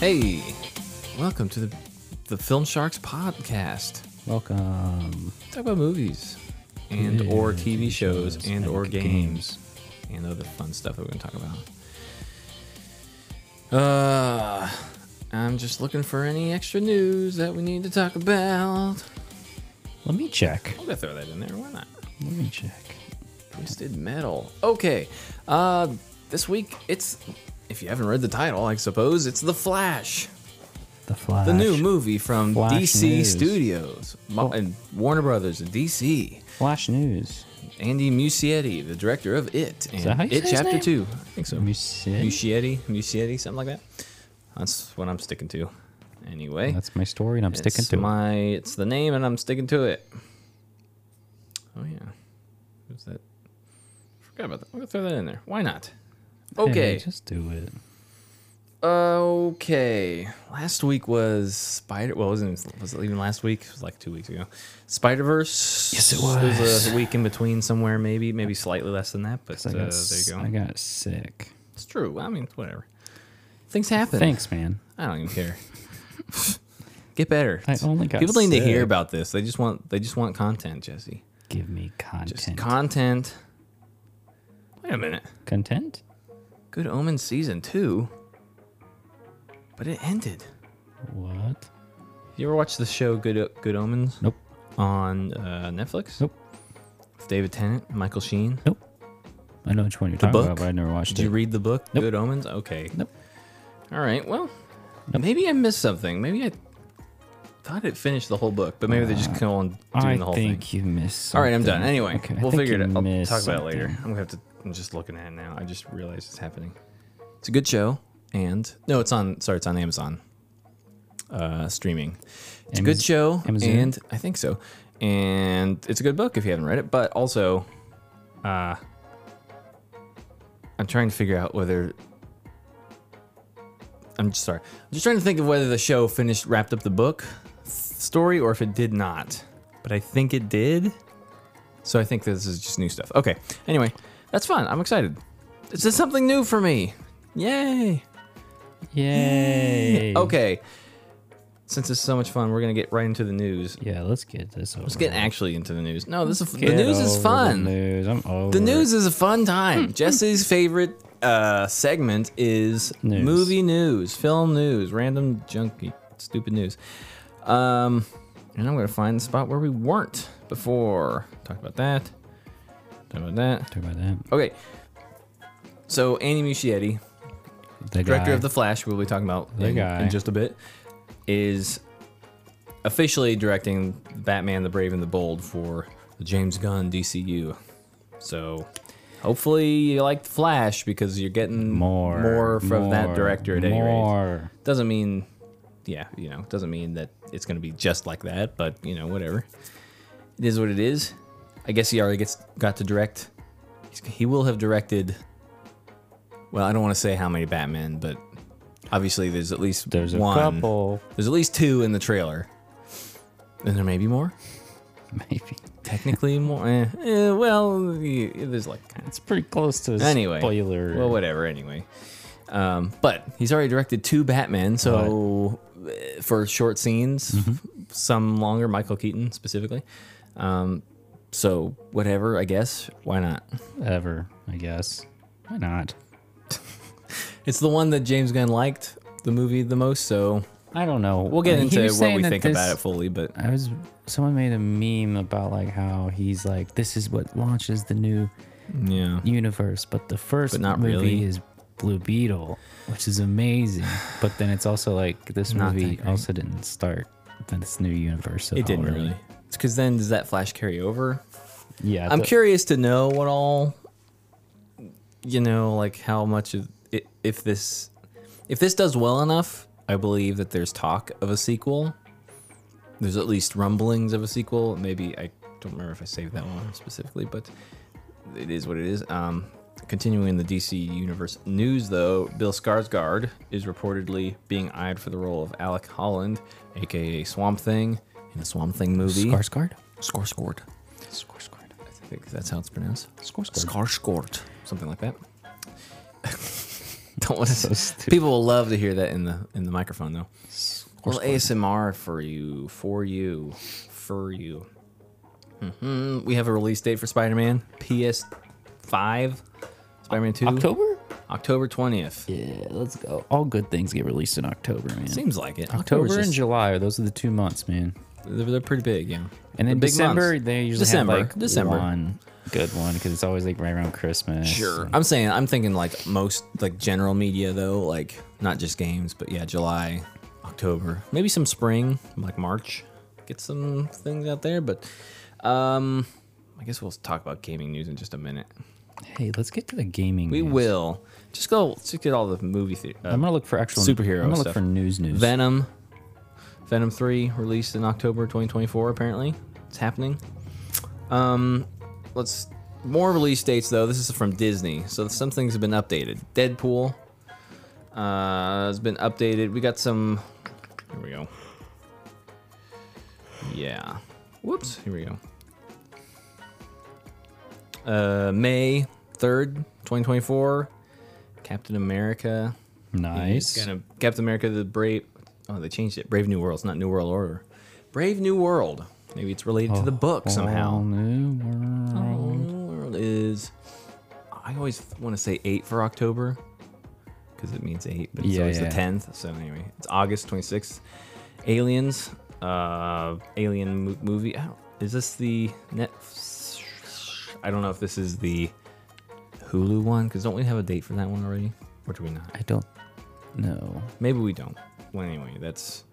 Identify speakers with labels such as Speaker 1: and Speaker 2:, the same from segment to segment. Speaker 1: Hey, welcome to the the Film Sharks podcast.
Speaker 2: Welcome.
Speaker 1: Talk about movies and
Speaker 2: Yeah,
Speaker 1: or TV shows
Speaker 2: shows
Speaker 1: and
Speaker 2: and
Speaker 1: or games. and other fun stuff that we're going to talk about. Uh, I'm just looking for any extra news that we need to talk about.
Speaker 2: Let me check.
Speaker 1: I'm going to throw that in there. Why not?
Speaker 2: Let me check.
Speaker 1: Twisted Metal. Okay. Uh, this week it's if you haven't read the title, I suppose it's The Flash.
Speaker 2: The Flash.
Speaker 1: the new movie from
Speaker 2: Flash
Speaker 1: DC
Speaker 2: News. Oh.
Speaker 1: Studios Mo- and Warner Brothers in DC.
Speaker 2: Flash News.
Speaker 1: Andy Muschietti, the director of It and
Speaker 2: that how you say
Speaker 1: It
Speaker 2: his
Speaker 1: Chapter
Speaker 2: name?
Speaker 1: Two. I think so.
Speaker 2: Musetti?
Speaker 1: Muschietti, Muschietti, something like that. That's what I'm sticking to. Anyway,
Speaker 2: That's my story, and I'm sticking
Speaker 1: it's
Speaker 2: to it.
Speaker 1: my it's the name, and I'm sticking to it. Oh yeah, who's that? Forgot about that. I'm gonna throw that in there. Why not?
Speaker 2: Hey,
Speaker 1: Okay.
Speaker 2: just do it.
Speaker 1: Okay. Last week was Spider. Well, wasn't it- was it even last week? It was like two weeks ago. Spider Verse.
Speaker 2: Yes, it
Speaker 1: There's
Speaker 2: was.
Speaker 1: a week in between somewhere, maybe, maybe slightly less than that, but
Speaker 2: 'Cause I
Speaker 1: uh,
Speaker 2: got,
Speaker 1: there you
Speaker 2: s-
Speaker 1: go.
Speaker 2: I got sick.
Speaker 1: It's true. I mean, whatever. Things happen.
Speaker 2: Thanks, man.
Speaker 1: I don't even care. Get better.
Speaker 2: I only got
Speaker 1: People need to hear
Speaker 2: sick.
Speaker 1: about this. They just want. They just want content, Jesse.
Speaker 2: Give me
Speaker 1: Just
Speaker 2: content.
Speaker 1: content. Wait a minute.
Speaker 2: content?
Speaker 1: Good Omen season two. But it ended.
Speaker 2: What?
Speaker 1: You ever watch the show Good O- Good Omens?
Speaker 2: Nope.
Speaker 1: on uh, Netflix.
Speaker 2: Nope.
Speaker 1: With David Tennant, Michael Sheen.
Speaker 2: Nope. I know which one you're talking
Speaker 1: book?
Speaker 2: about, but I never watched
Speaker 1: Did you
Speaker 2: it.
Speaker 1: read the book
Speaker 2: Nope.
Speaker 1: Good Omens? Okay.
Speaker 2: Nope.
Speaker 1: All right. Well, maybe I missed something. Maybe I thought it finished the whole book, but maybe they're just going doing
Speaker 2: Uh, I
Speaker 1: the whole
Speaker 2: think
Speaker 1: thing.
Speaker 2: you missed.
Speaker 1: All right, I'm done.
Speaker 2: something.
Speaker 1: Anyway,
Speaker 2: Okay, I
Speaker 1: we'll
Speaker 2: think
Speaker 1: figure it
Speaker 2: you
Speaker 1: out. I'll
Speaker 2: missed
Speaker 1: talk about it later.
Speaker 2: something.
Speaker 1: I'm gonna have to. I'm just looking at it now. I just realized it's happening. It's a good show, and no, it's on. Sorry, it's on Amazon. Uh, streaming. It's a good
Speaker 2: Amaz-
Speaker 1: show,
Speaker 2: Amazon?
Speaker 1: and I think so. And it's a good book if you haven't read it. But also, uh, I'm trying to figure out whether. I'm just sorry. I'm just trying to think of whether the show finished wrapped up the book story or if it did not. But I think it did. So I think this is just new stuff. Okay. Anyway, that's fun. I'm excited. This is something new for me. Yay.
Speaker 2: Yay.
Speaker 1: Okay. Since it's so much fun, we're gonna get right into the news.
Speaker 2: Yeah, let's get this over.
Speaker 1: Let's get actually into the news. No, this is the
Speaker 2: Get
Speaker 1: news is
Speaker 2: over
Speaker 1: fun.
Speaker 2: The news. I'm over.
Speaker 1: The news is a fun time. Jesse's favorite uh, segment is
Speaker 2: News.
Speaker 1: movie news, film news, random junky, stupid news. Um, and I'm going to find the spot where we weren't before. Talk about that. Talk about that.
Speaker 2: Talk about that.
Speaker 1: Okay. So, Andy Muschietti,
Speaker 2: The
Speaker 1: director
Speaker 2: guy.
Speaker 1: of The Flash, we'll be talking about
Speaker 2: The
Speaker 1: in,
Speaker 2: guy.
Speaker 1: in just a bit, is officially directing Batman the Brave and the Bold for the James Gunn DCU. So hopefully you like The Flash because you're getting
Speaker 2: more,
Speaker 1: more from that
Speaker 2: more,
Speaker 1: director at any rate.
Speaker 2: more.
Speaker 1: Doesn't mean, yeah, you know, doesn't mean that it's going to be just like that, but, you know, whatever. It is what it is. I guess he already gets got to direct. He's, he will have directed. Well, I don't want to say how many Batman, but obviously there's at least
Speaker 2: There's a
Speaker 1: one.
Speaker 2: couple,
Speaker 1: There's at least two in the trailer. And there may be more.
Speaker 2: maybe.
Speaker 1: Technically more. Eh, eh, well, y- there's like kind
Speaker 2: It's pretty close to a
Speaker 1: of. Anyway.
Speaker 2: spoiler.
Speaker 1: Well, whatever. Anyway. Um, but he's already directed two Batman, so eh, for short scenes, some longer, Michael Keaton specifically. Um, so whatever, I guess. Why not?
Speaker 2: Ever, I guess. Why not?
Speaker 1: It's the one that James Gunn liked the movie the most, so
Speaker 2: I don't know.
Speaker 1: we'll get into what we think
Speaker 2: about
Speaker 1: about
Speaker 2: it.
Speaker 1: it fully. But
Speaker 2: I was someone made a meme about like how he's like this is what launches the new
Speaker 1: yeah,
Speaker 2: universe, but the first
Speaker 1: But not
Speaker 2: movie
Speaker 1: really.
Speaker 2: is Blue Beetle, which is amazing. but then it's also like this
Speaker 1: Not that
Speaker 2: movie
Speaker 1: great.
Speaker 2: also didn't start this new universe. At
Speaker 1: it didn't
Speaker 2: all,
Speaker 1: really. It's because then does that flash carry over?
Speaker 2: Yeah,
Speaker 1: I'm
Speaker 2: the-
Speaker 1: curious to know what all, you know, like how much of i- if this, if this does well enough, I believe that there's talk of a sequel. There's at least rumblings of a sequel. Maybe I don't remember if I saved that one specifically, but it is what it is. Um, continuing the DC Universe news, though, Bill Skarsgård is reportedly being eyed for the role of Alec Holland, aka Swamp Thing, in a Swamp Thing movie.
Speaker 2: Skarsgård.
Speaker 1: Skarsgård.
Speaker 2: Skarsgård.
Speaker 1: I think that's how it's pronounced.
Speaker 2: Skarsgård.
Speaker 1: Skarsgård. Something like that. Don't want to.
Speaker 2: stupid.
Speaker 1: people will love to hear that in the in the microphone though.
Speaker 2: Of
Speaker 1: Well, ASMR for you, for you, for you. hmm We have a release date for Spider-Man PS5, Spider-Man 2,
Speaker 2: October?
Speaker 1: October 20th.
Speaker 2: Yeah, let's go. All good things get released in October, man.
Speaker 1: Seems like it.
Speaker 2: October
Speaker 1: October's
Speaker 2: and
Speaker 1: just-
Speaker 2: July are those are the two months, man.
Speaker 1: they're, they're pretty big, yeah.
Speaker 2: And then
Speaker 1: They're big
Speaker 2: December,
Speaker 1: months.
Speaker 2: they usually
Speaker 1: December,
Speaker 2: have like
Speaker 1: December.
Speaker 2: one good one because it's always like right around Christmas.
Speaker 1: Sure. I'm saying I'm thinking like most like general media though, like not just games, but yeah, July, October, maybe some spring, like March. Get some things out there, but um I guess we'll talk about gaming news in just a minute.
Speaker 2: Hey, let's get to the gaming.
Speaker 1: We
Speaker 2: news.
Speaker 1: will. Just go just get all the uh, movie theater.
Speaker 2: I'm gonna look for actual
Speaker 1: Superhero
Speaker 2: I'm gonna look
Speaker 1: stuff.
Speaker 2: for news news.
Speaker 1: Venom. Venom 3 released in October 2024 apparently. It's happening. Um let's more release dates though. This is from Disney. So some things have been updated. Deadpool uh has been updated. We got some Here we go. Yeah. Whoops, here we go. Uh May 3rd, 2024. Captain America
Speaker 2: nice.
Speaker 1: Kind of Captain America the Brave. Oh, they changed it. Brave New World. It's not New World Order. Brave New World. Maybe it's related to the book
Speaker 2: Whole
Speaker 1: somehow.
Speaker 2: new world.
Speaker 1: Oh, New World is. I always want to say eight for October because it means eight, but it's
Speaker 2: Yeah,
Speaker 1: always
Speaker 2: yeah.
Speaker 1: the tenth. So anyway, it's August twenty sixth. Aliens, uh, Alien mo- movie. I don't, is this the net? I don't know if this is the Hulu one because don't we have a date for that one already? Or do we not?
Speaker 2: I don't know.
Speaker 1: Maybe we don't. Well, anyway, that's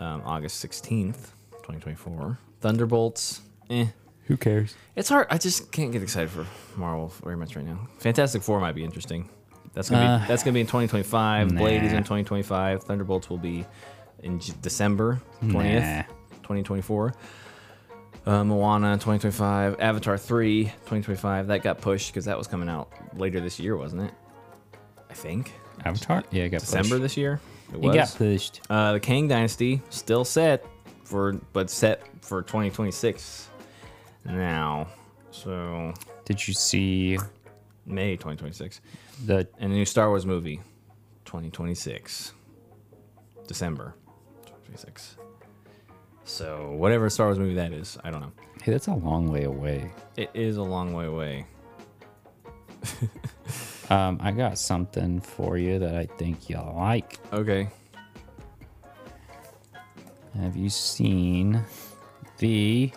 Speaker 1: um, August 16th, 2024. Thunderbolts. Eh.
Speaker 2: Who cares?
Speaker 1: It's hard. I just can't get excited for Marvel very much right now. Fantastic Four might be interesting. That's gonna be
Speaker 2: Uh,
Speaker 1: that's gonna be in 2025. Blade is in
Speaker 2: nah.
Speaker 1: 2025. Thunderbolts will be in J- December 20th, 2024. Uh, Moana 2025. Avatar 3 2025. That got pushed because that was coming out later this year, wasn't it? I think
Speaker 2: Avatar? Yeah, it got
Speaker 1: December
Speaker 2: pushed.
Speaker 1: this year. It
Speaker 2: It got pushed.
Speaker 1: uh, the Kang Dynasty still set for, but set for 2026 now. So
Speaker 2: Did you see
Speaker 1: May 2026,
Speaker 2: the
Speaker 1: and the new Star Wars movie, 2026, December 2026. So whatever Star Wars movie that is, I don't know.
Speaker 2: Hey, that's a long way away.
Speaker 1: It is a long way away.
Speaker 2: Um, I got something for you that I think you'll like.
Speaker 1: Okay.
Speaker 2: Have you seen the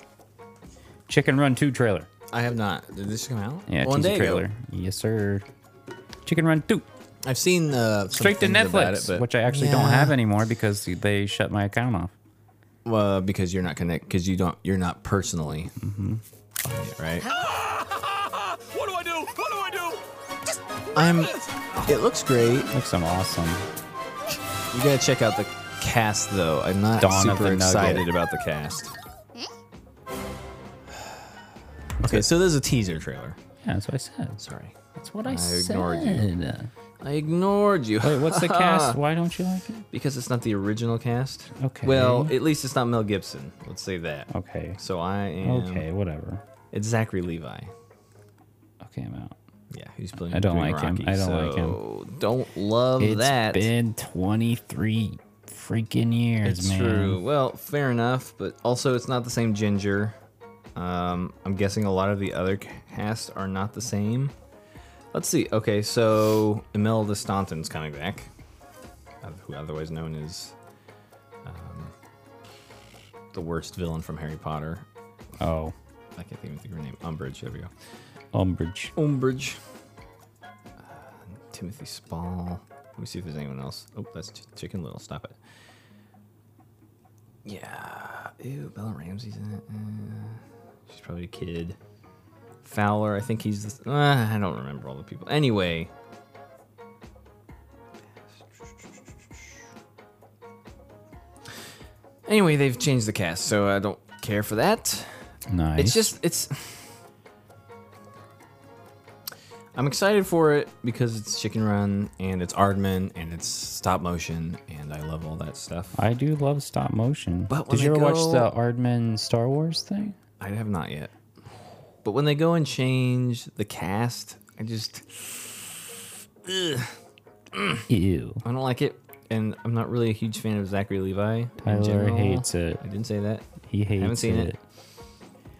Speaker 2: Chicken Run 2 trailer?
Speaker 1: I have not. Did this come out? Oh,
Speaker 2: Yeah,
Speaker 1: one
Speaker 2: teaser
Speaker 1: day
Speaker 2: trailer.
Speaker 1: Ago.
Speaker 2: Yes, sir. Chicken Run 2.
Speaker 1: I've seen uh, some
Speaker 2: Straight to
Speaker 1: things about
Speaker 2: Netflix,
Speaker 1: it, but
Speaker 2: which I actually
Speaker 1: Yeah.
Speaker 2: don't have anymore because they shut my account off.
Speaker 1: Uh, because you're not connect because you don't you're not personally
Speaker 2: Mm-hmm.
Speaker 1: on it, right.
Speaker 3: What do I do? What do I do?
Speaker 1: I'm. It looks great.
Speaker 2: Looks awesome.
Speaker 1: You gotta check out the cast though. I'm not
Speaker 2: Dawn of
Speaker 1: super
Speaker 2: the Nugget. Hmm?
Speaker 1: excited about the cast. Okay, so there's a teaser trailer.
Speaker 2: Yeah, that's what I said.
Speaker 1: Sorry,
Speaker 2: That's what I,
Speaker 1: ignored
Speaker 2: ignored
Speaker 1: you.
Speaker 2: said.
Speaker 1: I ignored you.
Speaker 2: Wait, what's the cast? Why don't you like it?
Speaker 1: because it's not the original cast.
Speaker 2: Okay.
Speaker 1: Well, at least it's not Mel Gibson. Let's say that.
Speaker 2: Okay.
Speaker 1: So I am.
Speaker 2: Okay, whatever.
Speaker 1: It's Zachary Levi.
Speaker 2: Okay, I'm out.
Speaker 1: Yeah, who's playing.
Speaker 2: I don't
Speaker 1: Green
Speaker 2: like him.
Speaker 1: Rocky,
Speaker 2: I don't like him.
Speaker 1: so Don't love
Speaker 2: It's
Speaker 1: that.
Speaker 2: been 23 freaking years,
Speaker 1: It's
Speaker 2: man.
Speaker 1: true. Well, fair enough, but also it's not the same ginger. Um, I'm guessing a lot of the other casts are not the same. Let's see. Okay, so Imelda Staunton's coming back, uh, who otherwise known as um, the worst villain from Harry Potter.
Speaker 2: Oh,
Speaker 1: I can't even think of her name. Umbridge. There we go.
Speaker 2: Umbridge.
Speaker 1: Umbridge. Uh, Timothy Spall. Let me see if there's anyone else. Oh, that's Ch- Chicken Little. Stop it. Yeah. Ew, Bella Ramsey's in it. Uh, she's probably a kid. Fowler, I think he's. The, uh, I don't remember all the people. Anyway. Anyway, they've changed the cast, so I don't care for that.
Speaker 2: Nice.
Speaker 1: It's just it's. I'm excited for it because it's Chicken Run and it's Aardman and it's stop motion and I love all that stuff.
Speaker 2: I do love stop motion.
Speaker 1: But when
Speaker 2: Did you
Speaker 1: they go-
Speaker 2: ever watch the Aardman Star Wars thing?
Speaker 1: I have not yet, but when they go and change the cast, I just. Ugh.
Speaker 2: Ew.
Speaker 1: I don't like it, and I'm not really a huge fan of Zachary Levi. in
Speaker 2: Tyler
Speaker 1: general.
Speaker 2: hates it.
Speaker 1: I didn't say that,
Speaker 2: He hates
Speaker 1: seen it.
Speaker 2: it.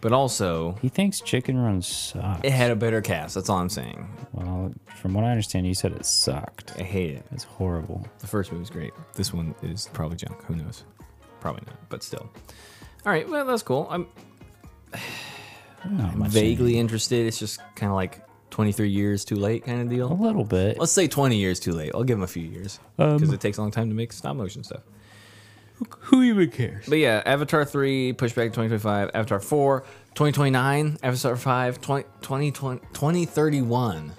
Speaker 1: but also
Speaker 2: He thinks chicken run sucks.
Speaker 1: it had a better cast. That's all I'm saying.
Speaker 2: well, from what I understand, you said it sucked.
Speaker 1: I hate it.
Speaker 2: It's horrible.
Speaker 1: The first movie's great. This one is probably junk. Who knows? Probably not, but still. All right, well that's cool. I'm
Speaker 2: Not much in
Speaker 1: vaguely interested. It's just kind of like 23 years too late kind of deal.
Speaker 2: it. A little bit.
Speaker 1: Let's say 20 years too late. I'll give him a few years because
Speaker 2: Um,
Speaker 1: it takes a long time to make stop motion stuff.
Speaker 2: Who even cares?
Speaker 1: But yeah, Avatar 3, pushback 2025, Avatar 4, 2029, Avatar 5, 20, 2020 2031.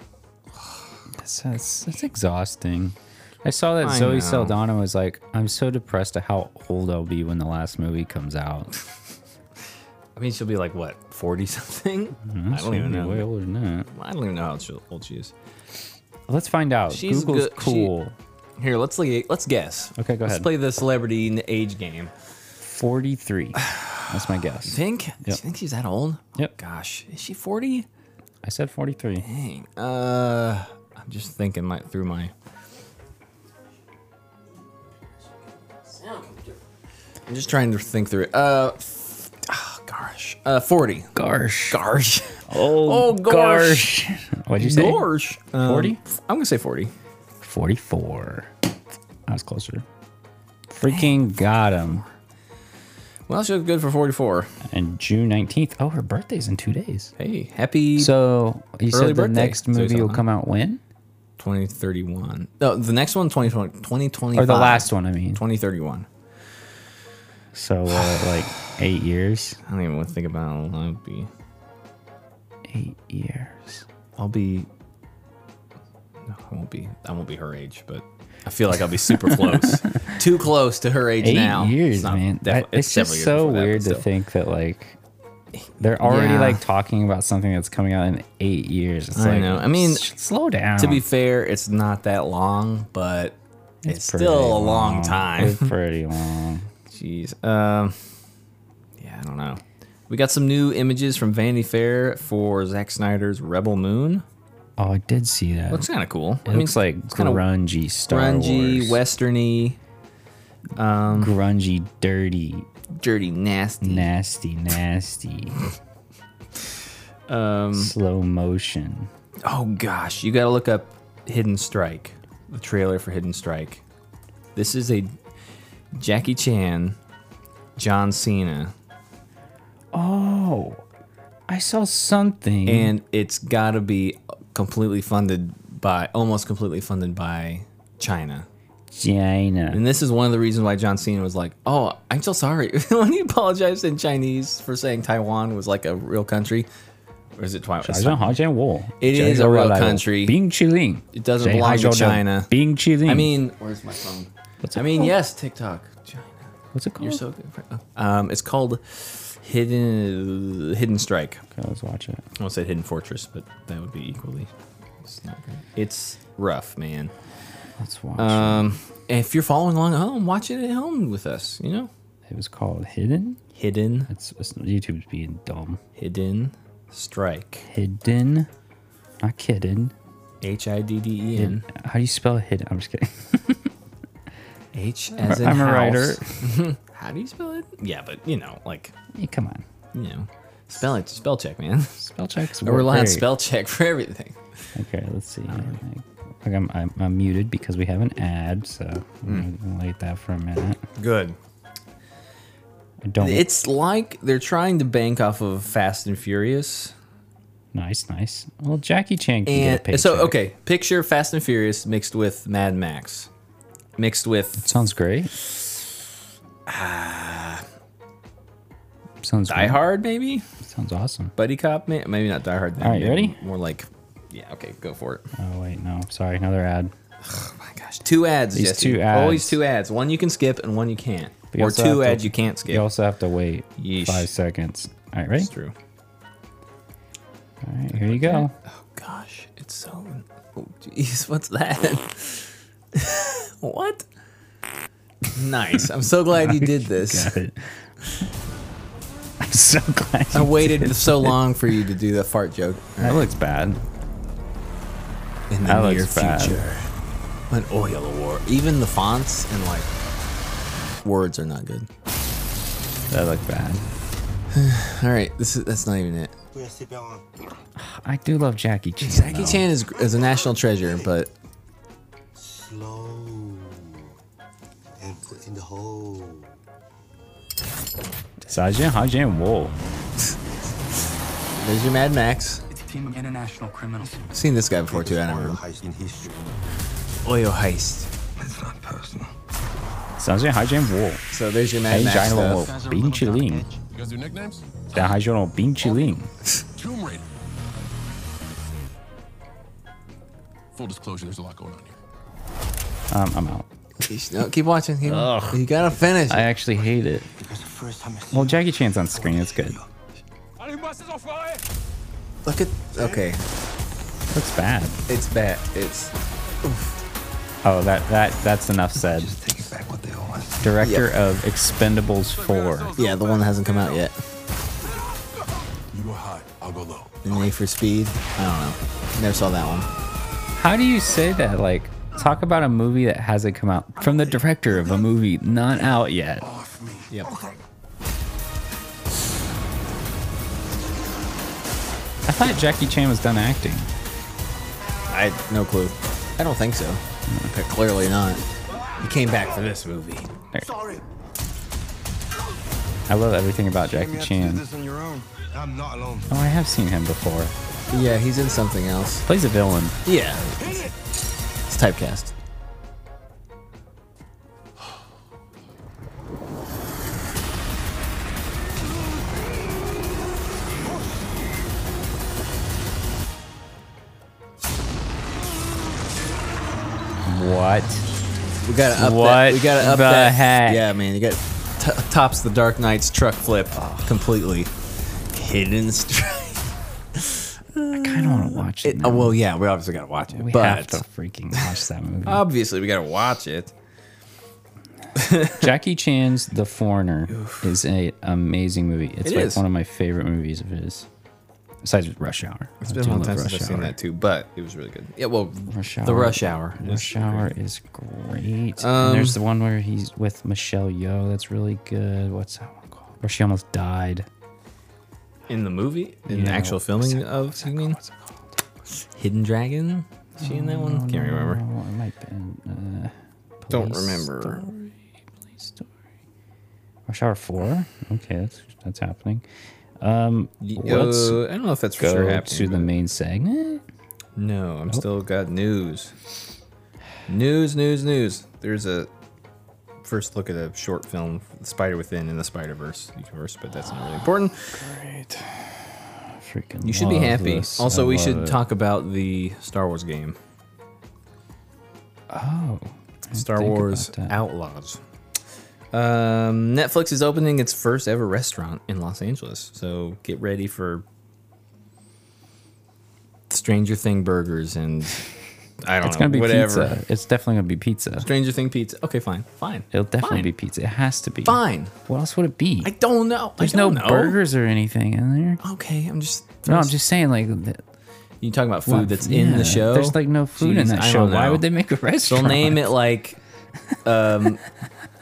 Speaker 2: That's, that's, that's exhausting. I saw that
Speaker 1: I
Speaker 2: Zoe
Speaker 1: know.
Speaker 2: Saldana was like, I'm so depressed at how old I'll be when the last movie comes out.
Speaker 1: I mean, she'll be like, what, 40 something? I
Speaker 2: Mm-hmm. She'll
Speaker 1: don't even
Speaker 2: be Way
Speaker 1: know.
Speaker 2: older than that.
Speaker 1: I don't even know how she- old she is.
Speaker 2: Let's find out.
Speaker 1: She's
Speaker 2: Google's
Speaker 1: good- she-
Speaker 2: cool.
Speaker 1: Here, let's le- let's guess.
Speaker 2: Okay, go
Speaker 1: Let's
Speaker 2: ahead.
Speaker 1: play the celebrity n- age game.
Speaker 2: 43. That's my guess.
Speaker 1: Think? Do you
Speaker 2: Yep.
Speaker 1: think she's that old?
Speaker 2: Yep.
Speaker 1: Gosh, is she 40?
Speaker 2: I said 43.
Speaker 1: Dang. Uh, I'm just thinking my through my. I'm just trying to think through it. Uh, f- ah, gosh. Uh, 40.
Speaker 2: Garsh.
Speaker 1: Gosh.
Speaker 2: Oh,
Speaker 1: Oh, gosh.
Speaker 2: What'd you say?
Speaker 1: Gosh. Um,
Speaker 2: 40?
Speaker 1: I'm gonna say 40.
Speaker 2: 44. I was closer. Freaking got him.
Speaker 1: Well, she was good for 44.
Speaker 2: And June 19th. Oh, her birthday's in two days.
Speaker 1: Hey, happy
Speaker 2: So you
Speaker 1: Early
Speaker 2: said the
Speaker 1: birthday,
Speaker 2: next
Speaker 1: so you
Speaker 2: movie
Speaker 1: saw
Speaker 2: will
Speaker 1: that.
Speaker 2: come out when?
Speaker 1: 2031. No, the next one 2020 2025.
Speaker 2: Or the last one, I mean.
Speaker 1: 2031.
Speaker 2: So uh, like eight years.
Speaker 1: I don't even want to think about it. I'll be.
Speaker 2: Eight years.
Speaker 1: I'll be. No, I won't be. I won't be her age, but I feel like I'll be super close. Too close to her age
Speaker 2: Eight
Speaker 1: now.
Speaker 2: years,
Speaker 1: It's not-
Speaker 2: man.
Speaker 1: defi-
Speaker 2: That-
Speaker 1: definitely
Speaker 2: it's just
Speaker 1: years
Speaker 2: so
Speaker 1: before that, but
Speaker 2: weird to
Speaker 1: still.
Speaker 2: think that like they're already
Speaker 1: Yeah.
Speaker 2: like talking about something that's coming out in eight years. It's
Speaker 1: I
Speaker 2: like,
Speaker 1: know. I mean,
Speaker 2: s- slow down.
Speaker 1: To be fair, it's not that long, but it's,
Speaker 2: pretty
Speaker 1: still a long time.
Speaker 2: It's pretty long.
Speaker 1: Jeez. Um, yeah, I don't know. We got some new images from Vanity Fair for Zack Snyder's Rebel Moon.
Speaker 2: Oh, I did see that.
Speaker 1: Looks kind of cool.
Speaker 2: it looks like
Speaker 1: kinda
Speaker 2: grungy Star
Speaker 1: grungy,
Speaker 2: Wars.
Speaker 1: westerny,
Speaker 2: grungy, dirty,
Speaker 1: dirty, nasty.
Speaker 2: nasty, nasty.
Speaker 1: Um,
Speaker 2: slow motion.
Speaker 1: Oh gosh, you gotta look up Hidden Strike, the trailer for Hidden Strike. This is a Jackie Chan, John Cena,
Speaker 2: Oh, I saw something.
Speaker 1: and it's gotta be completely funded by, almost completely funded by China.
Speaker 2: China.
Speaker 1: And this is one of the reasons why John Cena was like, "Oh, I'm so sorry." when he apologized in Chinese for saying Taiwan was like a real country, or is it Taiwan? It's Taiwan. It is a real country.
Speaker 2: Bing Chiling.
Speaker 1: It doesn't belong to China.
Speaker 2: Bing Chiling.
Speaker 1: I mean, where's my phone?
Speaker 2: What's it
Speaker 1: I mean,
Speaker 2: called?
Speaker 1: yes, TikTok, China.
Speaker 2: what's it called?
Speaker 1: You're so good. for- oh. Um, it's called Hidden Hidden Strike. I
Speaker 2: Okay, let's watch it.
Speaker 1: won't say Hidden Fortress, but that would be equally. It's not great. It's rough, man.
Speaker 2: Let's watch
Speaker 1: Um, if you're following along at home, watch it at home with us. You know,
Speaker 2: it. It was called Hidden.
Speaker 1: Hidden
Speaker 2: It's, it's YouTube's being dumb.
Speaker 1: Hidden Strike.
Speaker 2: Hidden. Not kidding.
Speaker 1: H i d d e n.
Speaker 2: How do you spell hidden? I'm just kidding.
Speaker 1: H as in
Speaker 2: I'm a
Speaker 1: house.
Speaker 2: writer.
Speaker 1: How do you spell it? Yeah, but you know, like
Speaker 2: Hey, come on.
Speaker 1: you know, spell it. Spell check, man.
Speaker 2: Spell checks.
Speaker 1: I
Speaker 2: work
Speaker 1: rely on
Speaker 2: great.
Speaker 1: spell check for everything.
Speaker 2: Okay, let's see. Okay, I'm, I'm, I'm muted because we have an ad, so
Speaker 1: Hmm.
Speaker 2: I'm gonna wait that for a minute.
Speaker 1: Good.
Speaker 2: I don't.
Speaker 1: It's like they're trying to bank off of Fast and Furious.
Speaker 2: nice, nice. Well, Jackie Chan can get paid.
Speaker 1: And so, oh. okay, picture Fast and Furious mixed with Mad Max, mixed with
Speaker 2: sounds great. sounds
Speaker 1: Die
Speaker 2: great.
Speaker 1: Hard, maybe
Speaker 2: Sounds awesome.
Speaker 1: Buddy Cop, may- maybe not Die Hard.
Speaker 2: All right, you
Speaker 1: maybe
Speaker 2: ready?
Speaker 1: More like, yeah, okay, go for it.
Speaker 2: Oh wait, no, sorry, another ad.
Speaker 1: Oh my gosh, two ads.
Speaker 2: These
Speaker 1: Jesse.
Speaker 2: two
Speaker 1: always
Speaker 2: ads.
Speaker 1: two ads. One you can skip and one you can't,
Speaker 2: But you
Speaker 1: or
Speaker 2: also have
Speaker 1: two
Speaker 2: to-
Speaker 1: ads you can't skip.
Speaker 2: You also have to wait
Speaker 1: Yeesh.
Speaker 2: five seconds. All right, ready?
Speaker 1: It's true.
Speaker 2: All right, here you go.
Speaker 1: Oh gosh, it's so. Oh jeez, what's that? what? Nice. I'm so glad you did this.
Speaker 2: Got it. I'm so glad.
Speaker 1: I
Speaker 2: you did
Speaker 1: waited
Speaker 2: it.
Speaker 1: so long for you to do the fart joke
Speaker 2: That looks bad.
Speaker 1: in the
Speaker 2: That
Speaker 1: near
Speaker 2: looks bad.
Speaker 1: future. An oil award. Even the fonts and like words are not good.
Speaker 2: That looked bad.
Speaker 1: All right, this is that's not even it.
Speaker 4: Oui, c'est bien.
Speaker 2: I do love Jackie Chan.
Speaker 1: Jackie
Speaker 2: though.
Speaker 1: Chan is, is a national treasure, but
Speaker 4: Slow. And put in the hole.
Speaker 2: Sergeant Hajin Whoa.
Speaker 1: there's your Mad Max.
Speaker 5: It's a team of international criminals.
Speaker 1: I've seen this guy before too. I don't
Speaker 4: Oil
Speaker 1: remember.
Speaker 4: heist in history.
Speaker 1: Oil heist.
Speaker 5: It's not personal.
Speaker 2: Sergeant Hajin Whoa.
Speaker 1: So there's your Mad
Speaker 2: Hey,
Speaker 1: Max
Speaker 2: Jalo
Speaker 1: stuff.
Speaker 2: Bing Chiling.
Speaker 3: You guys do nicknames?
Speaker 2: The Hajin Bing Chiling.
Speaker 3: Tomb Raider. Full disclosure, there's a lot going on here.
Speaker 2: Um, I'm out.
Speaker 1: No, keep watching. Keep,
Speaker 2: Ugh.
Speaker 1: you gotta finish.
Speaker 2: I actually hate it.
Speaker 4: Because the first time I see
Speaker 2: Well, Jackie Chan's on screen. It's good.
Speaker 3: Allez-moi ces enfoirés!
Speaker 1: Look at. Okay,
Speaker 2: Looks bad.
Speaker 1: it's bad. It's
Speaker 2: Oh, that that that's enough said.
Speaker 4: Just take it back what they owe us.
Speaker 2: Director of Expendables 4.
Speaker 1: yeah, the one that hasn't come out yet.
Speaker 3: You go high, I'll go low.
Speaker 1: And Need for Speed. I don't know. Never saw that one.
Speaker 2: How do you say that? Like, talk about a movie that hasn't come out from the director of a movie not out yet.
Speaker 1: Yep.
Speaker 2: I thought Jackie Chan was done acting.
Speaker 1: I no clue. I don't think so. But clearly not. He came back for this movie.
Speaker 4: Sorry.
Speaker 2: I love everything about Jackie Chan.
Speaker 4: on your own. I'm not alone.
Speaker 2: Oh, I have seen him before.
Speaker 1: Yeah, he's in something else.
Speaker 2: Plays a villain.
Speaker 1: Yeah. It's typecast.
Speaker 2: What?
Speaker 1: We gotta up that.
Speaker 2: What
Speaker 1: We gotta up
Speaker 2: the
Speaker 1: that.
Speaker 2: heck?
Speaker 1: Yeah, man. You got t- tops the Dark Knight's truck flip completely. Hidden strike.
Speaker 2: I kind of want to watch it.
Speaker 1: It-
Speaker 2: now.
Speaker 1: oh, well, yeah. We obviously gotta watch it,
Speaker 2: we have
Speaker 1: but
Speaker 2: to freaking watch that movie.
Speaker 1: obviously we gotta watch it.
Speaker 2: Jackie Chan's The Foreigner is an amazing movie. It's
Speaker 1: It
Speaker 2: like
Speaker 1: is.
Speaker 2: one of my favorite movies of his. Besides Rush Hour. It's
Speaker 1: It's been a long time since I've seen that too, but it was really good. Yeah, well,
Speaker 2: Rush
Speaker 1: the
Speaker 2: Hour.
Speaker 1: Rush Hour.
Speaker 2: Rush Hour is great. and
Speaker 1: Um,
Speaker 2: there's the one where he's with Michelle Yeoh. That's really good. What's that one called? Where she almost died.
Speaker 1: in the movie, in the
Speaker 2: Yeah,
Speaker 1: actual
Speaker 2: what's
Speaker 1: filming
Speaker 2: that-
Speaker 1: of, you mean?
Speaker 2: What's it called?
Speaker 1: Hidden Dragon? Is she in that one? Can't remember.
Speaker 2: Oh, it might have been. Uh,
Speaker 1: Don't
Speaker 2: Police
Speaker 1: remember.
Speaker 2: Story, Police Story. Rush Hour 4? Okay, that's, that's happening. Um, let's
Speaker 1: Uh, I don't know if that's for
Speaker 2: go
Speaker 1: sure
Speaker 2: to
Speaker 1: happening.
Speaker 2: the main eh, Oh. segment.
Speaker 1: but- No, I'm still got news. News, news, news. There's a first look at a short film, The Spider Within in the Spider Verse universe, but that's not really important.
Speaker 2: Great. Freaking
Speaker 1: You should be
Speaker 2: love
Speaker 1: happy.
Speaker 2: this.
Speaker 1: Also,
Speaker 2: I
Speaker 1: we
Speaker 2: love
Speaker 1: should
Speaker 2: it.
Speaker 1: talk about the Star Wars game,
Speaker 2: Oh, I
Speaker 1: Star
Speaker 2: think about
Speaker 1: Wars
Speaker 2: that.
Speaker 1: Outlaws. Um, Netflix is opening its first ever restaurant in Los Angeles, so get ready for Stranger Thing burgers and I don't
Speaker 2: It's
Speaker 1: know
Speaker 2: gonna be
Speaker 1: whatever.
Speaker 2: pizza. It's definitely gonna be pizza.
Speaker 1: Stranger Thing pizza. Okay, fine, fine.
Speaker 2: It'll definitely
Speaker 1: Fine.
Speaker 2: be pizza. It has to be.
Speaker 1: Fine.
Speaker 2: What else would it be?
Speaker 1: I don't know. I
Speaker 2: There's no
Speaker 1: don't know.
Speaker 2: burgers or anything in there.
Speaker 1: Okay, I'm just.
Speaker 2: No, I'm just saying, like, th-
Speaker 1: You talking about food
Speaker 2: what-
Speaker 1: that's in
Speaker 2: yeah,
Speaker 1: the show?
Speaker 2: There's like no food in
Speaker 1: Jeez,
Speaker 2: that
Speaker 1: I
Speaker 2: show.
Speaker 1: don't
Speaker 2: Why
Speaker 1: know.
Speaker 2: would they make a
Speaker 1: They'll
Speaker 2: restaurant?
Speaker 1: name it like um,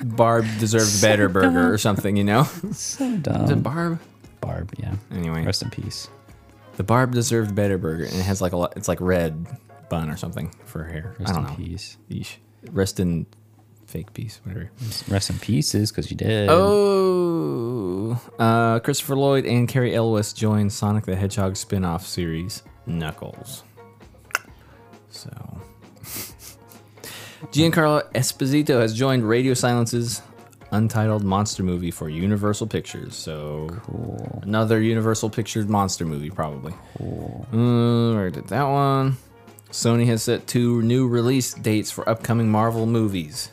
Speaker 1: Barb deserved better burger or something, you know?
Speaker 2: So
Speaker 1: Is it
Speaker 2: dumb.
Speaker 1: Barb?
Speaker 2: Barb. Yeah.
Speaker 1: Anyway,
Speaker 2: Rest in peace.
Speaker 1: the Barb deserved better burger, and it has like a lot. It's like red bun or something for hair.
Speaker 2: Rest
Speaker 1: I don't
Speaker 2: in
Speaker 1: know.
Speaker 2: peace.
Speaker 1: Yeesh. Rest in fake peace, whatever.
Speaker 2: Rest in pieces, because you did.
Speaker 1: Oh, uh, Christopher Lloyd and Carrie Elwes join Sonic the Hedgehog spin-off series Knuckles. So, Giancarlo Esposito has joined Radio Silence's untitled monster movie for Universal Pictures. So,
Speaker 2: Cool.
Speaker 1: another Universal Pictures monster movie, probably.
Speaker 2: Cool.
Speaker 1: Mm, already did that one. Sony has set two new release dates for upcoming Marvel movies.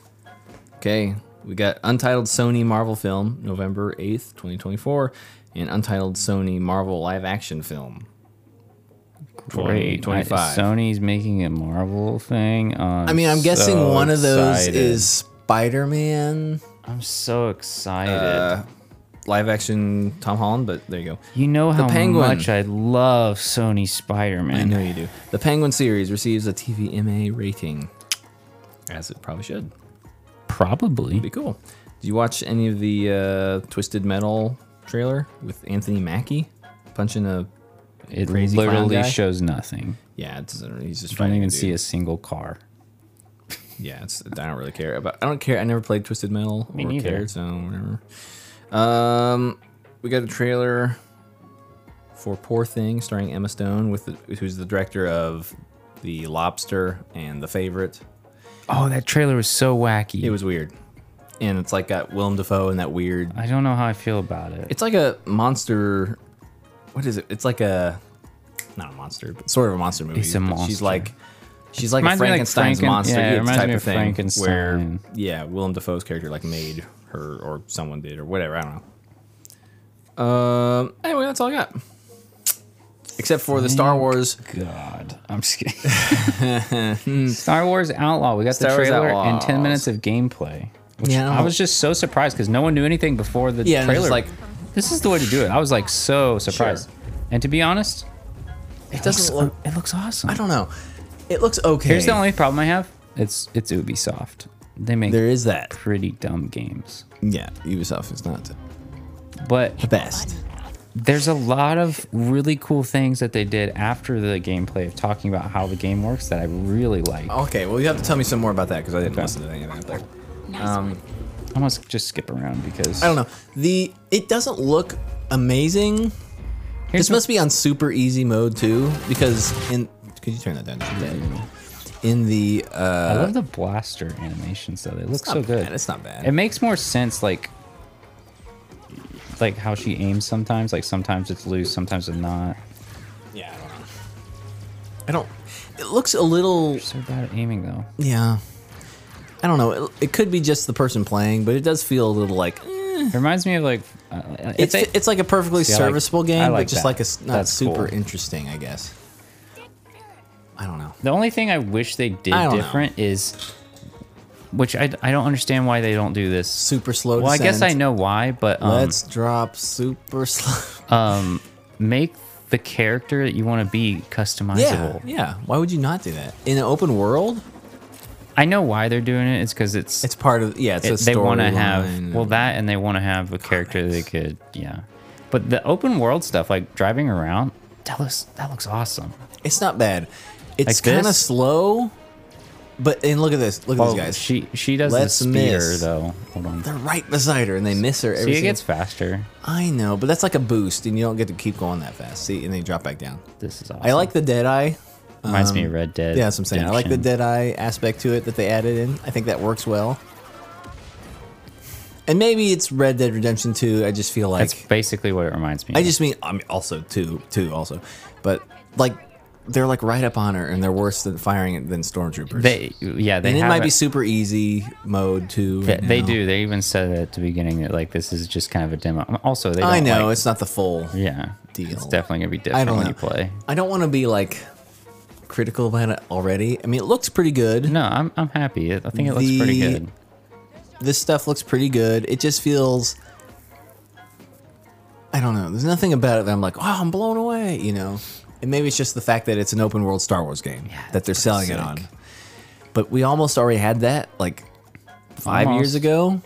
Speaker 1: Okay, we got Untitled Sony Marvel Film, November 8th, 2024, and Untitled Sony Marvel Live Action Film.
Speaker 2: Great. I-
Speaker 1: 2025.
Speaker 2: Sony's making a Marvel thing.
Speaker 1: I mean, I'm guessing one of those is Spider Man
Speaker 2: I'm so excited.
Speaker 1: Uh, live action Tom Holland, but there you go.
Speaker 2: you know how
Speaker 1: Penguin.
Speaker 2: much I love Sony
Speaker 1: I
Speaker 2: Spider-Man.
Speaker 1: know you do. The Penguin series receives a TVMA rating. as it probably should. Be
Speaker 2: Probably.
Speaker 1: cool. Did you watch any of the uh, Twisted Metal trailer with Anthony Mackie punching a?
Speaker 2: It
Speaker 1: Crazy clown
Speaker 2: literally
Speaker 1: guy?
Speaker 2: shows nothing.
Speaker 1: Yeah, it's, he's just
Speaker 2: You don't
Speaker 1: fighting a
Speaker 2: even
Speaker 1: dude.
Speaker 2: see a single car.
Speaker 1: Yeah, it's, I don't really care about. I don't care. I never played Twisted Metal
Speaker 2: Me
Speaker 1: or
Speaker 2: neither.
Speaker 1: cared, so whatever. Um, we got a trailer for Poor Thing starring Emma Stone, with the, who's the director of The Lobster and The Favorite.
Speaker 2: Oh, that trailer was so wacky.
Speaker 1: It was weird, and it's like got Willem Dafoe and that weird.
Speaker 2: I don't know how I feel about it.
Speaker 1: It's like a monster. What is it? It's like a not a monster, but sort of a monster movie.
Speaker 2: It's a
Speaker 1: but She's
Speaker 2: monster.
Speaker 1: like she's like a
Speaker 2: Reminds me like
Speaker 1: Frankenstein's
Speaker 2: Franken-
Speaker 1: monster
Speaker 2: yeah, it
Speaker 1: it's
Speaker 2: reminds
Speaker 1: type
Speaker 2: me
Speaker 1: of
Speaker 2: of
Speaker 1: thing where
Speaker 2: Frankenstein.
Speaker 1: yeah, Willem Dafoe's character like made her or someone did or whatever. I don't know. Um. Anyway, that's all I got. Except for the Star Wars.
Speaker 2: God, I'm just kidding. Star Wars Outlaw. We got
Speaker 1: Star
Speaker 2: the
Speaker 1: Wars
Speaker 2: trailer and
Speaker 1: Outlaws.
Speaker 2: ten minutes of gameplay. Which
Speaker 1: Yeah, I don't
Speaker 2: I
Speaker 1: know.
Speaker 2: was just so surprised because no one knew anything before the
Speaker 1: Yeah, and it's
Speaker 2: trailer.
Speaker 1: like-
Speaker 2: this is the way to do it. I was like so surprised. And to be honest,
Speaker 1: It
Speaker 2: looks-
Speaker 1: doesn't look.
Speaker 2: it looks awesome.
Speaker 1: I don't know. It looks okay.
Speaker 2: Here's the only problem I have. It's it's Ubisoft. They make
Speaker 1: There is that.
Speaker 2: pretty dumb games,
Speaker 1: Yeah, Ubisoft is not
Speaker 2: but
Speaker 1: the best.
Speaker 2: there's a lot of really cool things that they did after the gameplay of talking about how the game works that I really like.
Speaker 1: Okay, well you have to tell me some more about that because I didn't listen to any of that there.
Speaker 2: I must just skip around because
Speaker 1: I don't know. The it doesn't look amazing.
Speaker 2: Here's
Speaker 1: this must be on super easy mode too, because in could you turn that down? In the uh,
Speaker 2: I love the blaster animations though. They look
Speaker 1: it's not
Speaker 2: so good.
Speaker 1: bad. It's not bad.
Speaker 2: It makes more sense like like how she aims sometimes. Like sometimes it's loose, sometimes it's not.
Speaker 1: yeah, I don't know. I don't. It looks a little.
Speaker 2: So bad at aiming though.
Speaker 1: Yeah, I don't know. It, it could be just the person playing, but it does feel a little like. eh.
Speaker 2: It reminds me of like uh,
Speaker 1: It's
Speaker 2: a-
Speaker 1: it's, like a perfectly
Speaker 2: See, I like-
Speaker 1: serviceable
Speaker 2: I
Speaker 1: game, but
Speaker 2: like
Speaker 1: just
Speaker 2: that.
Speaker 1: like it's not
Speaker 2: That's
Speaker 1: super
Speaker 2: cool.
Speaker 1: interesting, I guess. I don't know.
Speaker 2: The only thing I wish they did
Speaker 1: I don't know.
Speaker 2: different is, which I, I don't understand why they don't do this.
Speaker 1: Super slow.
Speaker 2: well, I guess I
Speaker 1: descent.
Speaker 2: know why, but um,
Speaker 1: Let's drop super slow.
Speaker 2: um, make the character that you want to be customizable.
Speaker 1: yeah. Why would you not do that in an open world?
Speaker 2: I know why they're doing it. It's because it's,
Speaker 1: It's part of yeah. It's
Speaker 2: it-
Speaker 1: a
Speaker 2: they
Speaker 1: story
Speaker 2: want to have well that, and they want to have a character they could yeah. But the open world stuff, like driving around, that looks that looks awesome.
Speaker 1: it's not bad. It's
Speaker 2: Like
Speaker 1: kind of
Speaker 2: this?
Speaker 1: slow, but and look at this. Look at
Speaker 2: Oh,
Speaker 1: these guys.
Speaker 2: she she does
Speaker 1: Let's
Speaker 2: the spear
Speaker 1: miss.
Speaker 2: though. Hold on,
Speaker 1: They're right beside her, and they miss her. Every
Speaker 2: see it
Speaker 1: single-
Speaker 2: gets faster.
Speaker 1: I know, but that's like a boost, and you don't get to keep going that fast. See, and they drop back down.
Speaker 2: This is awesome.
Speaker 1: I like the dead eye.
Speaker 2: Reminds me of Red Dead.
Speaker 1: Yeah, that's what I'm saying. I like the
Speaker 2: Redemption.
Speaker 1: dead eye aspect to it that they added in. I think that works well. And maybe it's Red Dead Redemption 2. I just feel like
Speaker 2: That's basically what it reminds me.
Speaker 1: I
Speaker 2: of.
Speaker 1: just mean I mean also two two also, but like they're like right up on her and they're worse than firing it than stormtroopers.
Speaker 2: they yeah they
Speaker 1: and it
Speaker 2: have
Speaker 1: might be
Speaker 2: it-
Speaker 1: super easy mode too.
Speaker 2: they,
Speaker 1: right
Speaker 2: they
Speaker 1: now.
Speaker 2: do. They even said at the beginning that like this is just kind of a demo. Also, they don't
Speaker 1: I know
Speaker 2: like-
Speaker 1: it's not the full.
Speaker 2: yeah
Speaker 1: deal.
Speaker 2: It's definitely gonna be
Speaker 1: I
Speaker 2: different
Speaker 1: don't
Speaker 2: when
Speaker 1: know.
Speaker 2: you play.
Speaker 1: I don't want to be like critical about it already. I mean, it looks pretty good.
Speaker 2: No, I'm I'm happy. It- I think it looks pretty
Speaker 1: The-
Speaker 2: good.
Speaker 1: This stuff looks pretty good. It just feels. I don't know. There's nothing about it that I'm like, oh, I'm blown away. You know, and maybe it's just the fact that it's an open world Star Wars game that they're selling it on. But we almost already had that like five years
Speaker 2: Almost.
Speaker 1: ago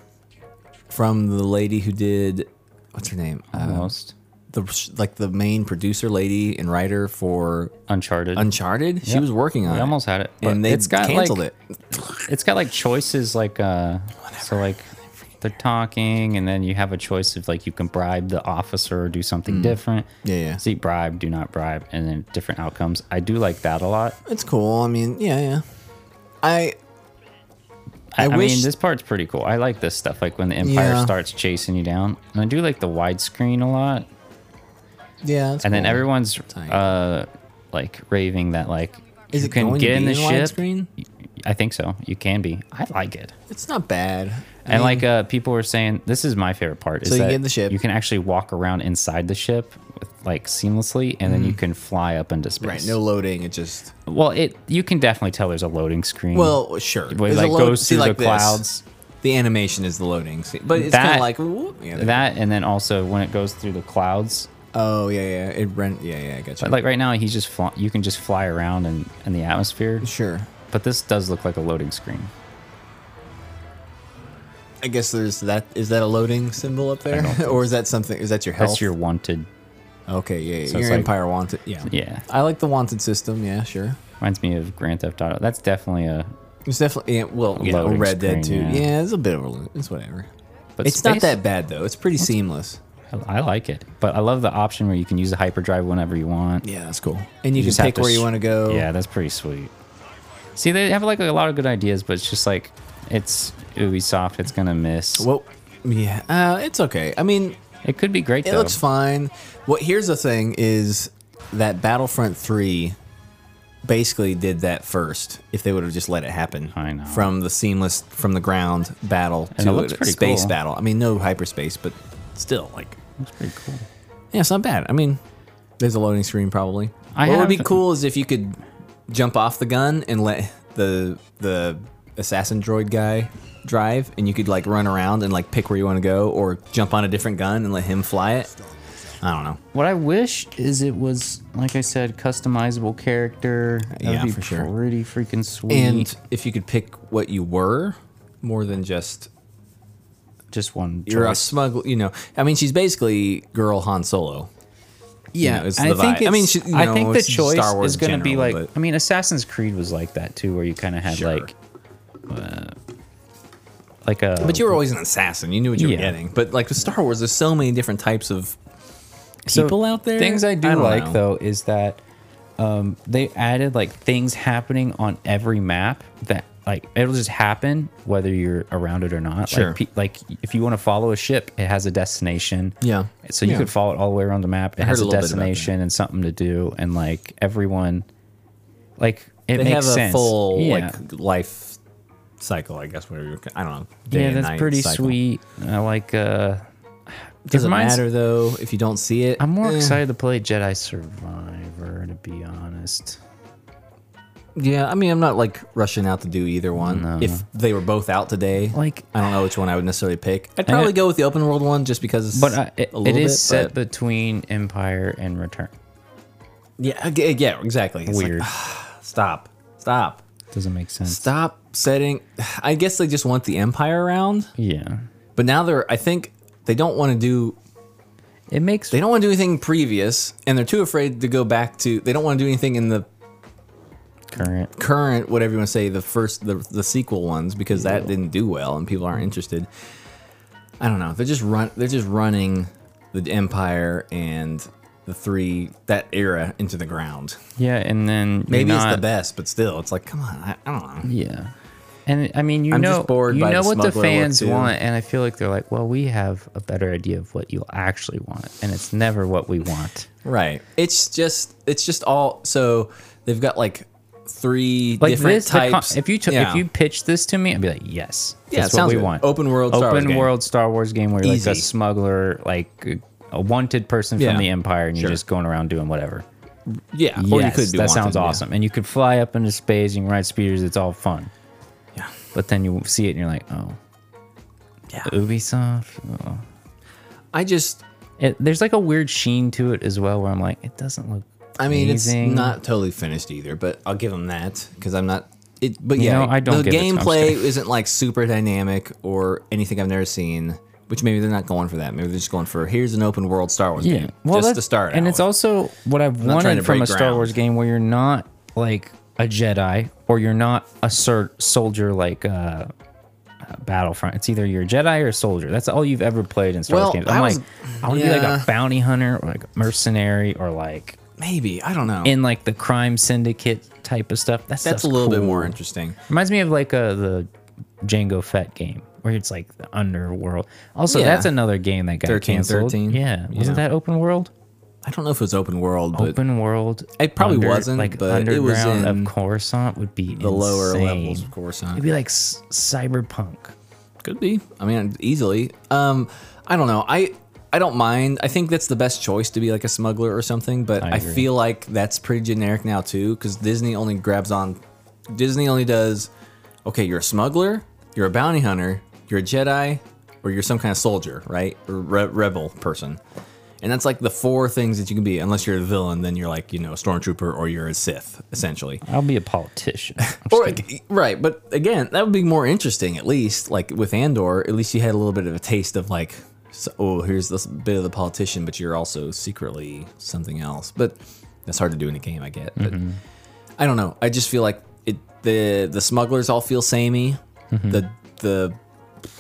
Speaker 1: from the lady who did what's her name? Uh,
Speaker 2: Almost
Speaker 1: the like the main producer lady and writer for
Speaker 2: Uncharted.
Speaker 1: Uncharted. She
Speaker 2: Yep.
Speaker 1: was working on
Speaker 2: We
Speaker 1: it.
Speaker 2: almost had it, but
Speaker 1: and they
Speaker 2: it's got,
Speaker 1: canceled
Speaker 2: like-
Speaker 1: it.
Speaker 2: it's got like choices like uh so like they're talking and then you have a choice of like you can bribe the officer or do something different.
Speaker 1: Mm. Yeah, yeah.
Speaker 2: See bribe, do not bribe, and then different outcomes. I do like that a lot.
Speaker 1: It's cool. I mean, yeah, yeah. I I
Speaker 2: I, I
Speaker 1: wish-
Speaker 2: mean, this part's pretty cool. I like this stuff, like when the Empire
Speaker 1: Yeah.
Speaker 2: starts chasing you down. And I do like the widescreen a lot.
Speaker 1: yeah. it's
Speaker 2: And then
Speaker 1: cool.
Speaker 2: everyone's
Speaker 1: Tight.
Speaker 2: uh, like raving that like
Speaker 1: is
Speaker 2: you
Speaker 1: it
Speaker 2: can
Speaker 1: going
Speaker 2: get
Speaker 1: to
Speaker 2: in
Speaker 1: be
Speaker 2: the ship.
Speaker 1: widescreen?
Speaker 2: I think so. You can be. I like it.
Speaker 1: It's not bad. I
Speaker 2: and
Speaker 1: mean,
Speaker 2: like uh, people were saying, this is my favorite part. Is
Speaker 1: So you
Speaker 2: that
Speaker 1: get in the ship.
Speaker 2: You can actually walk around inside the ship. With, like seamlessly, and then you can fly up into space.
Speaker 1: Mm. right, no loading. It just
Speaker 2: well, it you can definitely tell there's a loading screen.
Speaker 1: well, sure.
Speaker 2: Where,
Speaker 1: There's a
Speaker 2: like,
Speaker 1: load-
Speaker 2: goes
Speaker 1: see,
Speaker 2: through
Speaker 1: like
Speaker 2: the
Speaker 1: this.
Speaker 2: clouds.
Speaker 1: The animation is the loading, see, but it's
Speaker 2: That-
Speaker 1: kind of like whoop, yeah, there-
Speaker 2: that, and then also when it goes through the clouds,
Speaker 1: Oh yeah, yeah. It rent. Yeah, yeah. I got you.
Speaker 2: But like right now, he's just fly- you can just fly around in, in the atmosphere.
Speaker 1: sure.
Speaker 2: But this does look like a loading screen.
Speaker 1: I guess there's that. Is that a loading symbol up there, or is that something? Is that your health?
Speaker 2: That's your wanted.
Speaker 1: okay, yeah, yeah
Speaker 2: So it's
Speaker 1: your
Speaker 2: like-
Speaker 1: empire wanted. Yeah,
Speaker 2: Yeah.
Speaker 1: I like the wanted system. Yeah, sure.
Speaker 2: Reminds me of Grand Theft Auto. That's definitely a.
Speaker 1: It's definitely yeah, well, yeah,
Speaker 2: Loading
Speaker 1: Red Dead Two.
Speaker 2: screen,
Speaker 1: Yeah.
Speaker 2: yeah.
Speaker 1: it's a bit of a lo- it's whatever.
Speaker 2: But
Speaker 1: It's not
Speaker 2: space-
Speaker 1: that bad though. It's pretty seamless.
Speaker 2: I I like it, but I love the option where you can use the hyperdrive whenever you want.
Speaker 1: Yeah, that's cool. And you,
Speaker 2: just
Speaker 1: can
Speaker 2: have
Speaker 1: pick where
Speaker 2: sh-
Speaker 1: you want to go.
Speaker 2: Yeah, that's pretty sweet. See, they have like a lot of good ideas, but it's just like it's Ubisoft. It's gonna miss.
Speaker 1: Well, yeah, uh, it's okay. I mean,
Speaker 2: it could be great
Speaker 1: It
Speaker 2: though.
Speaker 1: looks fine. What here's the thing is that Battlefront 3 basically did that first if they would have just let it happen.
Speaker 2: I know.
Speaker 1: From the seamless from the ground battle
Speaker 2: And
Speaker 1: to
Speaker 2: it looks
Speaker 1: a
Speaker 2: pretty
Speaker 1: space
Speaker 2: cool.
Speaker 1: battle. I mean no hyperspace, but still like
Speaker 2: Looks pretty cool.
Speaker 1: yeah, it's not bad. I mean there's a loading screen probably.
Speaker 2: I
Speaker 1: what would be
Speaker 2: have-
Speaker 1: cool is if you could jump off the gun and let the the assassin droid guy drive and you could like run around and like pick where you want to go or jump on a different gun and let him fly it. I don't know.
Speaker 2: What I wish is it was like I said, customizable character. That
Speaker 1: Yeah,
Speaker 2: would be
Speaker 1: for sure.
Speaker 2: pretty freaking sweet.
Speaker 1: And if you could pick what you were, more than just
Speaker 2: just one.
Speaker 1: you're a
Speaker 2: choice.
Speaker 1: smuggler, you know. I mean, she's basically girl Han Solo.
Speaker 2: Yeah,
Speaker 1: know, it's
Speaker 2: and
Speaker 1: the vibe. I mean,
Speaker 2: it's-
Speaker 1: she- you
Speaker 2: I
Speaker 1: know,
Speaker 2: think the
Speaker 1: it's
Speaker 2: choice
Speaker 1: Star Wars
Speaker 2: is going to be
Speaker 1: general,
Speaker 2: like.
Speaker 1: but-
Speaker 2: I mean, Assassin's Creed was like that too, where you kind of had
Speaker 1: Sure.
Speaker 2: like, uh, like a.
Speaker 1: But you were always an assassin. You knew what you
Speaker 2: Yeah.
Speaker 1: were getting. But like with Star Wars, there's so many different types of
Speaker 2: So,
Speaker 1: people out there.
Speaker 2: Things I do
Speaker 1: don't
Speaker 2: like
Speaker 1: know.
Speaker 2: though is that um, they added like things happening on every map that like it'll just happen whether you're around it or not.
Speaker 1: Sure.
Speaker 2: Like, pe- like if you want to follow a ship, it has a destination.
Speaker 1: Yeah.
Speaker 2: So you
Speaker 1: Yeah.
Speaker 2: could follow it all the way around the map. It
Speaker 1: heard
Speaker 2: has
Speaker 1: a
Speaker 2: a
Speaker 1: little bit about that.
Speaker 2: destination and something to do, and like everyone, like it
Speaker 1: They have
Speaker 2: makes
Speaker 1: a
Speaker 2: sense.
Speaker 1: full
Speaker 2: yeah.
Speaker 1: like life cycle, I guess. Whatever. You're, I don't know. Day
Speaker 2: yeah,
Speaker 1: and
Speaker 2: that's
Speaker 1: night
Speaker 2: pretty
Speaker 1: cycle.
Speaker 2: sweet. I like. uh
Speaker 1: Doesn't
Speaker 2: reminds-
Speaker 1: matter though if you don't see it.
Speaker 2: I'm more
Speaker 1: Eh.
Speaker 2: excited to play Jedi Survivor, to be honest.
Speaker 1: Yeah, I mean, I'm not like rushing out to do either one. If they were both out today,
Speaker 2: Like-
Speaker 1: I don't know which one I would necessarily pick. I'd probably go with the open world one just because it's
Speaker 2: But uh, it,
Speaker 1: a
Speaker 2: it
Speaker 1: little
Speaker 2: is
Speaker 1: bit,
Speaker 2: set
Speaker 1: but-
Speaker 2: between Empire and Return.
Speaker 1: yeah, okay, yeah, exactly. It's like, ah.
Speaker 2: Weird.
Speaker 1: stop, stop,
Speaker 2: Doesn't make sense.
Speaker 1: stop setting. I guess they just want the empire around,
Speaker 2: Yeah.
Speaker 1: but now they're. I think they don't want to do.
Speaker 2: It makes
Speaker 1: They don't want to do anything previous, and they're too afraid to go back to. They don't want to do anything in the
Speaker 2: current.
Speaker 1: current whatever you want to say the first the, the sequel ones because that didn't do well and people aren't interested i don't know they're just run they're just running the empire and the three that era into the ground
Speaker 2: Yeah, and then you're
Speaker 1: maybe it's
Speaker 2: not-
Speaker 1: the best but still it's like come on i, I don't know
Speaker 2: Yeah. And I mean, you
Speaker 1: I'm
Speaker 2: know,
Speaker 1: just bored
Speaker 2: you
Speaker 1: by
Speaker 2: know
Speaker 1: the
Speaker 2: what the
Speaker 1: smuggler look,
Speaker 2: fans
Speaker 1: too.
Speaker 2: want, and I feel like they're like, well, we have a better idea of what you actually want, and it's never what we want.
Speaker 1: right it's just it's just all so they've got like three
Speaker 2: Like
Speaker 1: different
Speaker 2: this, the con-
Speaker 1: types
Speaker 2: if you took
Speaker 1: Yeah.
Speaker 2: if you pitched this to me, I'd be like, yes,
Speaker 1: Yeah,
Speaker 2: that's
Speaker 1: it
Speaker 2: what
Speaker 1: sounds
Speaker 2: we
Speaker 1: good.
Speaker 2: want.
Speaker 1: Open world Star Wars
Speaker 2: open
Speaker 1: game.
Speaker 2: world Star Wars game where you're like
Speaker 1: Easy.
Speaker 2: a smuggler, like a wanted person from
Speaker 1: Yeah.
Speaker 2: the Empire, and
Speaker 1: Sure.
Speaker 2: you're just going around doing whatever.
Speaker 1: yeah
Speaker 2: Yes,
Speaker 1: or you could do
Speaker 2: that sounds
Speaker 1: Wanted, yeah.
Speaker 2: awesome. And you could fly up into space, you can ride speeders, it's all fun.
Speaker 1: Yeah.
Speaker 2: But then you see it and you're like, oh,
Speaker 1: yeah,
Speaker 2: Ubisoft. oh.
Speaker 1: i just
Speaker 2: It, there's like a weird sheen to it as well, where I'm like, it doesn't look.
Speaker 1: I mean,
Speaker 2: amazing.
Speaker 1: it's not totally finished either, but I'll give them that because I'm not. It, but
Speaker 2: You
Speaker 1: yeah,
Speaker 2: know, I
Speaker 1: the
Speaker 2: don't give it to 'em,
Speaker 1: gameplay
Speaker 2: Steve.
Speaker 1: isn't like super dynamic or anything I've never seen. Which maybe they're not going for that. Maybe they're just going for here's an open world Star Wars game, just to
Speaker 2: that's-
Speaker 1: start.
Speaker 2: And
Speaker 1: out
Speaker 2: it's
Speaker 1: with.
Speaker 2: also what I've
Speaker 1: not trying
Speaker 2: wanted
Speaker 1: to
Speaker 2: from a
Speaker 1: break
Speaker 2: Star
Speaker 1: ground.
Speaker 2: Wars game, where you're not like a Jedi or you're not a ser- soldier like. Uh, uh, Battlefront. It's either you're a Jedi or a soldier. That's all you've ever played in Star
Speaker 1: Well,
Speaker 2: Wars games.
Speaker 1: I
Speaker 2: I'm
Speaker 1: was-
Speaker 2: like, I want to be
Speaker 1: yeah.
Speaker 2: like a bounty hunter or like a mercenary or like
Speaker 1: maybe I don't know.
Speaker 2: in like the crime syndicate type of stuff. That's
Speaker 1: that's a little bit more interesting.
Speaker 2: Reminds me of like uh, the Django Fett game where it's like the underworld. Also,
Speaker 1: Yeah.
Speaker 2: that's another game that got
Speaker 1: 13,
Speaker 2: canceled.
Speaker 1: 13.
Speaker 2: Yeah, wasn't
Speaker 1: Yeah.
Speaker 2: that open world?
Speaker 1: I don't know if it was open world, but
Speaker 2: open world.
Speaker 1: It probably wasn't,
Speaker 2: Like
Speaker 1: but it was
Speaker 2: underground
Speaker 1: in
Speaker 2: of Coruscant would be
Speaker 1: the lower
Speaker 2: insane.
Speaker 1: levels, of course, huh?
Speaker 2: It'd be like s- cyberpunk.
Speaker 1: Could be. I mean, easily. Um, I don't know. I I don't mind. I think that's the best choice to be like a smuggler or something. But I,
Speaker 2: I agree.
Speaker 1: feel like that's pretty generic now too, because Disney only grabs on. Disney only does. Okay, you're a smuggler. You're a bounty hunter. You're a Jedi, or you're some kind of soldier, right? Or re- rebel person. And that's like the four things that you can be, unless you're a villain, then you're like, you know, a stormtrooper or you're a Sith, essentially.
Speaker 2: I'll be a politician. I'm just
Speaker 1: Or,
Speaker 2: kidding.
Speaker 1: right, but again, that would be more interesting. At least, like with Andor, at least you had a little bit of a taste of like, so, oh, here's this bit of the politician, but you're also secretly something else. But that's hard to do in a game, I get. But
Speaker 2: Mm-hmm.
Speaker 1: I don't know. I just feel like it. The the smugglers all feel samey.
Speaker 2: Mm-hmm.
Speaker 1: The the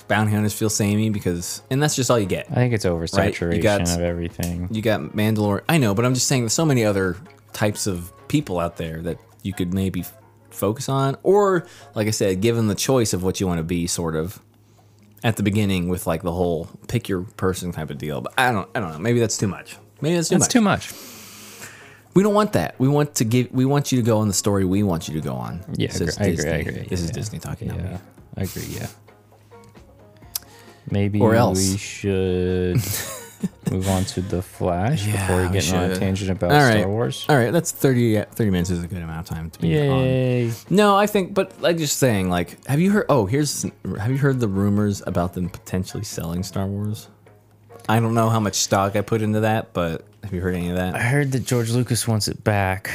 Speaker 1: bounty hunters feel samey because, and that's just all you get.
Speaker 2: I think it's oversaturation
Speaker 1: Right, you got-
Speaker 2: of everything.
Speaker 1: You got Mandalore. I know, but I'm just saying there's so many other types of people out there that you could maybe f- focus on. Or, like I said, given the choice of what you want to be, sort of at the beginning with like the whole pick your person type of deal. But I don't, I don't know. Maybe that's too much. Maybe that's too
Speaker 2: That's
Speaker 1: much.
Speaker 2: too much.
Speaker 1: We don't want that. We want to give. We want you to go on the story we want you to go on.
Speaker 2: Yeah,
Speaker 1: This
Speaker 2: agree-
Speaker 1: is
Speaker 2: I agree. I
Speaker 1: Disney.
Speaker 2: agree.
Speaker 1: This is
Speaker 2: yeah.
Speaker 1: Disney talking. not me.
Speaker 2: Yeah, I agree. Yeah. Maybe
Speaker 1: Or else.
Speaker 2: we should move on to the Flash before
Speaker 1: Yeah,
Speaker 2: we
Speaker 1: we
Speaker 2: get on a
Speaker 1: should.
Speaker 2: tangent about
Speaker 1: All right.
Speaker 2: Star Wars.
Speaker 1: All right, that's 30, 30 minutes is a good amount of time to be on.
Speaker 2: Yay!
Speaker 1: No, I think, but like just saying, like, have you heard? Oh, here's, have you heard the rumors about them potentially selling Star Wars? I don't know how much stock I put into that, but have you heard any of
Speaker 2: I
Speaker 1: that?
Speaker 2: heard that George Lucas wants it back.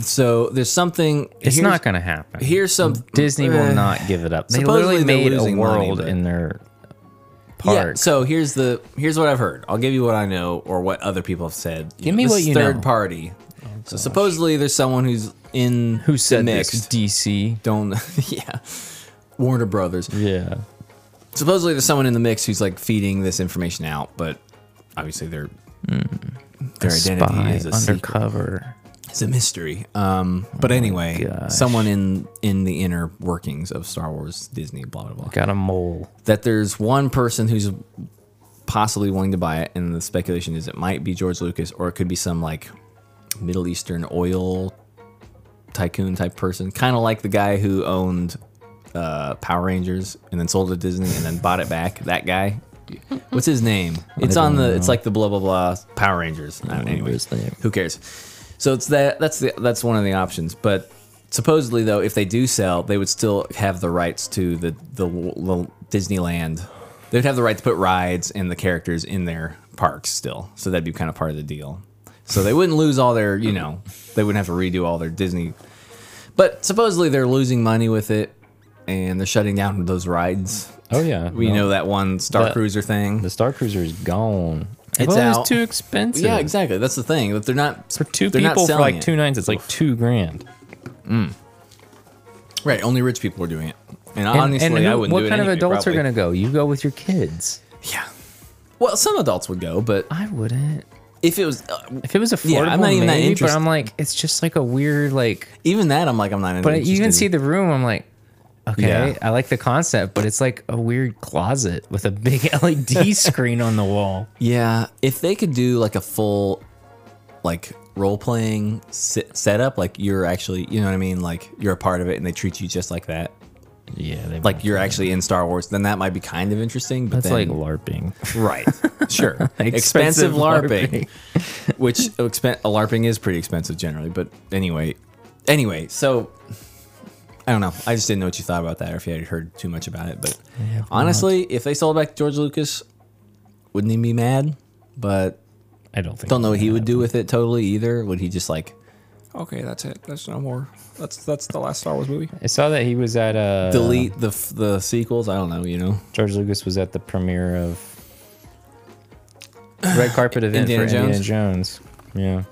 Speaker 1: So there's something.
Speaker 2: It's
Speaker 1: here's-
Speaker 2: not going to happen.
Speaker 1: Here's some
Speaker 2: Disney
Speaker 1: eh,
Speaker 2: will not give it up. They
Speaker 1: Supposedly
Speaker 2: literally
Speaker 1: they're
Speaker 2: made a
Speaker 1: losing money,
Speaker 2: world
Speaker 1: but-
Speaker 2: in their park.
Speaker 1: Yeah. So here's the here's what I've heard. I'll give you what I know or what other people have said.
Speaker 2: Give me
Speaker 1: This
Speaker 2: what
Speaker 1: is
Speaker 2: you
Speaker 1: third
Speaker 2: know. Oh,
Speaker 1: party. so supposedly there's someone who's in
Speaker 2: Who said
Speaker 1: the
Speaker 2: this?
Speaker 1: mix.
Speaker 2: DC.
Speaker 1: Don't yeah. Warner Brothers.
Speaker 2: Yeah.
Speaker 1: supposedly there's someone in the mix who's like feeding this information out, but obviously their their identity
Speaker 2: Hmm. Spy,
Speaker 1: is a secret.
Speaker 2: undercover. Oh
Speaker 1: It's a mystery. Um, but anyway,
Speaker 2: gosh.
Speaker 1: someone in in the inner workings of Star Wars, Disney, blah blah blah,
Speaker 2: Got a mole.
Speaker 1: that there's one person who's possibly willing to buy it, and the speculation is it might be George Lucas or it could be some like Middle Eastern oil tycoon type person, kind of like the guy who owned uh, Power Rangers and then sold it to Disney and then bought it back. That guy. What's his name? It's on the. It's like the blah blah blah Power Rangers. I don't-
Speaker 2: remember
Speaker 1: anyways,
Speaker 2: his name.
Speaker 1: who cares? So it's that. That's the. That's one of the options. But supposedly though, if they do sell, they would still have the rights to the the, the Disneyland. They'd have the right to put rides and the characters in their parks still. So that'd be kind of part of the deal. So they wouldn't lose all their, you know, they wouldn't have to redo all their Disney. But supposedly they're losing money with it and they're shutting down those rides.
Speaker 2: Oh yeah.
Speaker 1: We
Speaker 2: no.
Speaker 1: know that one Star
Speaker 2: The-
Speaker 1: Cruiser thing.
Speaker 2: The Star Cruiser is gone.
Speaker 1: It's
Speaker 2: Well,
Speaker 1: out.
Speaker 2: It's too expensive.
Speaker 1: yeah, exactly. That's the thing. That they're not
Speaker 2: For 2
Speaker 1: they're not
Speaker 2: people for
Speaker 1: selling
Speaker 2: like
Speaker 1: it.
Speaker 2: two nights, it's like two grand.
Speaker 1: Right, only rich people are doing it. And,
Speaker 2: And-
Speaker 1: honestly,
Speaker 2: and who-
Speaker 1: I wouldn't
Speaker 2: what
Speaker 1: do it
Speaker 2: kind of
Speaker 1: anyway,
Speaker 2: adults
Speaker 1: probably.
Speaker 2: are going to go? You go with your kids.
Speaker 1: Yeah. Well, some adults would go, but
Speaker 2: I wouldn't.
Speaker 1: if it was uh,
Speaker 2: If it was affordable,
Speaker 1: Yeah, I'm not even that
Speaker 2: maybe, but
Speaker 1: interested.
Speaker 2: I'm like, it's just like a weird like.
Speaker 1: even that, I'm like, I'm not.
Speaker 2: But you
Speaker 1: interested.
Speaker 2: can see the room. I'm like, okay,
Speaker 1: Yeah.
Speaker 2: I like the concept, but it's like a weird closet with a big LED screen on the wall.
Speaker 1: Yeah, if they could do like a full, like role playing set- setup, like you're actually, you know what I mean, like you're a part of it, and they treat you just like that,
Speaker 2: Yeah, they
Speaker 1: like you're actually in Star Wars, then that might be kind of interesting. But
Speaker 2: That's like
Speaker 1: then,
Speaker 2: LARPing.
Speaker 1: right, sure, expensive, LARPing, which expen- a LARPing is pretty expensive generally. But anyway, anyway, so I don't know. I just didn't know what you thought about that, or if you had heard too much about it. But honestly, if they sold back George Lucas, wouldn't he be mad? But
Speaker 2: I don't think.
Speaker 1: Don't know what he would do with it totally either. Would he just like, okay, that's it. That's no more. That's that's the last Star Wars movie.
Speaker 2: I saw that he was at uh
Speaker 1: Delete the f- the sequels. I don't know. You know,
Speaker 2: George Lucas was at the premiere of red carpet event
Speaker 1: Indiana
Speaker 2: for Indiana Jones. Yeah,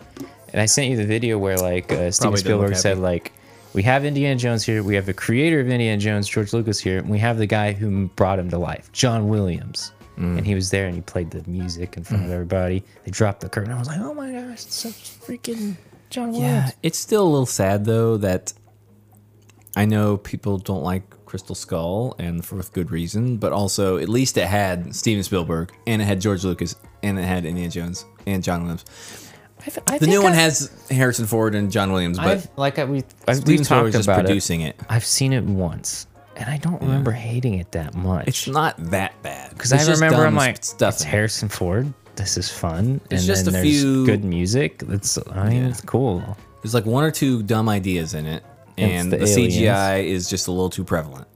Speaker 2: and I sent you the video where like uh,
Speaker 1: Probably
Speaker 2: Steven
Speaker 1: didn't look
Speaker 2: Spielberg said
Speaker 1: happy.
Speaker 2: like, "We have Indiana Jones here. We have the creator of Indiana Jones, George Lucas here, and we have the guy who brought him to life, John Williams."
Speaker 1: Mm.
Speaker 2: And he was there, and he played the music in front of everybody. They dropped the curtain. I was like, "Oh my gosh, it's such freaking John Williams!"
Speaker 1: it's still a little sad though that I know people don't like Crystal Skull and for with good reason, but also at least it had Steven Spielberg and it had George Lucas and it had Indiana Jones and John Williams.
Speaker 2: I th- I
Speaker 1: The
Speaker 2: think
Speaker 1: new one
Speaker 2: I've-
Speaker 1: has Harrison Ford and John Williams, but
Speaker 2: I've, like I, we I've,
Speaker 1: Steven
Speaker 2: we've talked
Speaker 1: Spielberg's just
Speaker 2: about it.
Speaker 1: producing it.
Speaker 2: I've seen it once, and I don't remember hating it that much.
Speaker 1: It's not that bad
Speaker 2: Because I remember I'm like,
Speaker 1: stuff.
Speaker 2: it's Harrison Ford. This is fun.
Speaker 1: It's
Speaker 2: and
Speaker 1: just
Speaker 2: then
Speaker 1: a
Speaker 2: there's
Speaker 1: few-
Speaker 2: good music. That's I mean, it's cool.
Speaker 1: There's like one or two dumb ideas in it, and
Speaker 2: the
Speaker 1: the,
Speaker 2: aliens.
Speaker 1: CGI is just a little too prevalent.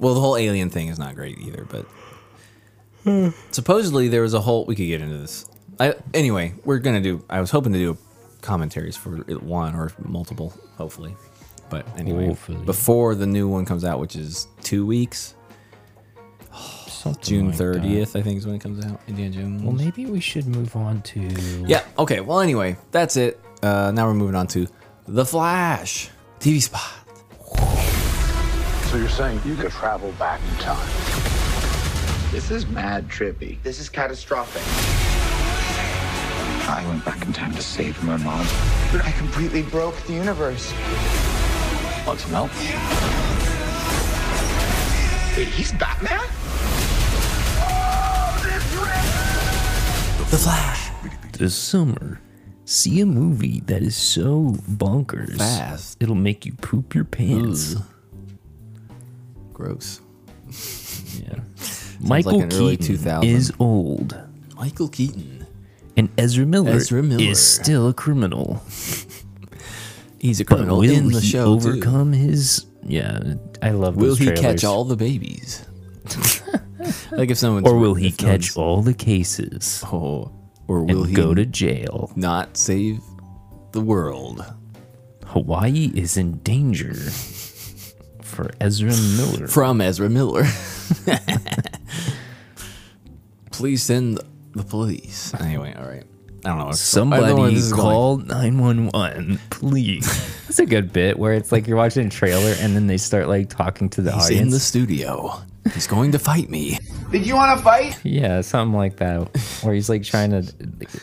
Speaker 1: Well, the whole
Speaker 2: Hmm.
Speaker 1: alien thing is not great either, but supposedly there was a whole. We could get into this. I, anyway, we're gonna do. I was hoping to do commentaries for it- one or multiple, hopefully. But anyway,
Speaker 2: Hopefully. Oh
Speaker 1: before the new one comes out, which is two weeks,
Speaker 2: Something
Speaker 1: June
Speaker 2: like that.
Speaker 1: thirtieth, I think is when it comes out. Indiana Jones.
Speaker 2: Well, maybe we should move on to.
Speaker 1: yeah. Okay. Well, anyway, that's it. Uh, now we're moving on to the Flash TV spot.
Speaker 6: So you're saying you could travel back in time? This is mad trippy.
Speaker 7: This is catastrophic.
Speaker 6: I went back in time to save my mom.
Speaker 7: But I completely broke the universe.
Speaker 6: Want some help?
Speaker 7: Wait, he's Batman?
Speaker 6: Oh,
Speaker 1: The Flash.
Speaker 2: This summer, see a movie that is so bonkers.
Speaker 1: Fast.
Speaker 2: It'll make you poop your pants.
Speaker 1: Gross.
Speaker 2: Michael
Speaker 1: like an early
Speaker 2: Keaton
Speaker 1: 2000.
Speaker 2: is old,
Speaker 1: Michael Keaton.
Speaker 2: and Ezra Miller,
Speaker 1: Ezra Miller.
Speaker 2: is still a criminal.
Speaker 1: He's a
Speaker 2: But
Speaker 1: criminal
Speaker 2: will
Speaker 1: in the
Speaker 2: he
Speaker 1: show too.
Speaker 2: overcome his? Yeah, I love.
Speaker 1: Will
Speaker 2: those
Speaker 1: he
Speaker 2: trailers.
Speaker 1: catch all the babies? like if someone.
Speaker 2: Or will he catch all the cases
Speaker 1: Oh, or will
Speaker 2: and
Speaker 1: he
Speaker 2: go to jail?
Speaker 1: not save the world?
Speaker 2: Hawaii is in danger for Ezra Miller.
Speaker 1: From Ezra Miller. Please send the police. Anyway, all right. I don't know. if- I don't know where
Speaker 2: Somebody
Speaker 1: this is going.
Speaker 2: call 911, please. That's a good bit where it's like you're watching a trailer and then they start like talking to the
Speaker 1: He's in
Speaker 2: audience.
Speaker 1: the studio. He's going to fight me.
Speaker 7: Did you want to fight?
Speaker 2: Yeah, something like that. Where he's like trying to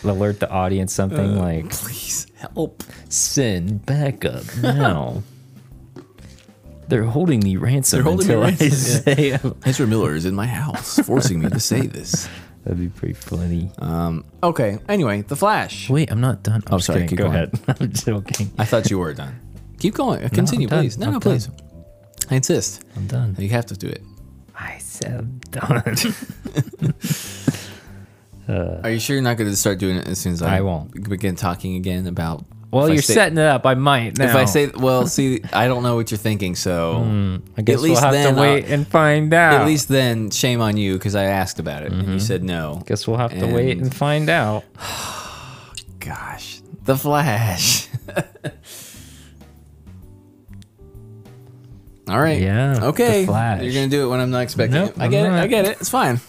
Speaker 2: alert the audience something like
Speaker 1: Please Uh, help.
Speaker 2: send backup now. They're holding me ransom
Speaker 1: They're holding me
Speaker 2: until I
Speaker 1: ransom,
Speaker 2: say
Speaker 1: Ezra Miller is in my house, forcing me to say this.
Speaker 2: that'd be pretty funny.
Speaker 1: Okay. Anyway, The Flash.
Speaker 2: Wait, I'm not done. I'm
Speaker 1: Oh,
Speaker 2: just
Speaker 1: sorry, keep
Speaker 2: kidding. Go
Speaker 1: going.
Speaker 2: ahead. I'm joking.
Speaker 1: I thought you were done. Keep going. Continue,
Speaker 2: done.
Speaker 1: please. No,
Speaker 2: I'm
Speaker 1: no,
Speaker 2: done.
Speaker 1: please. I insist.
Speaker 2: I'm done.
Speaker 1: You have to do it.
Speaker 2: I said I'm done.
Speaker 1: Are you sure you're not going to start doing it as soon as I,
Speaker 2: I won't.
Speaker 1: begin talking again about?
Speaker 2: well,
Speaker 1: if I
Speaker 2: you're
Speaker 1: say-
Speaker 2: setting it up. I might now. Mm.
Speaker 1: If I say, well, see, I don't know what you're thinking, so
Speaker 2: I guess
Speaker 1: at least
Speaker 2: we'll have
Speaker 1: then
Speaker 2: to wait
Speaker 1: I'll-
Speaker 2: and find out.
Speaker 1: at least then, shame on you because I asked about it and you said no.
Speaker 2: Mm-hmm. guess we'll have to wait and find out.
Speaker 1: Gosh, the Flash. All right.
Speaker 2: Yeah, The
Speaker 1: Okay.
Speaker 2: Flash.
Speaker 1: You're gonna do it when I'm not expecting
Speaker 2: Nope,
Speaker 1: it. I
Speaker 2: I'm
Speaker 1: get it. I
Speaker 2: not.
Speaker 1: get it. It's fine.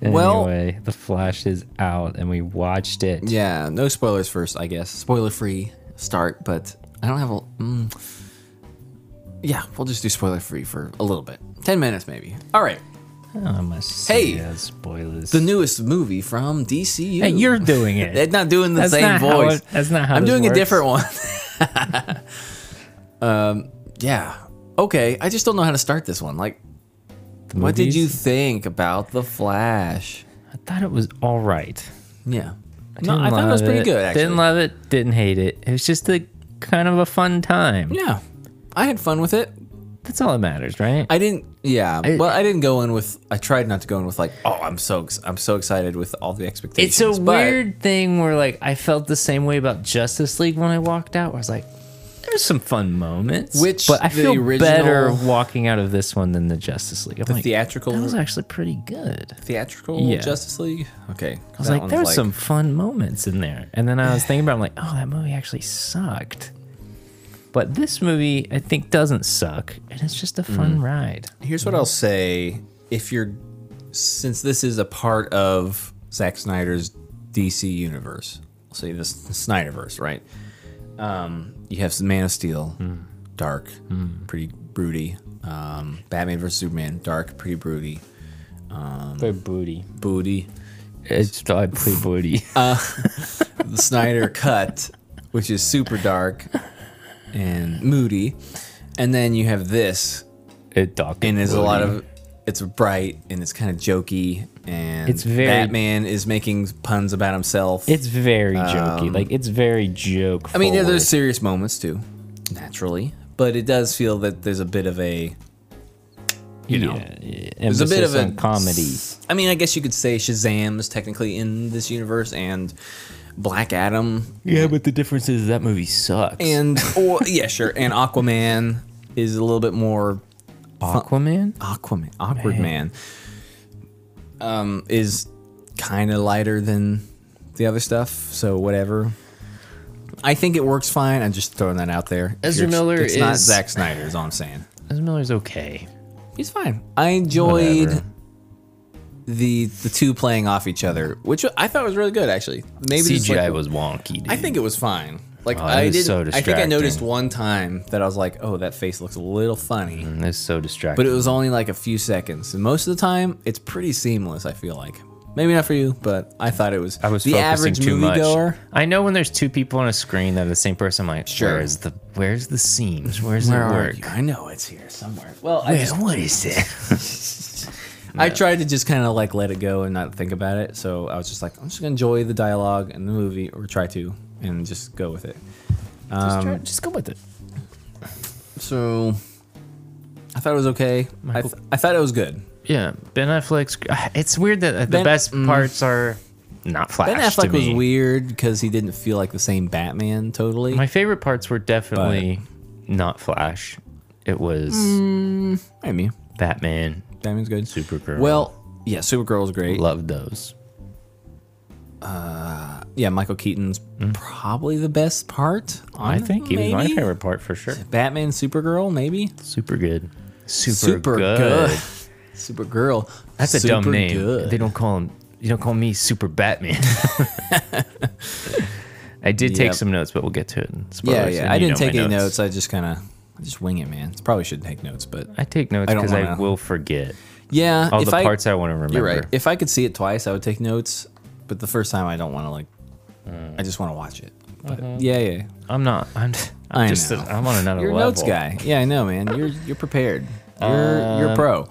Speaker 1: Well-
Speaker 2: anyway, the Flash is out, and we watched it.
Speaker 1: Yeah, no spoilers first, I guess. Spoiler free start, but I don't have a. Mm, yeah, we'll just do spoiler free for a little bit. 10 minutes, maybe. All right.
Speaker 2: Oh, I must say,
Speaker 1: Hey,
Speaker 2: uh, spoilers.
Speaker 1: The newest movie from DCU.
Speaker 2: hey, you're doing it.
Speaker 1: They're not doing the
Speaker 2: That's
Speaker 1: same
Speaker 2: not how
Speaker 1: voice.
Speaker 2: it- that's not how
Speaker 1: I'm
Speaker 2: this
Speaker 1: doing
Speaker 2: works.
Speaker 1: a different one. um, yeah. Okay. I just don't know how to start this one. Like,
Speaker 2: The
Speaker 1: what did
Speaker 2: movies?
Speaker 1: you think about The Flash?
Speaker 2: I thought it was all right.
Speaker 1: Yeah.
Speaker 2: Didn't
Speaker 1: no, I thought it was
Speaker 2: love
Speaker 1: pretty good, actually.
Speaker 2: Didn't love it. Didn't hate it. It was just a kind of a fun time.
Speaker 1: yeah. I had fun with it.
Speaker 2: That's all that matters, right?
Speaker 1: I didn't. Yeah.
Speaker 2: I-
Speaker 1: well, I didn't go in with. I tried not to go in with like, oh, I'm so ex- I'm so excited with all the
Speaker 2: it's
Speaker 1: expectations.
Speaker 2: a
Speaker 1: but
Speaker 2: weird thing where like I felt the same way about Justice League when I walked out. Where I was like, there's some fun moments,
Speaker 1: Which
Speaker 2: but I
Speaker 1: the
Speaker 2: feel better
Speaker 1: original-
Speaker 2: walking out of this one than the Justice League. I'm like,
Speaker 1: theatrical
Speaker 2: that was actually pretty good.
Speaker 1: theatrical
Speaker 2: Yeah.
Speaker 1: Justice League. Okay.
Speaker 2: I was like, there were some fun moments in there. And then I was thinking about, it, I'm like, oh, that movie actually sucked. But this movie, I think, doesn't suck, and it's just a
Speaker 1: Mm-hmm.
Speaker 2: fun ride.
Speaker 1: Here's what I'll say: if you're, since this is a part of Zack Snyder's DC universe, I'll say this Snyderverse, right? Um, you have Man of Steel,
Speaker 2: Hmm.
Speaker 1: dark, pretty broody. Um, Batman vs Superman, dark, pretty broody.
Speaker 2: Very booty.
Speaker 1: Booty.
Speaker 2: It's I play booty.
Speaker 1: the Snyder cut, which is super dark and moody, and then you have this,
Speaker 2: it dark
Speaker 1: and there's a lot of it's bright and it's kind of jokey, and
Speaker 2: It's very-
Speaker 1: Batman is making puns about himself.
Speaker 2: It's very jokey. like it's very joke.
Speaker 1: Um, I mean, yeah,
Speaker 2: forward.
Speaker 1: there's serious moments too, naturally, but it does feel that there's a bit of a you know.
Speaker 2: Yeah, yeah.
Speaker 1: There's a bit of
Speaker 2: Emphasis
Speaker 1: a
Speaker 2: on comedy.
Speaker 1: I mean, I guess you could say Shazam is technically in this universe, and Black Adam
Speaker 2: Yeah, but the difference is that movie sucks.
Speaker 1: and or yeah, sure. And Aquaman is a little bit more
Speaker 2: Aquaman.
Speaker 1: Aquaman, awkward man. Um, is kind of lighter than the other stuff, so whatever. I think it works fine. I'm just throwing that out there.
Speaker 2: Ezra
Speaker 1: It's-
Speaker 2: Miller
Speaker 1: it's not
Speaker 2: is-
Speaker 1: Zack Snyder. Is all I'm saying.
Speaker 2: Ezra Miller's okay.
Speaker 1: He's fine. I enjoyed
Speaker 2: Whatever.
Speaker 1: the the two playing off each other, which I thought was really good actually. Maybe just,
Speaker 2: CGI
Speaker 1: like,
Speaker 2: was wonky. Dude.
Speaker 1: I think it was fine. Like
Speaker 2: Oh, it
Speaker 1: I
Speaker 2: was
Speaker 1: did.
Speaker 2: so
Speaker 1: I think I noticed
Speaker 2: distracting. Mm-hmm.
Speaker 1: one time that I was like, "Oh, that face looks a little funny,"
Speaker 2: it's so distracting.
Speaker 1: but it was only like a few seconds. And most of the time, it's pretty seamless. I feel like maybe not for you, but I thought it was.
Speaker 2: I was
Speaker 1: the
Speaker 2: focusing
Speaker 1: average
Speaker 2: too much.
Speaker 1: moviegoer.
Speaker 2: I know when there's two people on a screen that are the same person. I'm like,
Speaker 1: Sure.
Speaker 2: where's the where's the seams? Where's
Speaker 1: Where
Speaker 2: the
Speaker 1: are
Speaker 2: work?
Speaker 1: you? I know it's here somewhere. Well, I
Speaker 2: Where-
Speaker 1: just
Speaker 2: what is it?
Speaker 1: I tried to just kind of like let it go and not think about it. So I was just like, I'm just gonna enjoy the dialogue and the movie, or try to, and just go with it.
Speaker 2: just, try- just go with it.
Speaker 1: So I thought it was okay. I, th- I thought it was good.
Speaker 2: Yeah, Ben Affleck's. It's weird that the
Speaker 1: Ben-
Speaker 2: best
Speaker 1: mm.
Speaker 2: parts are not Flash.
Speaker 1: Ben Affleck
Speaker 2: to
Speaker 1: was
Speaker 2: me.
Speaker 1: weird because he didn't feel like the same Batman totally.
Speaker 2: My favorite parts were definitely not Flash. It was
Speaker 1: Mm. I mean,
Speaker 2: Batman.
Speaker 1: Batman's good.
Speaker 2: Supergirl.
Speaker 1: Well, yeah, Supergirl was great.
Speaker 2: Love those.
Speaker 1: yeah, Michael Keaton's probably the best part. On
Speaker 2: Hmm. I think he was my
Speaker 1: maybe?
Speaker 2: favorite part for sure.
Speaker 1: Batman, Supergirl, maybe.
Speaker 2: Super good. Super,
Speaker 1: Super
Speaker 2: good.
Speaker 1: good. Supergirl.
Speaker 2: That's a dumb
Speaker 1: Super
Speaker 2: name.
Speaker 1: good.
Speaker 2: They don't call him. You don't call me Super Batman. I did take
Speaker 1: Yep.
Speaker 2: some notes, but we'll get to it. In spoilers,
Speaker 1: Yeah,
Speaker 2: and
Speaker 1: yeah. I
Speaker 2: you
Speaker 1: didn't
Speaker 2: know my
Speaker 1: take any notes. I just kind of just wing it, man. Probably should take notes, but
Speaker 2: I take notes
Speaker 1: I don't
Speaker 2: because I,
Speaker 1: wanna-
Speaker 2: will forget
Speaker 1: yeah.
Speaker 2: all
Speaker 1: if
Speaker 2: the
Speaker 1: I,
Speaker 2: parts I want to remember.
Speaker 1: you're right. If I could see it twice, I would take notes. But the first time, I don't want to like.
Speaker 2: Hmm.
Speaker 1: I just want to watch it. But
Speaker 2: Mm-hmm.
Speaker 1: yeah, yeah.
Speaker 2: I'm not. I'm. I'm
Speaker 1: I
Speaker 2: just.
Speaker 1: know.
Speaker 2: I'm on another
Speaker 1: You're a
Speaker 2: level. Um,
Speaker 1: notes guy. Yeah, I know, man. You're you're prepared. You're you're pro.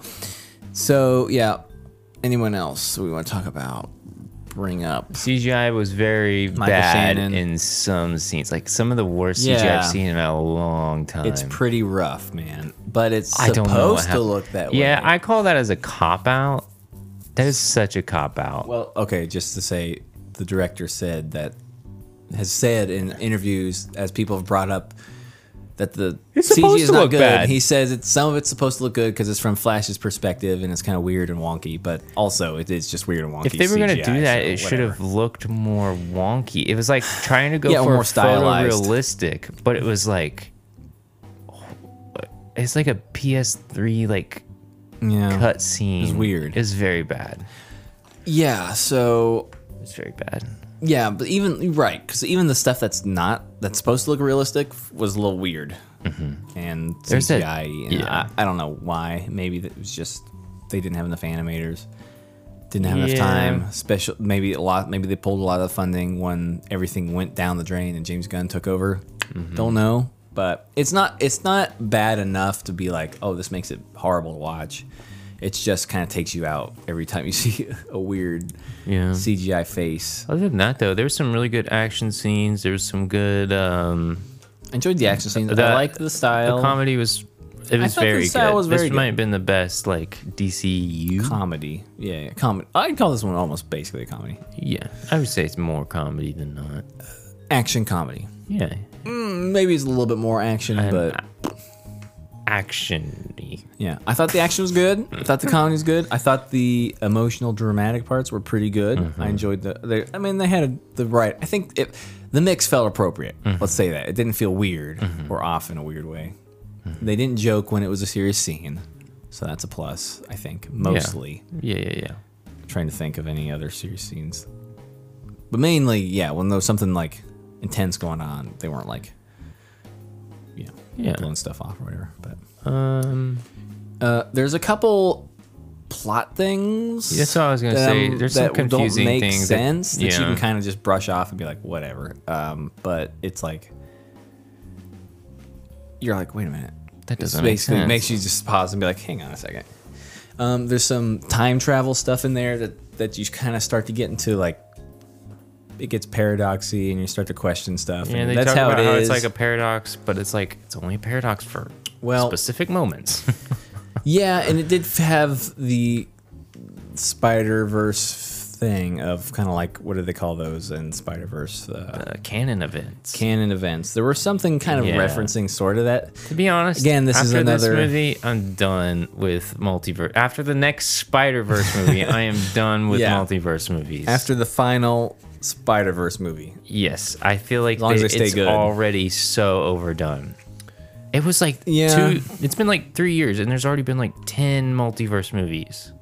Speaker 1: So yeah. Anyone else we want to talk about? Bring up.
Speaker 2: CGI was very
Speaker 1: Michael
Speaker 2: bad
Speaker 1: Shannon.
Speaker 2: in some scenes. Like some of the worst CGI
Speaker 1: Yeah.
Speaker 2: I've seen in a long time.
Speaker 1: It's pretty rough, man. But it's
Speaker 2: I don't know what
Speaker 1: supposed to
Speaker 2: happened.
Speaker 1: look that way.
Speaker 2: Yeah, I call that as a cop out. That is such a cop out.
Speaker 1: Well, okay, just to say, the director said that has said in interviews as people have brought up that the
Speaker 2: It's
Speaker 1: CG
Speaker 2: supposed
Speaker 1: is
Speaker 2: to
Speaker 1: not
Speaker 2: look
Speaker 1: good.
Speaker 2: bad.
Speaker 1: He says it's some of it's supposed to look good because it's from Flash's perspective and it's kind of weird and wonky, but also it is just weird and wonky.
Speaker 2: if they were going to
Speaker 1: CGI,
Speaker 2: do that,
Speaker 1: so
Speaker 2: it should have
Speaker 1: whatever.
Speaker 2: looked more wonky. It was like trying to go
Speaker 1: Yeah,
Speaker 2: for
Speaker 1: more stylized.
Speaker 2: photorealistic, but it was like it's like a PS3 like
Speaker 1: Yeah.
Speaker 2: cut scene. It's
Speaker 1: weird.
Speaker 2: It's very bad.
Speaker 1: Yeah. So
Speaker 2: It's very bad.
Speaker 1: yeah, but even right because even the stuff that's not that's supposed to look realistic was a little weird. And
Speaker 2: Mm-hmm. There's that-
Speaker 1: CGI, and
Speaker 2: yeah.
Speaker 1: I, I don't know why. Maybe that was just they didn't have enough animators, didn't have
Speaker 2: Yeah.
Speaker 1: enough time. Special, maybe a lot. Maybe they pulled a lot of the funding when everything went down the drain and James Gunn took over.
Speaker 2: Mm-hmm.
Speaker 1: Don't know, but it's not it's not bad enough to be like, oh, this makes it horrible to watch. It just kind of takes you out every time you see a weird
Speaker 2: Yeah.
Speaker 1: CGI face.
Speaker 2: Other than that, though, there was some really good action scenes. There was some good. Um,
Speaker 1: enjoyed the action scenes.
Speaker 2: The-
Speaker 1: I liked the style.
Speaker 2: the comedy was. It was
Speaker 1: thought the
Speaker 2: very
Speaker 1: style
Speaker 2: good.
Speaker 1: was
Speaker 2: this
Speaker 1: very good.
Speaker 2: might have been the best like DCU.
Speaker 1: comedy. Yeah, yeah comedy. I'd call this one almost basically a comedy.
Speaker 2: yeah, I would say it's more comedy than not.
Speaker 1: Action comedy.
Speaker 2: Yeah,
Speaker 1: Maybe it's a little bit more action,
Speaker 2: And
Speaker 1: but
Speaker 2: actiony.
Speaker 1: yeah. I thought the action was good. I thought the comedy was good. I thought the emotional dramatic parts were pretty good.
Speaker 2: Mm-hmm.
Speaker 1: I enjoyed the they, I mean they had the right I think it the mix felt appropriate.
Speaker 2: Mm-hmm.
Speaker 1: Let's say that. It didn't feel weird or off in a weird way.
Speaker 2: Mm-hmm.
Speaker 1: They didn't joke when it was a serious scene. So that's a plus, I think, mostly.
Speaker 2: Yeah, yeah, yeah.
Speaker 1: trying to think of any other serious scenes. But mainly, yeah, when there was something like intense going on, they weren't like, you know,
Speaker 2: Yeah.
Speaker 1: blowing stuff off or whatever. But
Speaker 2: Um,
Speaker 1: uh, there's a couple plot things.
Speaker 2: That's what I was gonna
Speaker 1: that,
Speaker 2: say.
Speaker 1: um,
Speaker 2: There's some
Speaker 1: that
Speaker 2: confusing
Speaker 1: don't make
Speaker 2: things that-
Speaker 1: sense that, you
Speaker 2: yeah.
Speaker 1: can kind of just brush off and be like, whatever. Um, but it's like you're like, wait a minute.
Speaker 2: that
Speaker 1: This
Speaker 2: doesn't make
Speaker 1: basically
Speaker 2: sense.
Speaker 1: makes you just pause and be like, hang on a second. Um, there's some time travel stuff in there that that you kind of start to get into like it gets paradoxy and you start to question stuff.
Speaker 2: yeah,
Speaker 1: and
Speaker 2: they
Speaker 1: that's
Speaker 2: talk
Speaker 1: how
Speaker 2: about
Speaker 1: it
Speaker 2: how
Speaker 1: is.
Speaker 2: it's like a paradox, but it's like it's only a paradox for
Speaker 1: Well-
Speaker 2: specific moments.
Speaker 1: yeah, and it did f- have the Spider Verse thing of kind of like what do they call those in Spider Verse? Uh,
Speaker 2: Uh, canon events.
Speaker 1: canon events. There were something kind of
Speaker 2: Yeah.
Speaker 1: referencing sort of that.
Speaker 2: to be honest,
Speaker 1: Again, this is
Speaker 2: after
Speaker 1: another-
Speaker 2: this movie. I'm done with multiverse. After the next Spider Verse movie, I am done with
Speaker 1: Yeah.
Speaker 2: multiverse movies.
Speaker 1: After the final Spider Verse movie,
Speaker 2: Yes, I feel like
Speaker 1: long as
Speaker 2: they-
Speaker 1: they stay
Speaker 2: it's
Speaker 1: good.
Speaker 2: already so overdone. It was like
Speaker 1: Yeah.
Speaker 2: two. It's been like three years, and there's already been like ten multiverse movies.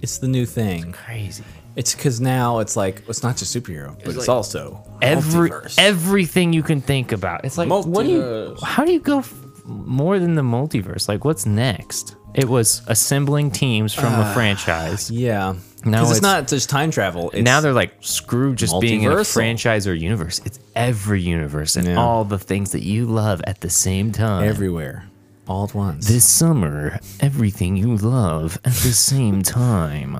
Speaker 1: it's the new thing.
Speaker 2: Crazy.
Speaker 1: It's because now it's like it's not just superhero, but it's,
Speaker 2: like-
Speaker 1: also
Speaker 2: Every
Speaker 1: multiverse.
Speaker 2: everything you can think about. It's like what do you?
Speaker 1: Multiverse.
Speaker 2: How do you go f- more than the multiverse? Like what's next? It was assembling teams from
Speaker 1: Ah,
Speaker 2: a franchise.
Speaker 1: yeah.
Speaker 2: Now
Speaker 1: Now it's,
Speaker 2: it's-
Speaker 1: not just time travel. It's,
Speaker 2: now they're like screw just being in a
Speaker 1: multiversal.
Speaker 2: franchise or universe. It's every universe and
Speaker 1: Yeah.
Speaker 2: all the things that you love at the same time.
Speaker 1: everywhere, all at once.
Speaker 2: This summer, everything you love at the same time.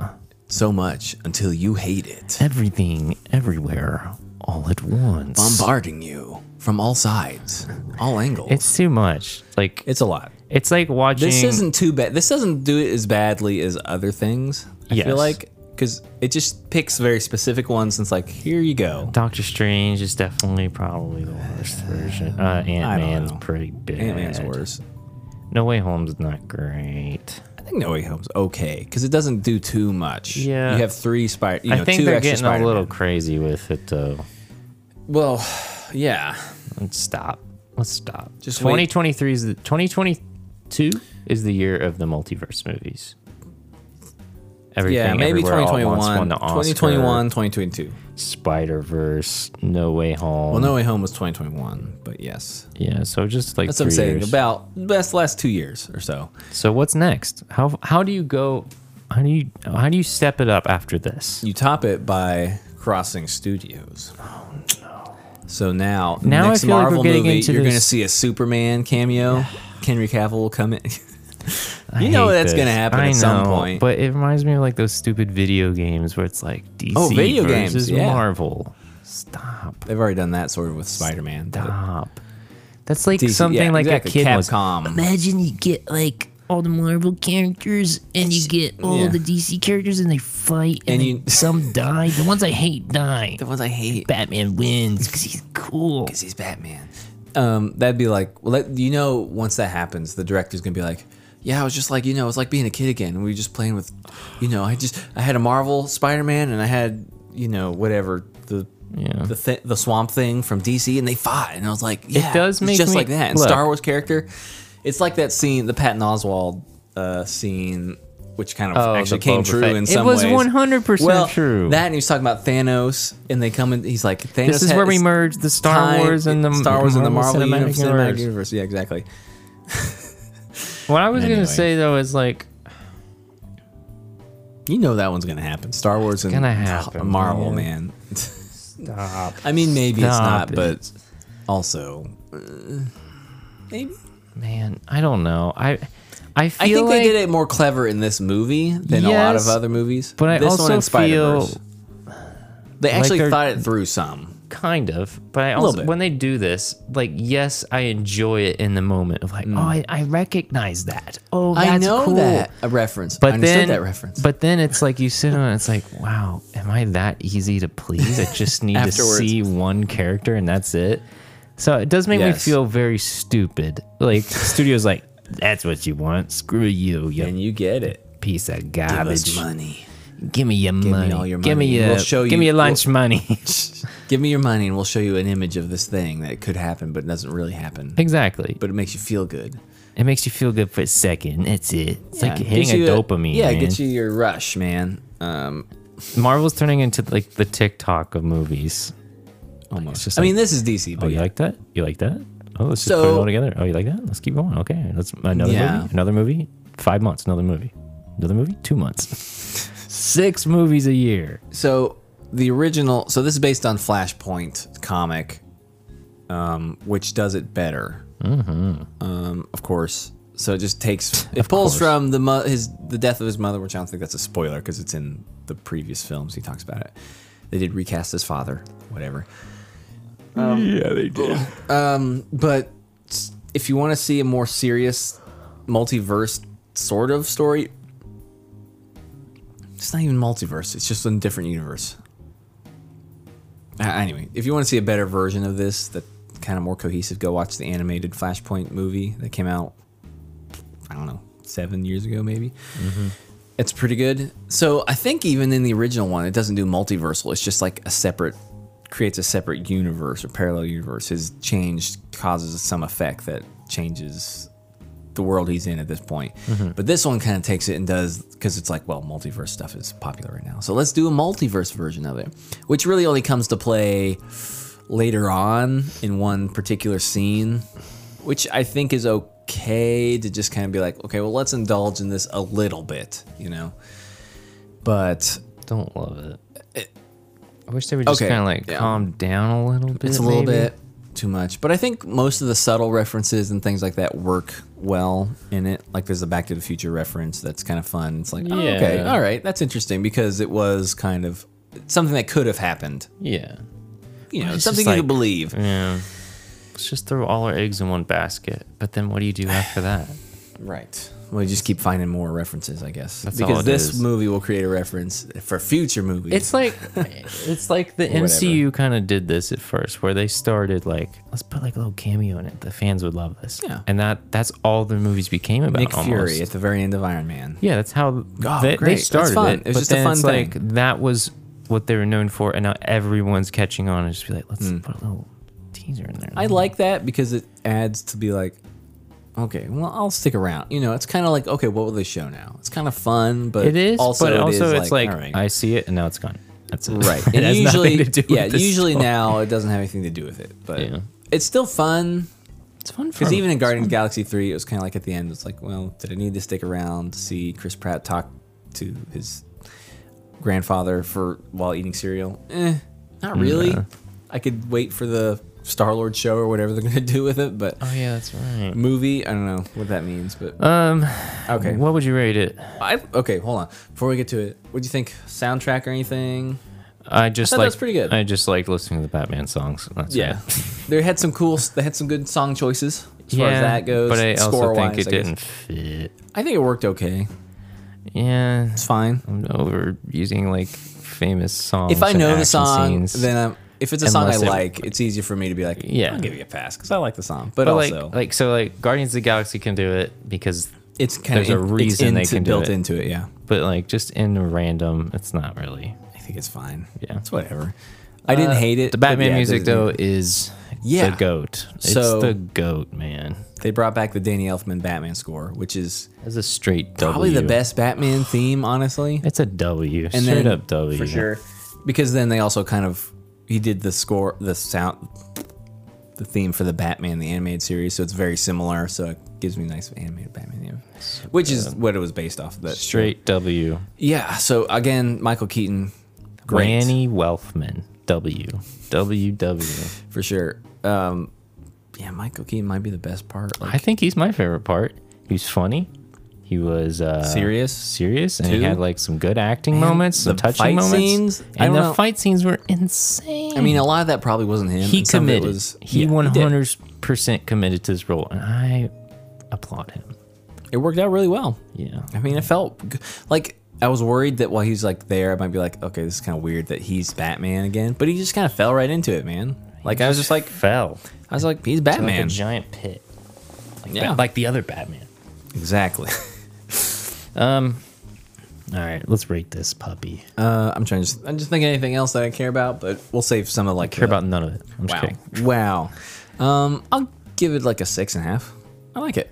Speaker 1: so much until you hate it,
Speaker 2: Everything, everywhere, all at once.
Speaker 1: bombarding you from all sides, all angles.
Speaker 2: It's too much. Like
Speaker 1: it's a lot.
Speaker 2: it's like watching.
Speaker 1: This isn't too bad. This doesn't do it as badly as other things. I
Speaker 2: Yes.
Speaker 1: feel like because it just picks very specific ones. And it's like here you go.
Speaker 2: Doctor Strange is definitely probably the worst version. Uh, Ant
Speaker 1: I don't
Speaker 2: Man's
Speaker 1: know.
Speaker 2: pretty bad.
Speaker 1: Ant Man's worse.
Speaker 2: No Way Home's not great.
Speaker 1: I think No Way Home's okay because it doesn't do too much.
Speaker 2: Yeah.
Speaker 1: you have three spider. You know,
Speaker 2: I think
Speaker 1: two
Speaker 2: they're
Speaker 1: extra
Speaker 2: getting
Speaker 1: Spider-Man.
Speaker 2: a little crazy with it though.
Speaker 1: Well, yeah.
Speaker 2: Let's stop. Let's stop.
Speaker 1: Just wait.
Speaker 2: 2023 is the 2022 is the year of the multiverse movies. Everything,
Speaker 1: Yeah, maybe
Speaker 2: Everywhere, All at Once
Speaker 1: 2021,
Speaker 2: won the Oscar.
Speaker 1: 2021, 2022.
Speaker 2: Spider Verse, No Way Home.
Speaker 1: Well, No Way Home was 2021, but yes.
Speaker 2: Yeah, so just like
Speaker 1: That's
Speaker 2: three
Speaker 1: what I'm saying.
Speaker 2: years.
Speaker 1: About best last two years or so.
Speaker 2: So what's next? How how do you go? How do you how do you step it up after this?
Speaker 1: You top it by crossing studios. Oh no! So now,
Speaker 2: Now I
Speaker 1: next
Speaker 2: feel like
Speaker 1: Marvel
Speaker 2: we're getting
Speaker 1: movie,
Speaker 2: into
Speaker 1: you're going to
Speaker 2: this-
Speaker 1: see a Superman cameo. Henry Cavill will come in.
Speaker 2: I
Speaker 1: you know
Speaker 2: hate
Speaker 1: that's
Speaker 2: this.
Speaker 1: gonna happen
Speaker 2: I
Speaker 1: at some
Speaker 2: know,
Speaker 1: point.
Speaker 2: But it reminds me of like those stupid video games where it's like DC
Speaker 1: Oh, video games,
Speaker 2: versus
Speaker 1: yeah.
Speaker 2: Marvel. Stop.
Speaker 1: They've already done that sort of with Spider-Man. but-
Speaker 2: Stop. That's like
Speaker 1: DC
Speaker 2: something
Speaker 1: yeah,
Speaker 2: like
Speaker 1: exactly.
Speaker 2: a kid was.
Speaker 1: Capcom.
Speaker 2: Imagine you get like all the Marvel characters and you get all
Speaker 1: yeah.
Speaker 2: the DC characters and they fight
Speaker 1: And
Speaker 2: and, then
Speaker 1: you-
Speaker 2: some die. The ones I hate die.
Speaker 1: the ones I hate
Speaker 2: Batman wins because he's cool.
Speaker 1: because he's Batman. Um, that'd be like, well, that, you know, once that happens, the director's gonna be like, yeah, I was just like, you know, it's like being a kid again. We were just playing with, you know, I just, I had a Marvel Spider-Man and I had, you know, whatever the.
Speaker 2: Yeah.
Speaker 1: The, th- the swamp thing from DC and they fought and I was like yeah
Speaker 2: does
Speaker 1: it's
Speaker 2: make
Speaker 1: just
Speaker 2: me-
Speaker 1: like that and
Speaker 2: look.
Speaker 1: Star Wars character it's like that scene the Patton Oswald uh, scene which kind of
Speaker 2: Oh, the
Speaker 1: actually came
Speaker 2: Boba
Speaker 1: true
Speaker 2: Fett.
Speaker 1: in
Speaker 2: It
Speaker 1: some
Speaker 2: was
Speaker 1: ways
Speaker 2: 100%
Speaker 1: well,
Speaker 2: true.
Speaker 1: that and he was talking about Thanos and they come in he's like Thanos
Speaker 2: This is
Speaker 1: had-
Speaker 2: where we merge the Star
Speaker 1: time-
Speaker 2: Wars and the
Speaker 1: Star Wars and the Marvel
Speaker 2: Cinematic
Speaker 1: Universe.
Speaker 2: Universe.
Speaker 1: Universe. Yeah, exactly.
Speaker 2: What I was
Speaker 1: Anyway.
Speaker 2: gonna say though is like
Speaker 1: You know that one's gonna happen. Star Wars and
Speaker 2: gonna happen,
Speaker 1: Marvel,
Speaker 2: yeah.
Speaker 1: man. I mean, maybe it's not,
Speaker 2: Stop it.
Speaker 1: but also uh, maybe.
Speaker 2: man, I don't know. I I feel
Speaker 1: I think
Speaker 2: like,
Speaker 1: they did it more clever in this movie than a lot of
Speaker 2: Yes,
Speaker 1: other movies.
Speaker 2: but I
Speaker 1: this
Speaker 2: also
Speaker 1: one in Spider-Verse,
Speaker 2: feel-
Speaker 1: they actually
Speaker 2: they're-
Speaker 1: thought it through some.
Speaker 2: kind of, but I
Speaker 1: little
Speaker 2: also
Speaker 1: bit.
Speaker 2: when they do this, like yes, I enjoy it in the moment of like, oh, I, I recognize that. Oh, that's
Speaker 1: Mm. I know
Speaker 2: cool.
Speaker 1: that a reference. I
Speaker 2: But
Speaker 1: understood
Speaker 2: then,
Speaker 1: that reference.
Speaker 2: but then it's like you sit on it, it's like, wow, am I that easy to please? I just need to
Speaker 1: Afterwards.
Speaker 2: see one character and that's it. So it does make
Speaker 1: Yes.
Speaker 2: me feel very stupid. Like studio's like, that's what you want. Screw you, you
Speaker 1: and you get it.
Speaker 2: piece of
Speaker 1: Give us
Speaker 2: garbage.
Speaker 1: money.
Speaker 2: Give me your
Speaker 1: me
Speaker 2: money.
Speaker 1: all your
Speaker 2: Give me
Speaker 1: money.
Speaker 2: your.
Speaker 1: We'll show
Speaker 2: give me
Speaker 1: you-
Speaker 2: your lunch money.
Speaker 1: Give me your money, and we'll show you an image of this thing that could happen, but doesn't really happen.
Speaker 2: exactly. But
Speaker 1: But it makes you feel good.
Speaker 2: it makes you feel good for a second. That's it. It's like
Speaker 1: Yeah,
Speaker 2: hitting
Speaker 1: gives
Speaker 2: a
Speaker 1: you
Speaker 2: dopamine.
Speaker 1: yeah,
Speaker 2: man.
Speaker 1: it gets you your rush, man. Um,
Speaker 2: Marvel's turning into like the TikTok of movies.
Speaker 1: almost.
Speaker 2: just
Speaker 1: I
Speaker 2: like-
Speaker 1: mean, this is DC,
Speaker 2: Oh,
Speaker 1: but
Speaker 2: you
Speaker 1: yeah.
Speaker 2: like that? You like that? Oh, let's just put it
Speaker 1: So-
Speaker 2: all together. Oh, you like that? Let's keep going. Okay, let's another
Speaker 1: Yeah.
Speaker 2: movie. Another movie. Five months. Another movie. Another movie. Two months. Six movies a year.
Speaker 1: so the original. So this is based on Flashpoint comic, um, which does it better, um, of course. So it just takes it pulls
Speaker 2: Mm-hmm. course.
Speaker 1: from the mo- his the death of his mother, which I don't think that's a spoiler because it's in the previous films. He talks about it. They did recast his father, whatever.
Speaker 2: Yeah, they did.
Speaker 1: Um, but s- if you want to see a more serious multiverse sort of story It's not even multiverse. It's just a different universe. Uh, anyway, if you want to see a better version of this, that kind of more cohesive, go watch the animated Flashpoint movie that came out. I don't know, seven years ago maybe. It's pretty good. So I think even in the original one, it doesn't do multiversal. It's just like a separate, creates a separate universe or parallel universe. His change causes some effect that changes the world he's in at this point. But this one kind of takes it and does because it's like, well, multiverse stuff is popular right now. So let's do a multiverse version of it, which really only comes to play later on in one particular scene, which I think is okay to just kind of be like, okay, well, let's indulge in this a little bit, you know? But
Speaker 2: Don't love it. I wish they would just
Speaker 1: Okay,
Speaker 2: kind of like
Speaker 1: yeah.
Speaker 2: calm down a little bit.
Speaker 1: it's a little
Speaker 2: maybe.
Speaker 1: bit too much. But I think most of the subtle references and things like that work well in it. Like there's a Back to the Future reference that's kind of fun. It's like, oh, okay,
Speaker 2: Yeah.
Speaker 1: all right, that's interesting because it was kind of something that could have happened.
Speaker 2: Yeah.
Speaker 1: You know,
Speaker 2: It's
Speaker 1: something you
Speaker 2: just like-
Speaker 1: could believe.
Speaker 2: Yeah. Let's just throw all our eggs in one basket. But then what do you do after that?
Speaker 1: Right. Well, you just keep finding more references, I guess.
Speaker 2: That's
Speaker 1: because
Speaker 2: all it
Speaker 1: this
Speaker 2: is.
Speaker 1: movie will create a reference for future movies.
Speaker 2: It's like it's like the MCU kind of did this at first, where they started like let's put like a little cameo in it. The fans would love this.
Speaker 1: Yeah.
Speaker 2: and that that's all the movies became about.
Speaker 1: Nick
Speaker 2: almost.
Speaker 1: Fury at the very end of Iron Man.
Speaker 2: Yeah, that's how
Speaker 1: Oh,
Speaker 2: they,
Speaker 1: great.
Speaker 2: they
Speaker 1: That's
Speaker 2: started
Speaker 1: fun.
Speaker 2: it.
Speaker 1: It was
Speaker 2: but
Speaker 1: just a
Speaker 2: then
Speaker 1: fun
Speaker 2: it's like
Speaker 1: thing.
Speaker 2: that was what they were known for, and now everyone's catching on and just be like, let's put a little teaser in there.
Speaker 1: Mm. I like that because it adds to be like, okay, well, I'll stick around. You know, it's kind of like, okay, what will they show now? It's kind of fun, but
Speaker 2: it is,
Speaker 1: also
Speaker 2: but
Speaker 1: it
Speaker 2: also
Speaker 1: is
Speaker 2: it's like,
Speaker 1: all right.
Speaker 2: I see it and now it's gone. That's it.
Speaker 1: right.
Speaker 2: it
Speaker 1: And
Speaker 2: has
Speaker 1: usually,
Speaker 2: nothing to do
Speaker 1: yeah,
Speaker 2: with this
Speaker 1: usually
Speaker 2: story.
Speaker 1: now it doesn't have anything to do with it, but
Speaker 2: Yeah.
Speaker 1: it's still fun
Speaker 2: it's fun for
Speaker 1: because even in Guardians of the Galaxy three, it was kind of like at the end, it's like, well, did I need to stick around to see Chris Pratt talk to his grandfather for while eating cereal? Eh, not really.
Speaker 2: Nah.
Speaker 1: I could wait for the Star Lord show or whatever they're gonna do with it, but
Speaker 2: Oh yeah, that's right.
Speaker 1: movie. I don't know what that means, but
Speaker 2: Um,
Speaker 1: Mm. okay.
Speaker 2: what would you rate it?
Speaker 1: I, okay, hold on. Before we get to it, what do you think? Soundtrack or anything?
Speaker 2: I just
Speaker 1: I thought that
Speaker 2: like
Speaker 1: was pretty good.
Speaker 2: I just like listening to the Batman songs. That's
Speaker 1: Yeah,
Speaker 2: it.
Speaker 1: they had some cool. They had some good song choices as far as that goes.
Speaker 2: But I also think
Speaker 1: score-wise,
Speaker 2: it
Speaker 1: I guess.
Speaker 2: didn't fit.
Speaker 1: I think it worked okay.
Speaker 2: Yeah,
Speaker 1: It's fine.
Speaker 2: I'm over using like famous songs.
Speaker 1: If I
Speaker 2: and
Speaker 1: know the
Speaker 2: action
Speaker 1: song,
Speaker 2: scenes.
Speaker 1: then I'm, if it's a song I
Speaker 2: Unless it-
Speaker 1: like, it's easier for me to be like,
Speaker 2: Yeah.
Speaker 1: I'll give you a pass because I like the song. But,
Speaker 2: but like,
Speaker 1: also,
Speaker 2: like so, like Guardians of the Galaxy can do it because,
Speaker 1: it's kind of
Speaker 2: there's a reason they can do
Speaker 1: built
Speaker 2: it.
Speaker 1: into it. Yeah,
Speaker 2: but like just in random, it's not really.
Speaker 1: I think it's fine.
Speaker 2: Yeah. Uh,
Speaker 1: it's whatever. I didn't hate it.
Speaker 2: The
Speaker 1: but
Speaker 2: Batman
Speaker 1: yeah, it
Speaker 2: music
Speaker 1: doesn't-
Speaker 2: though is
Speaker 1: Yeah.
Speaker 2: the goat. It's
Speaker 1: So-
Speaker 2: the goat, man.
Speaker 1: They brought back the Danny Elfman Batman score, which is
Speaker 2: That's a straight W.
Speaker 1: probably the best Batman theme, honestly.
Speaker 2: It's a W.
Speaker 1: And
Speaker 2: straight
Speaker 1: then-
Speaker 2: up W.
Speaker 1: for sure. Because then they also kind of he did the score, the sound, the theme for the Batman the animated series, so it's very similar. So it gives me a nice animated Batman, theme, which is what it was based off. of, That
Speaker 2: Straight W.
Speaker 1: yeah. So again, Michael Keaton, great
Speaker 2: Granny Welfman. W. W W.
Speaker 1: for sure. Um, yeah, Michael Keaton might be the best part. Like,
Speaker 2: I think he's my favorite part. He was funny. He was uh,
Speaker 1: Serious?
Speaker 2: serious, and he
Speaker 1: Too?
Speaker 2: had like some good acting moments, some
Speaker 1: the
Speaker 2: touching
Speaker 1: fight
Speaker 2: moments,
Speaker 1: scenes? I
Speaker 2: and
Speaker 1: don't
Speaker 2: the
Speaker 1: know.
Speaker 2: fight scenes were insane.
Speaker 1: I mean, a lot of that probably wasn't him.
Speaker 2: he
Speaker 1: and some of it
Speaker 2: committed.
Speaker 1: was-
Speaker 2: he
Speaker 1: yeah,
Speaker 2: one
Speaker 1: did.
Speaker 2: hundred percent committed to his role, and I applaud him.
Speaker 1: It worked out really well.
Speaker 2: Yeah,
Speaker 1: I mean, it felt g- like I was worried that while he's like there, I might be like, okay, this is kind of weird that he's Batman again. But he just kind of fell right into it, man. Like I was just like,
Speaker 2: fell
Speaker 1: I was like, he's
Speaker 2: like a
Speaker 1: Batman.
Speaker 2: giant pit, like,
Speaker 1: Yeah.
Speaker 2: yeah. like the other Batman.
Speaker 1: exactly.
Speaker 2: All right, let's rate this puppy. I
Speaker 1: Uh, I'm trying to. Just, I'm just thinking anything else that I care about, but we'll save some of like
Speaker 2: care
Speaker 1: the-
Speaker 2: about none of it. I'm just kidding.
Speaker 1: Wow, wow. Um, I'll give it like a six and a half. I like it.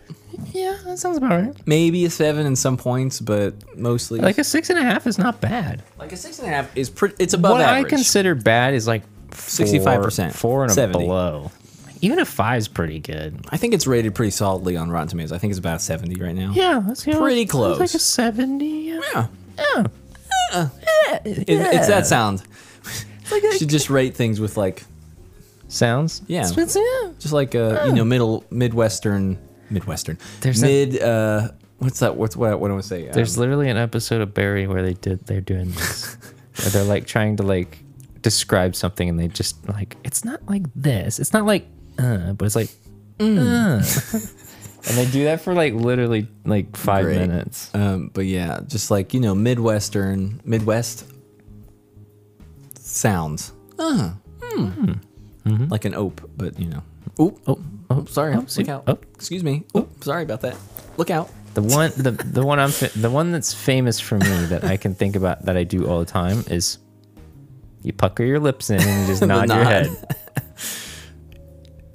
Speaker 2: Yeah, that sounds about right.
Speaker 1: Maybe a seven in some points, but mostly
Speaker 2: Like a six and a half is not bad.
Speaker 1: like a six and a half is pretty. It's above
Speaker 2: what
Speaker 1: average.
Speaker 2: I consider bad is like
Speaker 1: 65%,
Speaker 2: four and
Speaker 1: 70.
Speaker 2: below. Even a five's pretty good.
Speaker 1: I think it's rated pretty solidly on Rotten Tomatoes. I think it's about seventy right now.
Speaker 2: Yeah, that's you know,
Speaker 1: Pretty
Speaker 2: it's Like
Speaker 1: close.
Speaker 2: a seventy. Yeah.
Speaker 1: Yeah. It, It's that sound. should just rate things with like,
Speaker 2: Sounds.
Speaker 1: Yeah.
Speaker 2: It's- yeah.
Speaker 1: just like a you know middle midwestern midwestern.
Speaker 2: There's that-
Speaker 1: mid. uh, what's that? What's what? What do I say? Um,
Speaker 2: There's literally an episode of Barry where they did they're doing this, where they're like trying to like describe something and they just Mm. like it's not like this. It's not like uh, but it's like. Uh. And they do that for like literally like five
Speaker 1: Great.
Speaker 2: minutes.
Speaker 1: Um, but yeah, just like you know, midwestern, Midwest sounds. Uh, hmm. Like an ope, but you know, oop, oh, oh, sorry, look
Speaker 2: see-
Speaker 1: out.
Speaker 2: oh.
Speaker 1: Excuse me, oop, sorry about that. Look out.
Speaker 2: The one, the the one I'm, fa- the one that's famous for me that I can think about that I do all the time is, you pucker your lips in and you just nod, your
Speaker 1: nod.
Speaker 2: head.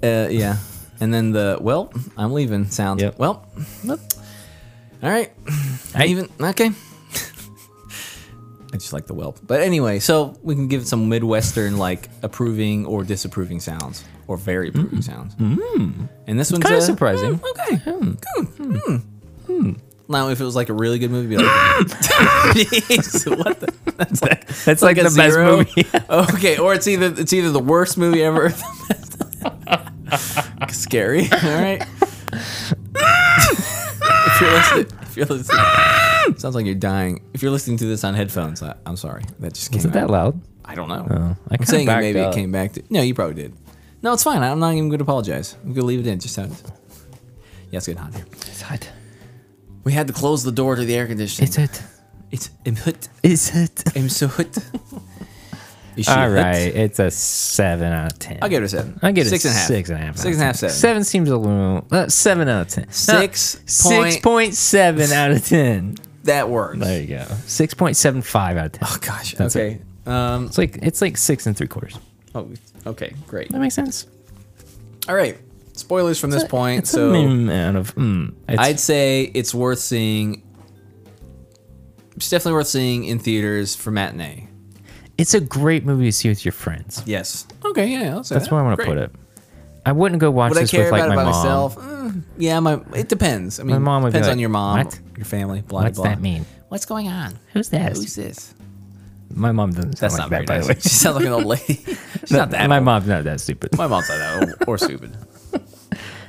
Speaker 1: Uh, yeah, and then the well, I'm leaving sounds.
Speaker 2: Yep.
Speaker 1: Well,
Speaker 2: Yep.
Speaker 1: all right,
Speaker 2: Hey.
Speaker 1: even okay. I just like the whelp. But anyway, so we can give some Midwestern like approving or disapproving sounds, or very approving sounds. Mm. And this one's
Speaker 2: Kind of
Speaker 1: a- Mm,
Speaker 2: surprising.
Speaker 1: Okay. Good. Hmm. Now, if it was like a really good movie, it'd be like, Jeez, what the? That's like,
Speaker 2: That's like,
Speaker 1: a
Speaker 2: the
Speaker 1: zero?
Speaker 2: best movie.
Speaker 1: okay, or it's either it's either the worst movie ever. Or the best. Scary. All right. if you're listening, if you're listening, sounds like you're dying. If you're listening to this on headphones, I, I'm sorry. That just came.
Speaker 2: Is it
Speaker 1: out.
Speaker 2: that loud?
Speaker 1: I don't know.
Speaker 2: I
Speaker 1: I'm
Speaker 2: kinda
Speaker 1: saying
Speaker 2: backed
Speaker 1: maybe
Speaker 2: up.
Speaker 1: it came back to. No, you probably did. No, it's fine. I'm not even going to apologize. I'm going to leave it in. Just how it is. Yeah, it's getting hot here.
Speaker 2: It's hot.
Speaker 1: We had to close the door to the air conditioning.
Speaker 2: It's it.
Speaker 1: It's I'm hot.
Speaker 2: Is it?
Speaker 1: I'm so hot. Is she
Speaker 2: All
Speaker 1: hot?
Speaker 2: right, it's a seven out of ten.
Speaker 1: I'll give it a seven.
Speaker 2: I get
Speaker 1: six
Speaker 2: a
Speaker 1: and a half.
Speaker 2: six and a half.
Speaker 1: Six and a half,
Speaker 2: out of 10.
Speaker 1: seven.
Speaker 2: Seven seems a little. Uh, seven out of ten. No,
Speaker 1: Six
Speaker 2: six
Speaker 1: point-
Speaker 2: point seven out of ten.
Speaker 1: That works.
Speaker 2: There you go. Six point seven five out of ten.
Speaker 1: oh gosh.
Speaker 2: That's
Speaker 1: okay. Um.
Speaker 2: It's like it's like six and three quarters.
Speaker 1: Oh. Okay. Great.
Speaker 2: That makes sense.
Speaker 1: All right. Spoilers from this point.
Speaker 2: It's a
Speaker 1: So
Speaker 2: minimum amount of. Mm, it's,
Speaker 1: I'd say it's worth seeing. It's definitely worth seeing in theaters for matinee.
Speaker 2: it's a great movie to see with your friends.
Speaker 1: Yes. Okay. Yeah. I'll say
Speaker 2: That's
Speaker 1: that.
Speaker 2: where I want to
Speaker 1: Great.
Speaker 2: put it. I wouldn't go watch
Speaker 1: Would I
Speaker 2: this
Speaker 1: care
Speaker 2: with like
Speaker 1: about
Speaker 2: my
Speaker 1: it by
Speaker 2: mom.
Speaker 1: myself? Mm, yeah, my it depends. I mean,
Speaker 2: mom would be
Speaker 1: depends
Speaker 2: like,
Speaker 1: on your mom,
Speaker 2: "What?
Speaker 1: your family. Blah,
Speaker 2: What's
Speaker 1: blah.
Speaker 2: that mean?
Speaker 1: What's going on?
Speaker 2: Who's that?
Speaker 1: Who's this?
Speaker 2: My mom doesn't sound
Speaker 1: That's
Speaker 2: like
Speaker 1: not
Speaker 2: that,
Speaker 1: very nice.
Speaker 2: by the way.
Speaker 1: She sounds like an old lady. She's not that.
Speaker 2: My
Speaker 1: old.
Speaker 2: mom's not that stupid.
Speaker 1: My mom's not that old or stupid.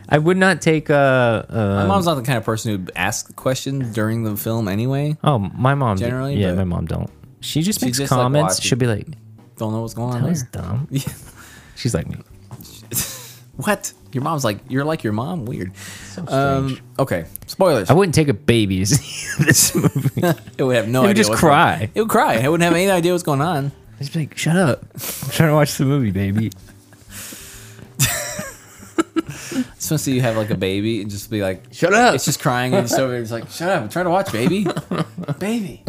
Speaker 2: I would not take uh, uh
Speaker 1: My mom's not the kind of person who'd ask the question during the film anyway.
Speaker 2: oh my mom d-
Speaker 1: Generally,
Speaker 2: yeah
Speaker 1: but-
Speaker 2: my mom don't. She just
Speaker 1: She
Speaker 2: makes
Speaker 1: just, like,
Speaker 2: comments.
Speaker 1: watches.
Speaker 2: She'll be like,
Speaker 1: Don't know what's going on
Speaker 2: "That was
Speaker 1: there.
Speaker 2: dumb."
Speaker 1: Yeah.
Speaker 2: She's like me.
Speaker 1: What? Your mom's like you're like your mom. Weird.
Speaker 2: So
Speaker 1: Um, okay. Spoilers.
Speaker 2: I wouldn't take a baby to see this movie.
Speaker 1: it would have no
Speaker 2: It would
Speaker 1: idea.
Speaker 2: just
Speaker 1: what's going-
Speaker 2: cry.
Speaker 1: It would cry. It wouldn't have any idea what's going on.
Speaker 2: Just be like, "Shut up! I'm trying to watch the movie, baby."
Speaker 1: So see you have like a baby and just be like,
Speaker 2: Shut up!
Speaker 1: it's just crying and just over there, it's like, shut up, I'm trying to watch, baby, baby.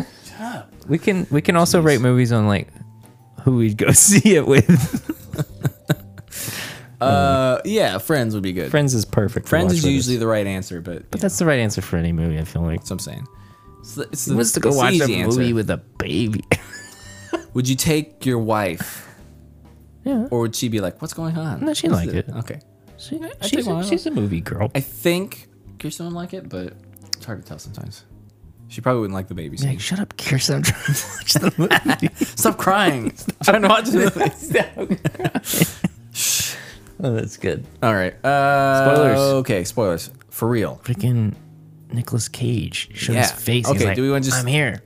Speaker 2: We can we can also rate movies on like who we'd go see it with.
Speaker 1: Uh, yeah, Friends would be good.
Speaker 2: Um, Friends is perfect. to
Speaker 1: Friends
Speaker 2: watch
Speaker 1: is
Speaker 2: with us.
Speaker 1: usually the right answer, but you know, that's
Speaker 2: that's the right answer for any movie. I feel like.
Speaker 1: what I'm saying. It's the, it's the,
Speaker 2: What's to go
Speaker 1: it's the
Speaker 2: watch a
Speaker 1: easy
Speaker 2: movie
Speaker 1: answer.
Speaker 2: with a baby?
Speaker 1: Would you take your wife?
Speaker 2: Yeah.
Speaker 1: Or would she be like, what's going on?
Speaker 2: No, she'd
Speaker 1: What's
Speaker 2: like
Speaker 1: the-
Speaker 2: it.
Speaker 1: Okay.
Speaker 2: She-
Speaker 1: I
Speaker 2: she's,
Speaker 1: think mine-
Speaker 2: a, she's a movie girl.
Speaker 1: I think Kirsten would like it, but it's hard to tell sometimes. She probably wouldn't like the baby
Speaker 2: Be
Speaker 1: scene.
Speaker 2: like, shut up, Kirsten. I'm trying to watch the movie.
Speaker 1: Stop crying. trying to watch it.
Speaker 2: oh, that's good.
Speaker 1: All right. Uh,
Speaker 2: Spoilers.
Speaker 1: Okay, spoilers. For real.
Speaker 2: Freaking Nicolas Cage showed his
Speaker 1: Yeah.
Speaker 2: face. He's
Speaker 1: Okay,
Speaker 2: like,
Speaker 1: do we wanna just-
Speaker 2: I'm here.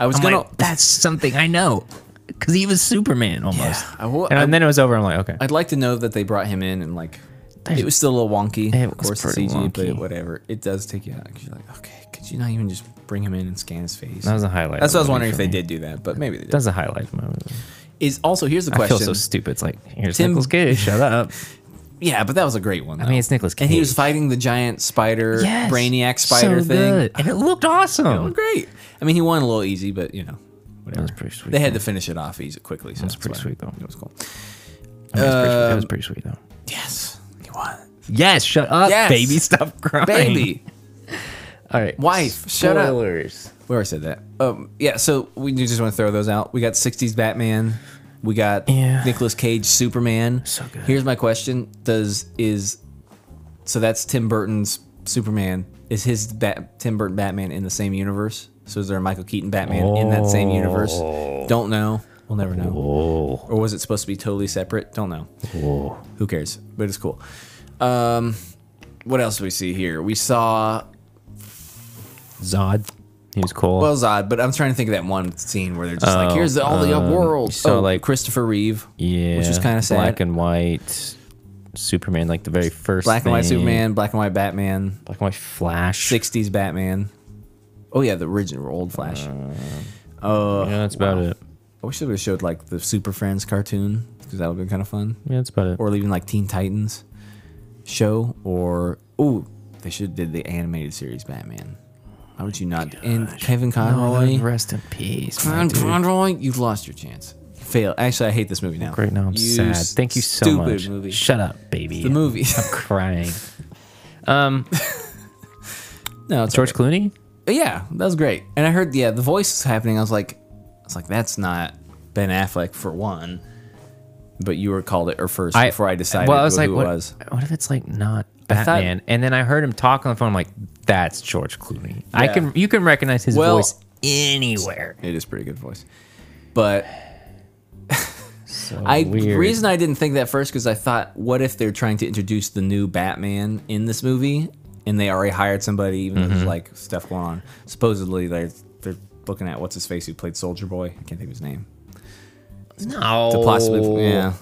Speaker 1: I was
Speaker 2: I'm
Speaker 1: going
Speaker 2: like, that's something I know. Because he was Superman almost.
Speaker 1: I will-
Speaker 2: and
Speaker 1: I-
Speaker 2: then it was over. I'm like, okay.
Speaker 1: I'd like to know that they brought him in and like
Speaker 2: There's-
Speaker 1: it was still a little wonky.
Speaker 2: It
Speaker 1: of
Speaker 2: was
Speaker 1: course, the
Speaker 2: pretty
Speaker 1: CG, but
Speaker 2: wonky.
Speaker 1: whatever. It does take you out 'cause you're like, okay, could you not even just bring him in and scan his face?
Speaker 2: that was a highlight.
Speaker 1: That's what I was
Speaker 2: movie
Speaker 1: wondering
Speaker 2: for
Speaker 1: if they
Speaker 2: me.
Speaker 1: did do that, but maybe they did.
Speaker 2: That was a highlight of my movie.
Speaker 1: Is also here's the
Speaker 2: I feel
Speaker 1: question.
Speaker 2: so stupid. It's like, here's
Speaker 1: Tim-
Speaker 2: Nicolas Cage. Shut up.
Speaker 1: yeah, but that was a great one.
Speaker 2: mean, it's Nicolas
Speaker 1: and he was
Speaker 2: Cage.
Speaker 1: fighting the giant spider,
Speaker 2: Yes.
Speaker 1: brainiac
Speaker 2: So
Speaker 1: spider thing.
Speaker 2: good. And it looked
Speaker 1: That was
Speaker 2: awesome.
Speaker 1: great. I mean, he won a little easy, but you know,
Speaker 2: That was pretty sweet.
Speaker 1: they had to finish it off easy quickly. So
Speaker 2: That's pretty
Speaker 1: why
Speaker 2: sweet, though.
Speaker 1: It was cool.
Speaker 2: That was pretty sweet. That was
Speaker 1: Um,
Speaker 2: pretty sweet, though.
Speaker 1: Yes, he won.
Speaker 2: Yes, shut up,
Speaker 1: Yes.
Speaker 2: baby. Stop crying.
Speaker 1: Baby.
Speaker 2: All right.
Speaker 1: Wife, shut up.
Speaker 2: Spoilers.
Speaker 1: We already said that. Um, yeah, so we do just want to throw those out. We got 60s Batman. We got
Speaker 2: Yeah.
Speaker 1: Nicolas Cage Superman.
Speaker 2: So good.
Speaker 1: Here's my question: Does is so that's Tim Burton's Superman? Is his Bat, Tim Burton Batman in the same universe? So is there a Michael Keaton Batman in that same universe? Don't know. We'll never know. Or was it supposed to be totally separate? Don't know. Who cares? But it's cool. Um, what else do we see here? We saw
Speaker 2: Zod. He was cool.
Speaker 1: Well, Zod, but I'm trying to think of that one scene where they're just like, "Here's the, all the world."
Speaker 2: Um, so,
Speaker 1: oh,
Speaker 2: like-
Speaker 1: Christopher Reeve,
Speaker 2: yeah.
Speaker 1: which was kind of sad.
Speaker 2: Black and white. Superman, like the very first
Speaker 1: Black and white
Speaker 2: thing.
Speaker 1: Superman, black and white Batman,
Speaker 2: black and white Flash.
Speaker 1: '60s Batman. Oh yeah, the original old Flash.
Speaker 2: Uh, yeah, that's about it.
Speaker 1: I wish they would have showed like the Super Friends cartoon because that would have been kind of fun,
Speaker 2: Yeah, that's about it.
Speaker 1: or even like Teen Titans show, or ooh, they should have did the animated series Batman. How would you not? And Kevin Conroy,
Speaker 2: Oh, rest in peace. my
Speaker 1: Kevin
Speaker 2: dude.
Speaker 1: Conroy, you lost your chance. Fail. Actually, I hate this movie now.
Speaker 2: Right now, I'm
Speaker 1: You
Speaker 2: sad. Thank you so
Speaker 1: stupid
Speaker 2: much.
Speaker 1: Movie.
Speaker 2: Shut up, baby.
Speaker 1: the movie.
Speaker 2: Crying.
Speaker 1: no, it's
Speaker 2: George
Speaker 1: okay.
Speaker 2: Clooney.
Speaker 1: But yeah, that was great. And I heard yeah, the voice is happening. I was like, I was like, that's not Ben Affleck for one. But you were called it or first before I decided
Speaker 2: well, I was
Speaker 1: who
Speaker 2: like,
Speaker 1: it
Speaker 2: what,
Speaker 1: was.
Speaker 2: what if it's like
Speaker 1: thought-
Speaker 2: not Batman? and then I heard him talk on the phone. I'm like, that's George Clooney. I
Speaker 1: Yeah.
Speaker 2: can you can recognize his
Speaker 1: Well-
Speaker 2: voice anywhere.
Speaker 1: It is pretty good voice, but
Speaker 2: So
Speaker 1: I the
Speaker 2: weird.
Speaker 1: reason I didn't think that first because I thought, what if they're trying to introduce the new Batman in this movie, and they already hired somebody, even though there's
Speaker 2: Mm-hmm.
Speaker 1: like stuff going on. Supposedly they're they're looking at what's his face who played Soldier Boy. I can't think of his name.
Speaker 2: no,
Speaker 1: To
Speaker 2: Oh,
Speaker 1: possibly yeah.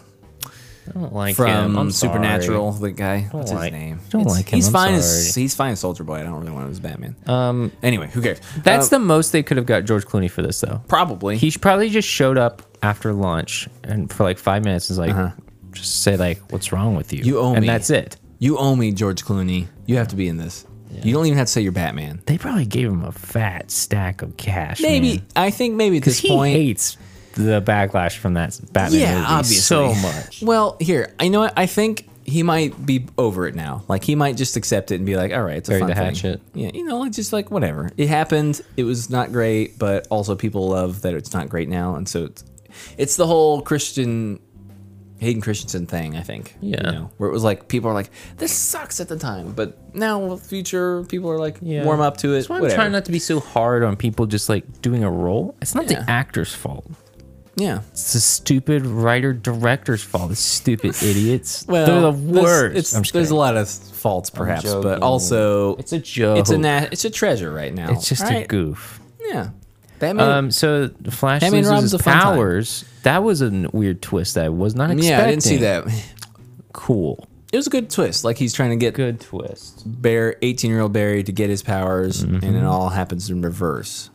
Speaker 2: I don't like him.
Speaker 1: from
Speaker 2: I'm
Speaker 1: Supernatural, the guy. What's his
Speaker 2: like-
Speaker 1: name?
Speaker 2: don't
Speaker 1: It's-
Speaker 2: like him,
Speaker 1: He's
Speaker 2: I'm
Speaker 1: fine as
Speaker 2: sorry.
Speaker 1: he's fine as Soldier Boy. I don't really want him as Batman. Um. Anyway, who cares? Uh,
Speaker 2: sorry. That's the most they could have got George Clooney for this though.
Speaker 1: probably
Speaker 2: He sh- probably just showed up after lunch and for like five minutes is like, just say like, what's wrong with you?
Speaker 1: Uh-huh. You owe
Speaker 2: and
Speaker 1: me.
Speaker 2: that's it.
Speaker 1: you owe me George Clooney. You have to be in this. You don't even have to say you're Batman.
Speaker 2: They probably gave him a fat stack of cash.
Speaker 1: Maybe
Speaker 2: man.
Speaker 1: I think maybe at this
Speaker 2: he
Speaker 1: point.
Speaker 2: hates the backlash from that Batman
Speaker 1: Yeah,
Speaker 2: movie
Speaker 1: obviously.
Speaker 2: so much.
Speaker 1: well, here I know. what? I think he might be over it now. Like he might just accept it and be like, all right, it's a
Speaker 2: Bury
Speaker 1: fun
Speaker 2: the
Speaker 1: thing."
Speaker 2: hatchet.
Speaker 1: Yeah, you know, it's just like whatever. It happened. It was not great, but also people love that it's not great now, and so it's it's the whole Christian Hayden Christensen thing. I think.
Speaker 2: Yeah.
Speaker 1: You know, where it was like people are like, this sucks at the time, but now with future people are like
Speaker 2: Yeah.
Speaker 1: warm up to it.
Speaker 2: That's why I'm
Speaker 1: whatever.
Speaker 2: trying not to be so hard on people just like doing a role. It's not
Speaker 1: Yeah.
Speaker 2: the actor's fault.
Speaker 1: Yeah.
Speaker 2: It's the stupid writer director's fault. The stupid idiots.
Speaker 1: Well,
Speaker 2: They're the
Speaker 1: there's-
Speaker 2: worst.
Speaker 1: It's,
Speaker 2: I'm just
Speaker 1: there's a
Speaker 2: kidding.
Speaker 1: lot of faults, perhaps, but
Speaker 2: joking.
Speaker 1: also
Speaker 2: It's a joke.
Speaker 1: It's a na- it's a treasure right now.
Speaker 2: It's just a
Speaker 1: Alright,
Speaker 2: goof.
Speaker 1: Yeah. Batman.
Speaker 2: Um, so the Flash
Speaker 1: Batman
Speaker 2: loses
Speaker 1: Robin's a
Speaker 2: his
Speaker 1: fun time.
Speaker 2: powers. That was a n- weird twist that I was not expecting.
Speaker 1: yeah, I didn't see that.
Speaker 2: Cool.
Speaker 1: It was a good twist. Like he's trying to get
Speaker 2: Good twist.
Speaker 1: Bear, eighteen-year-old Barry to get his powers,
Speaker 2: Mm-hmm.
Speaker 1: and it all happens in reverse.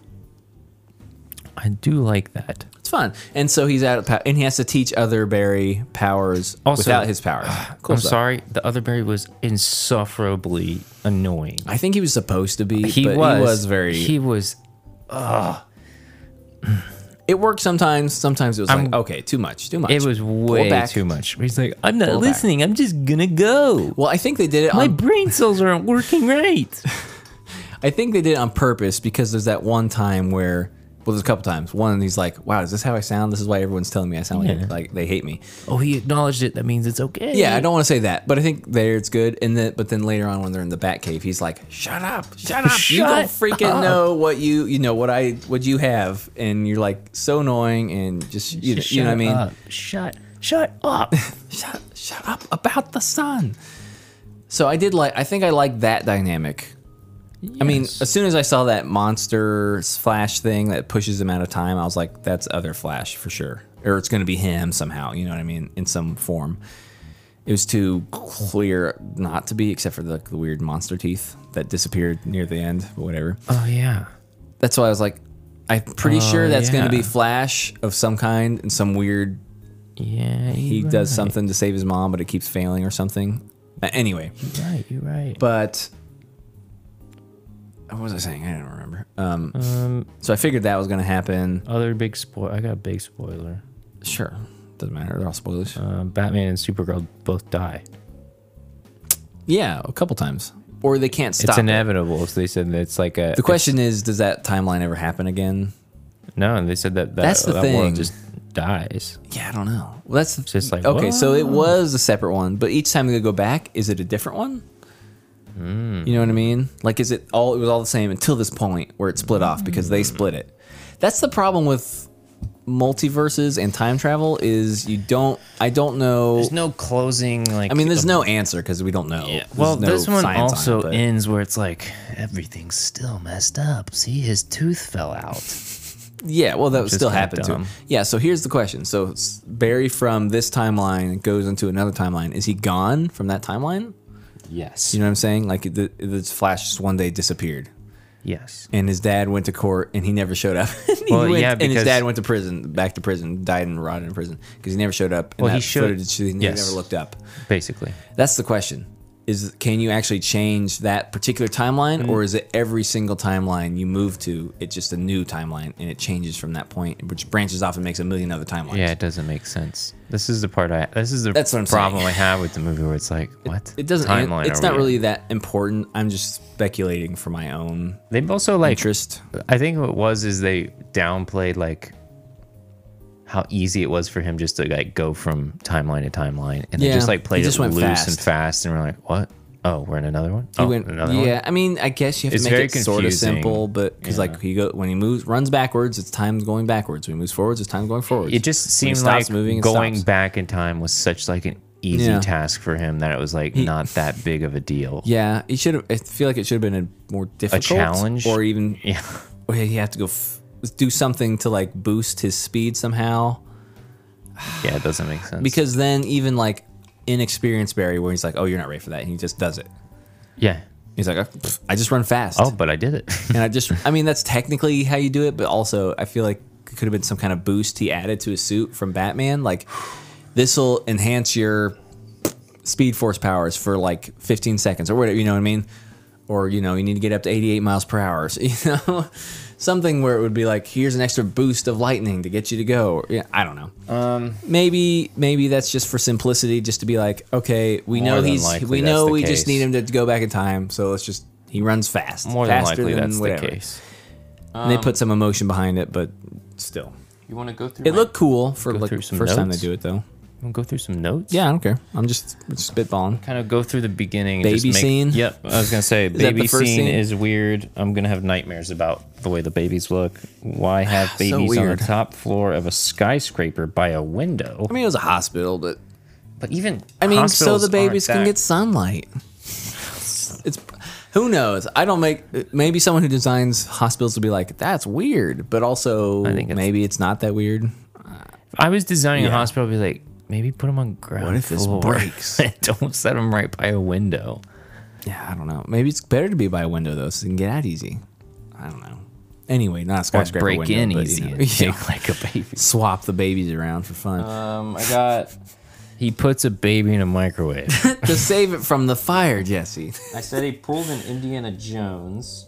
Speaker 2: I do like that.
Speaker 1: It's fun, and so he's out of power, and he has to teach other Barry powers
Speaker 2: Also-
Speaker 1: without his powers. Cool
Speaker 2: I'm
Speaker 1: stuff.
Speaker 2: sorry. The other Barry was insufferably annoying.
Speaker 1: I think he was supposed to be.
Speaker 2: He
Speaker 1: but
Speaker 2: was,
Speaker 1: He was very.
Speaker 2: He was.
Speaker 1: it worked sometimes. Sometimes it was
Speaker 2: I'm-
Speaker 1: like okay, too much, too much.
Speaker 2: It was way
Speaker 1: back.
Speaker 2: too much. He's like, I'm not
Speaker 1: Pull back.
Speaker 2: listening. I'm just gonna go.
Speaker 1: Well, I think they did it.
Speaker 2: My
Speaker 1: On,
Speaker 2: brain cells aren't working right.
Speaker 1: I think they did it on purpose because there's that one time where. Well, there's a couple times. One, he's like, "Wow, is this how I sound? This is why everyone's telling me I sound
Speaker 2: Yeah.
Speaker 1: like like they hate me."
Speaker 2: oh, he acknowledged it. That means it's okay.
Speaker 1: Yeah, I don't want to say that, but I think there it's good. And then, but then later on, when they're in the Batcave, he's like, "Shut up, shut up! you don't
Speaker 2: Shut
Speaker 1: freaking know what you you know what I what you have." And you're like so annoying and just you,
Speaker 2: Just
Speaker 1: you know what I
Speaker 2: shut
Speaker 1: mean?
Speaker 2: up. Shut. Shut up.
Speaker 1: Shut shut up about the sun. So I did like I think I like that dynamic. I mean,
Speaker 2: Yes.
Speaker 1: as soon as I saw that monster flash thing that pushes him out of time, I was like, "That's other Flash for sure," or it's going to be him somehow. You know what I mean? In some form. It was too clear not to be, except for the, the weird monster teeth that disappeared near the end, but whatever.
Speaker 2: oh yeah.
Speaker 1: That's why I was like, I'm pretty sure that's going to
Speaker 2: Oh, yeah.
Speaker 1: be Flash of some kind and some weird.
Speaker 2: Yeah.
Speaker 1: He does something to save his mom, but it keeps failing or something. Uh, anyway,
Speaker 2: Right. You're right.
Speaker 1: but what was I saying? I don't remember. Um, so I figured that was going to happen.
Speaker 2: Other big spoil. I got a big spoiler.
Speaker 1: Sure, doesn't matter. They're all spoilers.
Speaker 2: Um, Batman and Supergirl both die.
Speaker 1: yeah, a couple times, or they can't stop.
Speaker 2: It's
Speaker 1: it.
Speaker 2: inevitable. So they said that it's like a.
Speaker 1: The question is, does that timeline ever happen again?
Speaker 2: No, and they said that, that
Speaker 1: That's the
Speaker 2: that world
Speaker 1: thing.
Speaker 2: just dies.
Speaker 1: Yeah, I don't know. Well, that's
Speaker 2: It's just like
Speaker 1: okay.
Speaker 2: what?
Speaker 1: So it was a separate one, but each time they go back, is it a different one?
Speaker 2: Hmm.
Speaker 1: You know what I mean? Like, is it all? It was all the same until this point where it split off because they split it. That's the problem with multiverses and time travel is you don't. I don't know.
Speaker 2: There's no closing. Like
Speaker 1: I mean, there's no answer because we don't know.
Speaker 2: Yeah.
Speaker 1: There's
Speaker 2: Well,
Speaker 1: no
Speaker 2: this one
Speaker 1: science on it,
Speaker 2: also
Speaker 1: but-
Speaker 2: ends where it's like everything's still messed up. See, his tooth fell out.
Speaker 1: Yeah, well, that
Speaker 2: Which is
Speaker 1: still
Speaker 2: kinda
Speaker 1: happened to him.
Speaker 2: dumb.
Speaker 1: Yeah, so here's the question. So s- Barry from this timeline goes into another timeline. Is he gone from that timeline?
Speaker 2: Yes.
Speaker 1: You know what I'm saying? Like the, this Flash just one day disappeared,
Speaker 2: yes.
Speaker 1: and his dad went to court, and he never showed up. And he
Speaker 2: Well,
Speaker 1: went-
Speaker 2: yeah,
Speaker 1: and his
Speaker 2: because-
Speaker 1: dad went to prison, back to prison, died and rotted in prison because he never showed up. And
Speaker 2: Well, he
Speaker 1: that
Speaker 2: showed-
Speaker 1: footage he
Speaker 2: yes.
Speaker 1: never looked up.
Speaker 2: Basically.
Speaker 1: That's the question. Is can you actually change that particular
Speaker 2: Mm.
Speaker 1: timeline, or is it every single timeline you move to? It's just a new timeline, and it changes from that point, which branches off and makes a million other timelines.
Speaker 2: Yeah, it doesn't make sense. This is the part I. This is the
Speaker 1: That's what I'm
Speaker 2: problem
Speaker 1: saying.
Speaker 2: I have with the movie where it's like, what?
Speaker 1: it doesn't. and
Speaker 2: Timeline
Speaker 1: it's
Speaker 2: are
Speaker 1: not
Speaker 2: we
Speaker 1: really
Speaker 2: in?
Speaker 1: that important. I'm just speculating for my own
Speaker 2: They've also like.
Speaker 1: interest.
Speaker 2: I think what it was is they downplayed like how easy it was for him just to like go from timeline to timeline, and they
Speaker 1: Yeah,
Speaker 2: just like played
Speaker 1: he just
Speaker 2: it
Speaker 1: went
Speaker 2: loose and
Speaker 1: fast.
Speaker 2: fast, and we're like, what? Oh, we're in another one.
Speaker 1: He
Speaker 2: oh,
Speaker 1: went-
Speaker 2: another
Speaker 1: yeah,
Speaker 2: one.
Speaker 1: I mean, I guess you have
Speaker 2: It's
Speaker 1: to make
Speaker 2: very
Speaker 1: it sort of
Speaker 2: confusing.
Speaker 1: simple, but because
Speaker 2: Yeah.
Speaker 1: like he go when he moves, runs backwards, it's time going backwards. When he moves forwards, it's time going forwards.
Speaker 2: It just
Speaker 1: When he
Speaker 2: seemed
Speaker 1: stops
Speaker 2: like
Speaker 1: it
Speaker 2: going
Speaker 1: stops.
Speaker 2: back in time was such like an easy
Speaker 1: Yeah.
Speaker 2: task for him that it was like not that big of a deal.
Speaker 1: Yeah, he should have. I feel like it should have been a more difficult
Speaker 2: challenge?
Speaker 1: or even
Speaker 2: Yeah.
Speaker 1: or he have to go f- do something to like boost his speed somehow.
Speaker 2: Yeah, it doesn't make sense.
Speaker 1: Because then even like inexperienced Barry, where he's like, "Oh, you're not ready for that," and he just does it.
Speaker 2: yeah.
Speaker 1: He's like, "Oh, pff, "I just run fast."
Speaker 2: Oh, but I did it.
Speaker 1: and I just, I mean, that's technically how you do it, but also I feel like it could have been some kind of boost he added to his suit from Batman. Like, this will enhance your speed force powers for like 15 seconds or whatever, you know what I mean? Or, you know, you need to get up to 88 miles per hour, so, you know? Something where it would be like, here's an extra boost of lightning to get you to go. Or, yeah, I don't know. Um, maybe, maybe that's just for simplicity, just to be like, okay, we
Speaker 2: More
Speaker 1: know
Speaker 2: than
Speaker 1: he's,
Speaker 2: likely
Speaker 1: we
Speaker 2: that's
Speaker 1: know
Speaker 2: the
Speaker 1: we just
Speaker 2: case.
Speaker 1: need him to go back in time, so let's just he runs fast,
Speaker 2: More than
Speaker 1: faster
Speaker 2: likely,
Speaker 1: than
Speaker 2: that's
Speaker 1: whatever.
Speaker 2: the case.
Speaker 1: And they put some emotion behind it, but still,
Speaker 2: You want to go through?
Speaker 1: it looked cool for
Speaker 2: Go
Speaker 1: like
Speaker 2: through
Speaker 1: first
Speaker 2: some
Speaker 1: time they
Speaker 2: notes?
Speaker 1: do it though.
Speaker 2: Go through some notes.
Speaker 1: Yeah, I don't care. I'm just spitballing.
Speaker 2: kind of go through the beginning. and
Speaker 1: Baby
Speaker 2: just make-
Speaker 1: scene?
Speaker 2: Yep, I was gonna say
Speaker 1: that the
Speaker 2: baby
Speaker 1: first
Speaker 2: scene,
Speaker 1: scene?
Speaker 2: is weird. I'm gonna have nightmares about the way the babies look. Why have babies on the
Speaker 1: Ah, weird.
Speaker 2: top floor of a skyscraper by a window?
Speaker 1: I mean, it was a hospital, but
Speaker 2: but even
Speaker 1: I mean, so
Speaker 2: hospitals
Speaker 1: the babies
Speaker 2: aren't
Speaker 1: can get
Speaker 2: that-
Speaker 1: sunlight. It's who knows. I don't make. Maybe someone who designs hospitals will be like, "That's weird," but also
Speaker 2: I think it's-
Speaker 1: maybe it's not that weird.
Speaker 2: If I was designing a
Speaker 1: Yeah.
Speaker 2: hospital. I'd be like, maybe put them on ground.
Speaker 1: What if this
Speaker 2: floor.
Speaker 1: breaks?
Speaker 2: Don't set them right by a window.
Speaker 1: Yeah, I don't know. Maybe it's better to be by a window though, so you can get out easy. I don't know. Anyway, not a
Speaker 2: Or
Speaker 1: skyscraper
Speaker 2: break
Speaker 1: window,
Speaker 2: in
Speaker 1: but, you
Speaker 2: easy
Speaker 1: know,
Speaker 2: and
Speaker 1: yeah. Oh
Speaker 2: take like a baby.
Speaker 1: swap the babies around for fun
Speaker 2: Um, I got. He puts a baby in a microwave.
Speaker 1: to save it from the fire, Jesse.
Speaker 2: I said he pulled an Indiana Jones.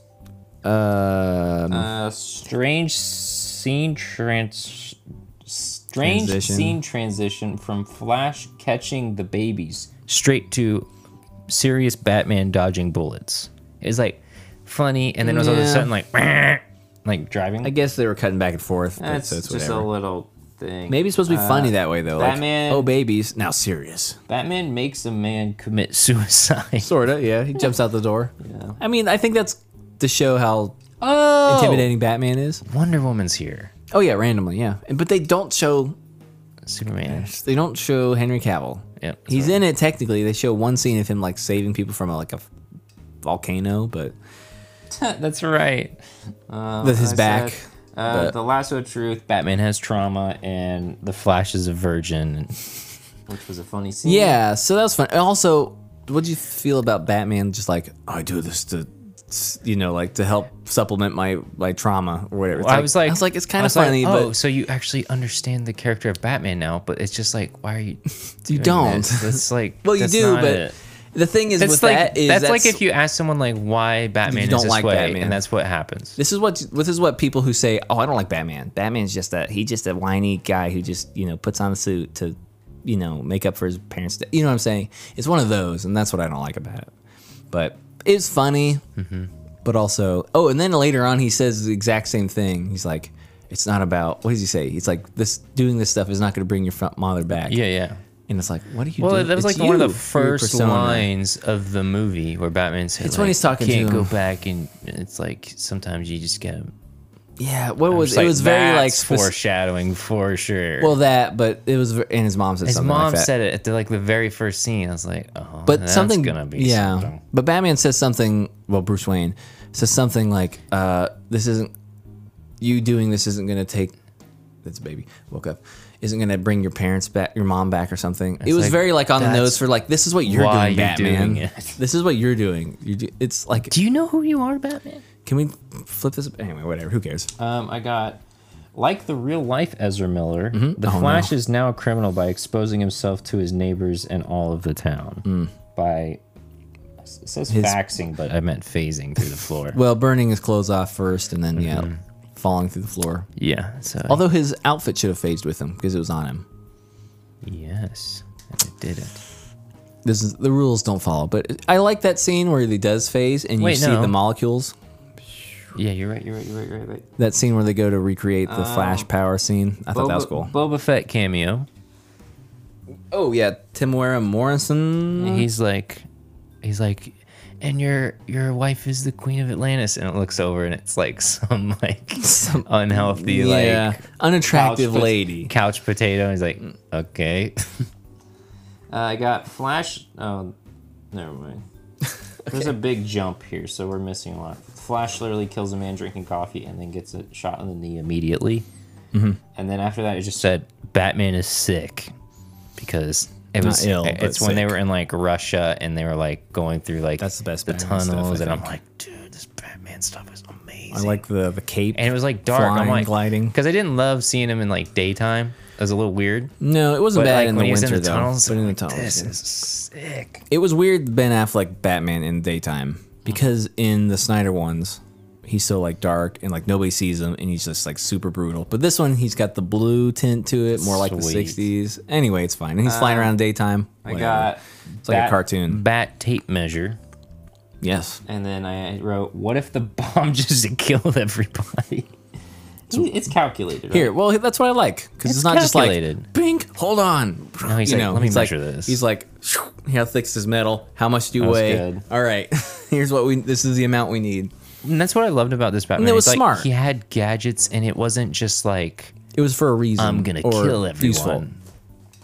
Speaker 1: Um,
Speaker 2: Uh, strange scene trans. Strange
Speaker 1: Transition.
Speaker 2: scene transition from Flash catching the babies straight to serious Batman dodging bullets. It's like funny, and then it was all of a
Speaker 1: Yeah.
Speaker 2: sudden like, "Meh," like driving.
Speaker 1: I guess they were cutting back and forth. But,
Speaker 2: That's
Speaker 1: so it's
Speaker 2: just
Speaker 1: whatever.
Speaker 2: a little thing.
Speaker 1: Maybe it's supposed to be funny that way though.
Speaker 2: Batman-
Speaker 1: Like, oh babies, now serious.
Speaker 2: Batman makes a man commit suicide.
Speaker 1: Sorta, yeah. He jumps out the door. Yeah. I mean, I think that's to show how
Speaker 2: Oh,
Speaker 1: intimidating Batman is.
Speaker 2: Wonder Woman's here.
Speaker 1: Oh yeah, randomly, yeah. And- But they don't show
Speaker 2: Superman.
Speaker 1: they don't show Henry Cavill.
Speaker 2: Yep, that's
Speaker 1: He's
Speaker 2: right.
Speaker 1: in it technically. They show one scene of him like saving people from like a volcano, but
Speaker 2: That's right.
Speaker 1: with his
Speaker 2: Oh, I
Speaker 1: back.
Speaker 2: said, uh, the lasso of truth. Batman has trauma, and the Flash is a virgin, which was a funny scene.
Speaker 1: Yeah, so that was fun. And also, what do you feel about Batman? Just like I do this to, you know, like to help supplement my my trauma or whatever. It's
Speaker 2: I was like,
Speaker 1: I was like, it's
Speaker 2: I
Speaker 1: kind of
Speaker 2: was like,
Speaker 1: funny,
Speaker 2: oh, so you actually understand the character of Batman now, but it's just like, why are you? doing
Speaker 1: don't.
Speaker 2: This? That's like,
Speaker 1: but well, you
Speaker 2: that's
Speaker 1: do.
Speaker 2: not
Speaker 1: But
Speaker 2: it.
Speaker 1: the thing is,
Speaker 2: That's
Speaker 1: with
Speaker 2: like
Speaker 1: that is
Speaker 2: that's, like if you ask someone like why Batman
Speaker 1: don't
Speaker 2: is this
Speaker 1: like
Speaker 2: way,
Speaker 1: Batman.
Speaker 2: and that's what happens.
Speaker 1: This is what this is what people who say, "Oh, I don't like Batman. Batman's just a he just a whiny guy who just you know puts on a suit to you know make up for his parents." death." You know what I'm saying? It's one of those, and that's what I don't like about it. But it's funny,
Speaker 2: Mm-hmm.
Speaker 1: but also oh, and then later on he says the exact same thing. He's like, "It's not about what does he say?" He's like, "This doing this stuff is not going to bring your fa- mother back."
Speaker 2: Yeah, yeah.
Speaker 1: and it's like, "What are you?"
Speaker 2: Well,
Speaker 1: doing?
Speaker 2: that was
Speaker 1: It's
Speaker 2: like one of
Speaker 1: you,
Speaker 2: the
Speaker 1: your
Speaker 2: first
Speaker 1: persona."
Speaker 2: lines of the movie where Batman said,
Speaker 1: It's when
Speaker 2: like,
Speaker 1: he's talking to
Speaker 2: can't go
Speaker 1: him.
Speaker 2: back," and it's like sometimes you just gotta
Speaker 1: Yeah, what was
Speaker 2: It's
Speaker 1: it? was very like
Speaker 2: "That's
Speaker 1: spec-
Speaker 2: foreshadowing for sure.
Speaker 1: Well, that, but it was, ver- and his mom said
Speaker 2: his
Speaker 1: something
Speaker 2: mom
Speaker 1: like that.
Speaker 2: said it at the, like the very first scene. I was like, oh,
Speaker 1: but
Speaker 2: that's
Speaker 1: something
Speaker 2: gonna be
Speaker 1: yeah
Speaker 2: something.
Speaker 1: but batman says something well bruce wayne says something like uh this isn't you doing this isn't gonna take. That's a baby woke up. Isn't gonna bring your parents back, your mom back or something. it was
Speaker 2: like,
Speaker 1: very like on the
Speaker 2: that's
Speaker 1: nose for like this is what you're
Speaker 2: why
Speaker 1: doing,
Speaker 2: you're
Speaker 1: Batman.
Speaker 2: doing it.
Speaker 1: This is what you're doing. You do, it's like
Speaker 2: Do you know who you are, Batman?
Speaker 1: can we flip this anyway? Whatever. Who cares?
Speaker 2: Um, I got like the real life Ezra Miller. The
Speaker 1: Oh,
Speaker 2: Flash
Speaker 1: no.
Speaker 2: is now a criminal by exposing himself to his neighbors and all of the town by it says
Speaker 1: His-
Speaker 2: faxing, but I meant phasing through the floor.
Speaker 1: Well, burning his clothes off first, and then yeah, falling through the floor.
Speaker 2: Mm-hmm. yeah. So
Speaker 1: Although his outfit should have phased with him because it was on him.
Speaker 2: yes, and it didn't.
Speaker 1: This is the rules don't follow, but I like that scene where he does phase and you
Speaker 2: Wait,
Speaker 1: see
Speaker 2: no.
Speaker 1: the molecules.
Speaker 2: Yeah, you're right. You're right. You're right. You're right. right.
Speaker 1: That scene where they go to recreate the flash power scene. I thought that was cool.
Speaker 2: Boba Fett cameo.
Speaker 1: Oh yeah, Tim Wareham Morrison.
Speaker 2: He's like, he's like, and your your wife is the queen of Atlantis, and it looks over and it's like some like
Speaker 1: Some-
Speaker 2: unhealthy
Speaker 1: yeah,
Speaker 2: like
Speaker 1: unattractive
Speaker 2: couch pot-
Speaker 1: lady.
Speaker 2: couch potato. He's like, "Mm, okay. uh, I got Flash. Oh, never mind. There's a big jump here, so we're missing a lot. Flash literally kills a man drinking coffee and then gets a shot in the knee immediately. And then after that, it just Mm-hmm. said Batman is sick because it
Speaker 1: Not
Speaker 2: was
Speaker 1: ill, but
Speaker 2: it's when they
Speaker 1: sick.
Speaker 2: were in like Russia and they were like going through like
Speaker 1: That's the best
Speaker 2: the
Speaker 1: Batman
Speaker 2: tunnels
Speaker 1: stuff, I
Speaker 2: and I'm
Speaker 1: think.
Speaker 2: like, dude, this Batman stuff is amazing
Speaker 1: I like the the cape.
Speaker 2: and it was like dark.
Speaker 1: flying,
Speaker 2: I'm like
Speaker 1: gliding.
Speaker 2: because I didn't love seeing him in like daytime. It was a little weird.
Speaker 1: No, it wasn't
Speaker 2: But
Speaker 1: bad
Speaker 2: like
Speaker 1: in
Speaker 2: when
Speaker 1: the
Speaker 2: he was
Speaker 1: winter
Speaker 2: in the
Speaker 1: though.
Speaker 2: tunnels,
Speaker 1: but in the
Speaker 2: like,
Speaker 1: tunnels,
Speaker 2: this
Speaker 1: yeah.
Speaker 2: is sick.
Speaker 1: it was weird. Ben Affleck Batman in daytime because in the Snyder ones, he's so like dark and like nobody sees him, and he's just like super brutal. But this one, he's got the blue tint to it, more like
Speaker 2: Sweet.
Speaker 1: the '60s. Anyway, it's fine. And he's flying around daytime.
Speaker 2: Um, I
Speaker 1: Whatever.
Speaker 2: got
Speaker 1: It's like a cartoon.
Speaker 2: bat tape measure,
Speaker 1: Yes.
Speaker 2: and then I wrote, "What if the bomb just killed everybody?" He- it's calculated. Right?
Speaker 1: Here, well, that's what I like because it's,
Speaker 2: It's
Speaker 1: not just
Speaker 2: calculated.
Speaker 1: like bink. Hold on,
Speaker 2: No, he's
Speaker 1: you
Speaker 2: like,
Speaker 1: know,
Speaker 2: "Let me
Speaker 1: he's
Speaker 2: measure
Speaker 1: like,
Speaker 2: this."
Speaker 1: He's like, "Shoo, how thick's this metal? How much do you
Speaker 2: That was
Speaker 1: weigh?
Speaker 2: good.
Speaker 1: All right, here's what we. This is the amount we need.
Speaker 2: and that's what I loved about this Batman.
Speaker 1: it
Speaker 2: It's
Speaker 1: was
Speaker 2: like,
Speaker 1: smart.
Speaker 2: He had gadgets, and it wasn't just like
Speaker 1: It was for a reason.
Speaker 2: I'm gonna
Speaker 1: Mm, or
Speaker 2: kill everyone.
Speaker 1: useful.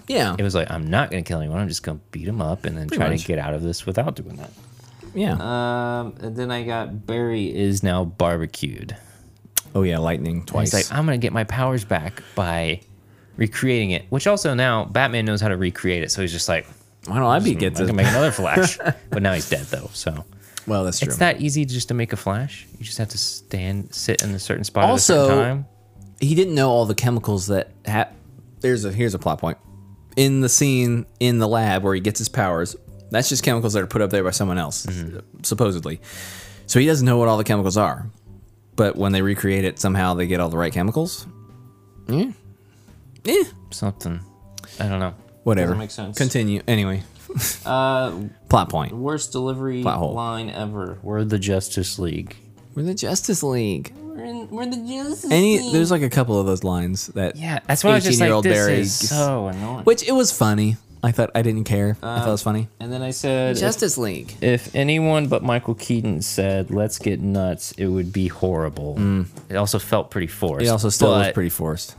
Speaker 1: Yeah,
Speaker 2: It was like I'm not gonna kill anyone. I'm just gonna beat him up, and then try
Speaker 1: much.
Speaker 2: to get out of this without doing that.
Speaker 1: yeah.
Speaker 2: Um, and then I got Barry is now barbecued.
Speaker 1: oh yeah, lightning twice.
Speaker 2: He's like, I'm gonna get my powers back by recreating it. Which also now Batman knows how to recreate it, so he's just like,
Speaker 1: Why don't Mm-hmm. I be get
Speaker 2: I
Speaker 1: this?
Speaker 2: can make another Flash. but now he's dead though, so
Speaker 1: well, that's true.
Speaker 2: it's that easy just to make a Flash. You just have to stand, sit in a certain spot at
Speaker 1: Also-
Speaker 2: a certain time.
Speaker 1: he didn't know all the chemicals that ha- there's a here's a plot point in the scene in the lab where he gets his powers that's just chemicals that are put up there by someone else Mm-hmm. supposedly so he doesn't know what all the chemicals are but when they recreate it somehow they get all the right chemicals yeah yeah
Speaker 2: Something. I don't know.
Speaker 1: whatever
Speaker 2: Doesn't make sense. Uh,
Speaker 1: continue anyway plot point
Speaker 2: Worst delivery
Speaker 1: Plot hole.
Speaker 2: line ever. We're the Justice League.
Speaker 1: we're the justice league
Speaker 2: We're, in, we're the Justice
Speaker 1: any there's like a couple of those lines that
Speaker 2: yeah, that's why I was just like,
Speaker 1: 18-year-old
Speaker 2: this
Speaker 1: Barry
Speaker 2: is
Speaker 1: gets-
Speaker 2: so annoying.
Speaker 1: which it was funny i thought i didn't care i thought it was funny
Speaker 2: and then I said, if
Speaker 1: Um, league
Speaker 2: If anyone but Michael Keaton said "Let's get nuts," it would be horrible. Mm. It also felt pretty forced.
Speaker 1: It also still was
Speaker 2: but-
Speaker 1: pretty forced.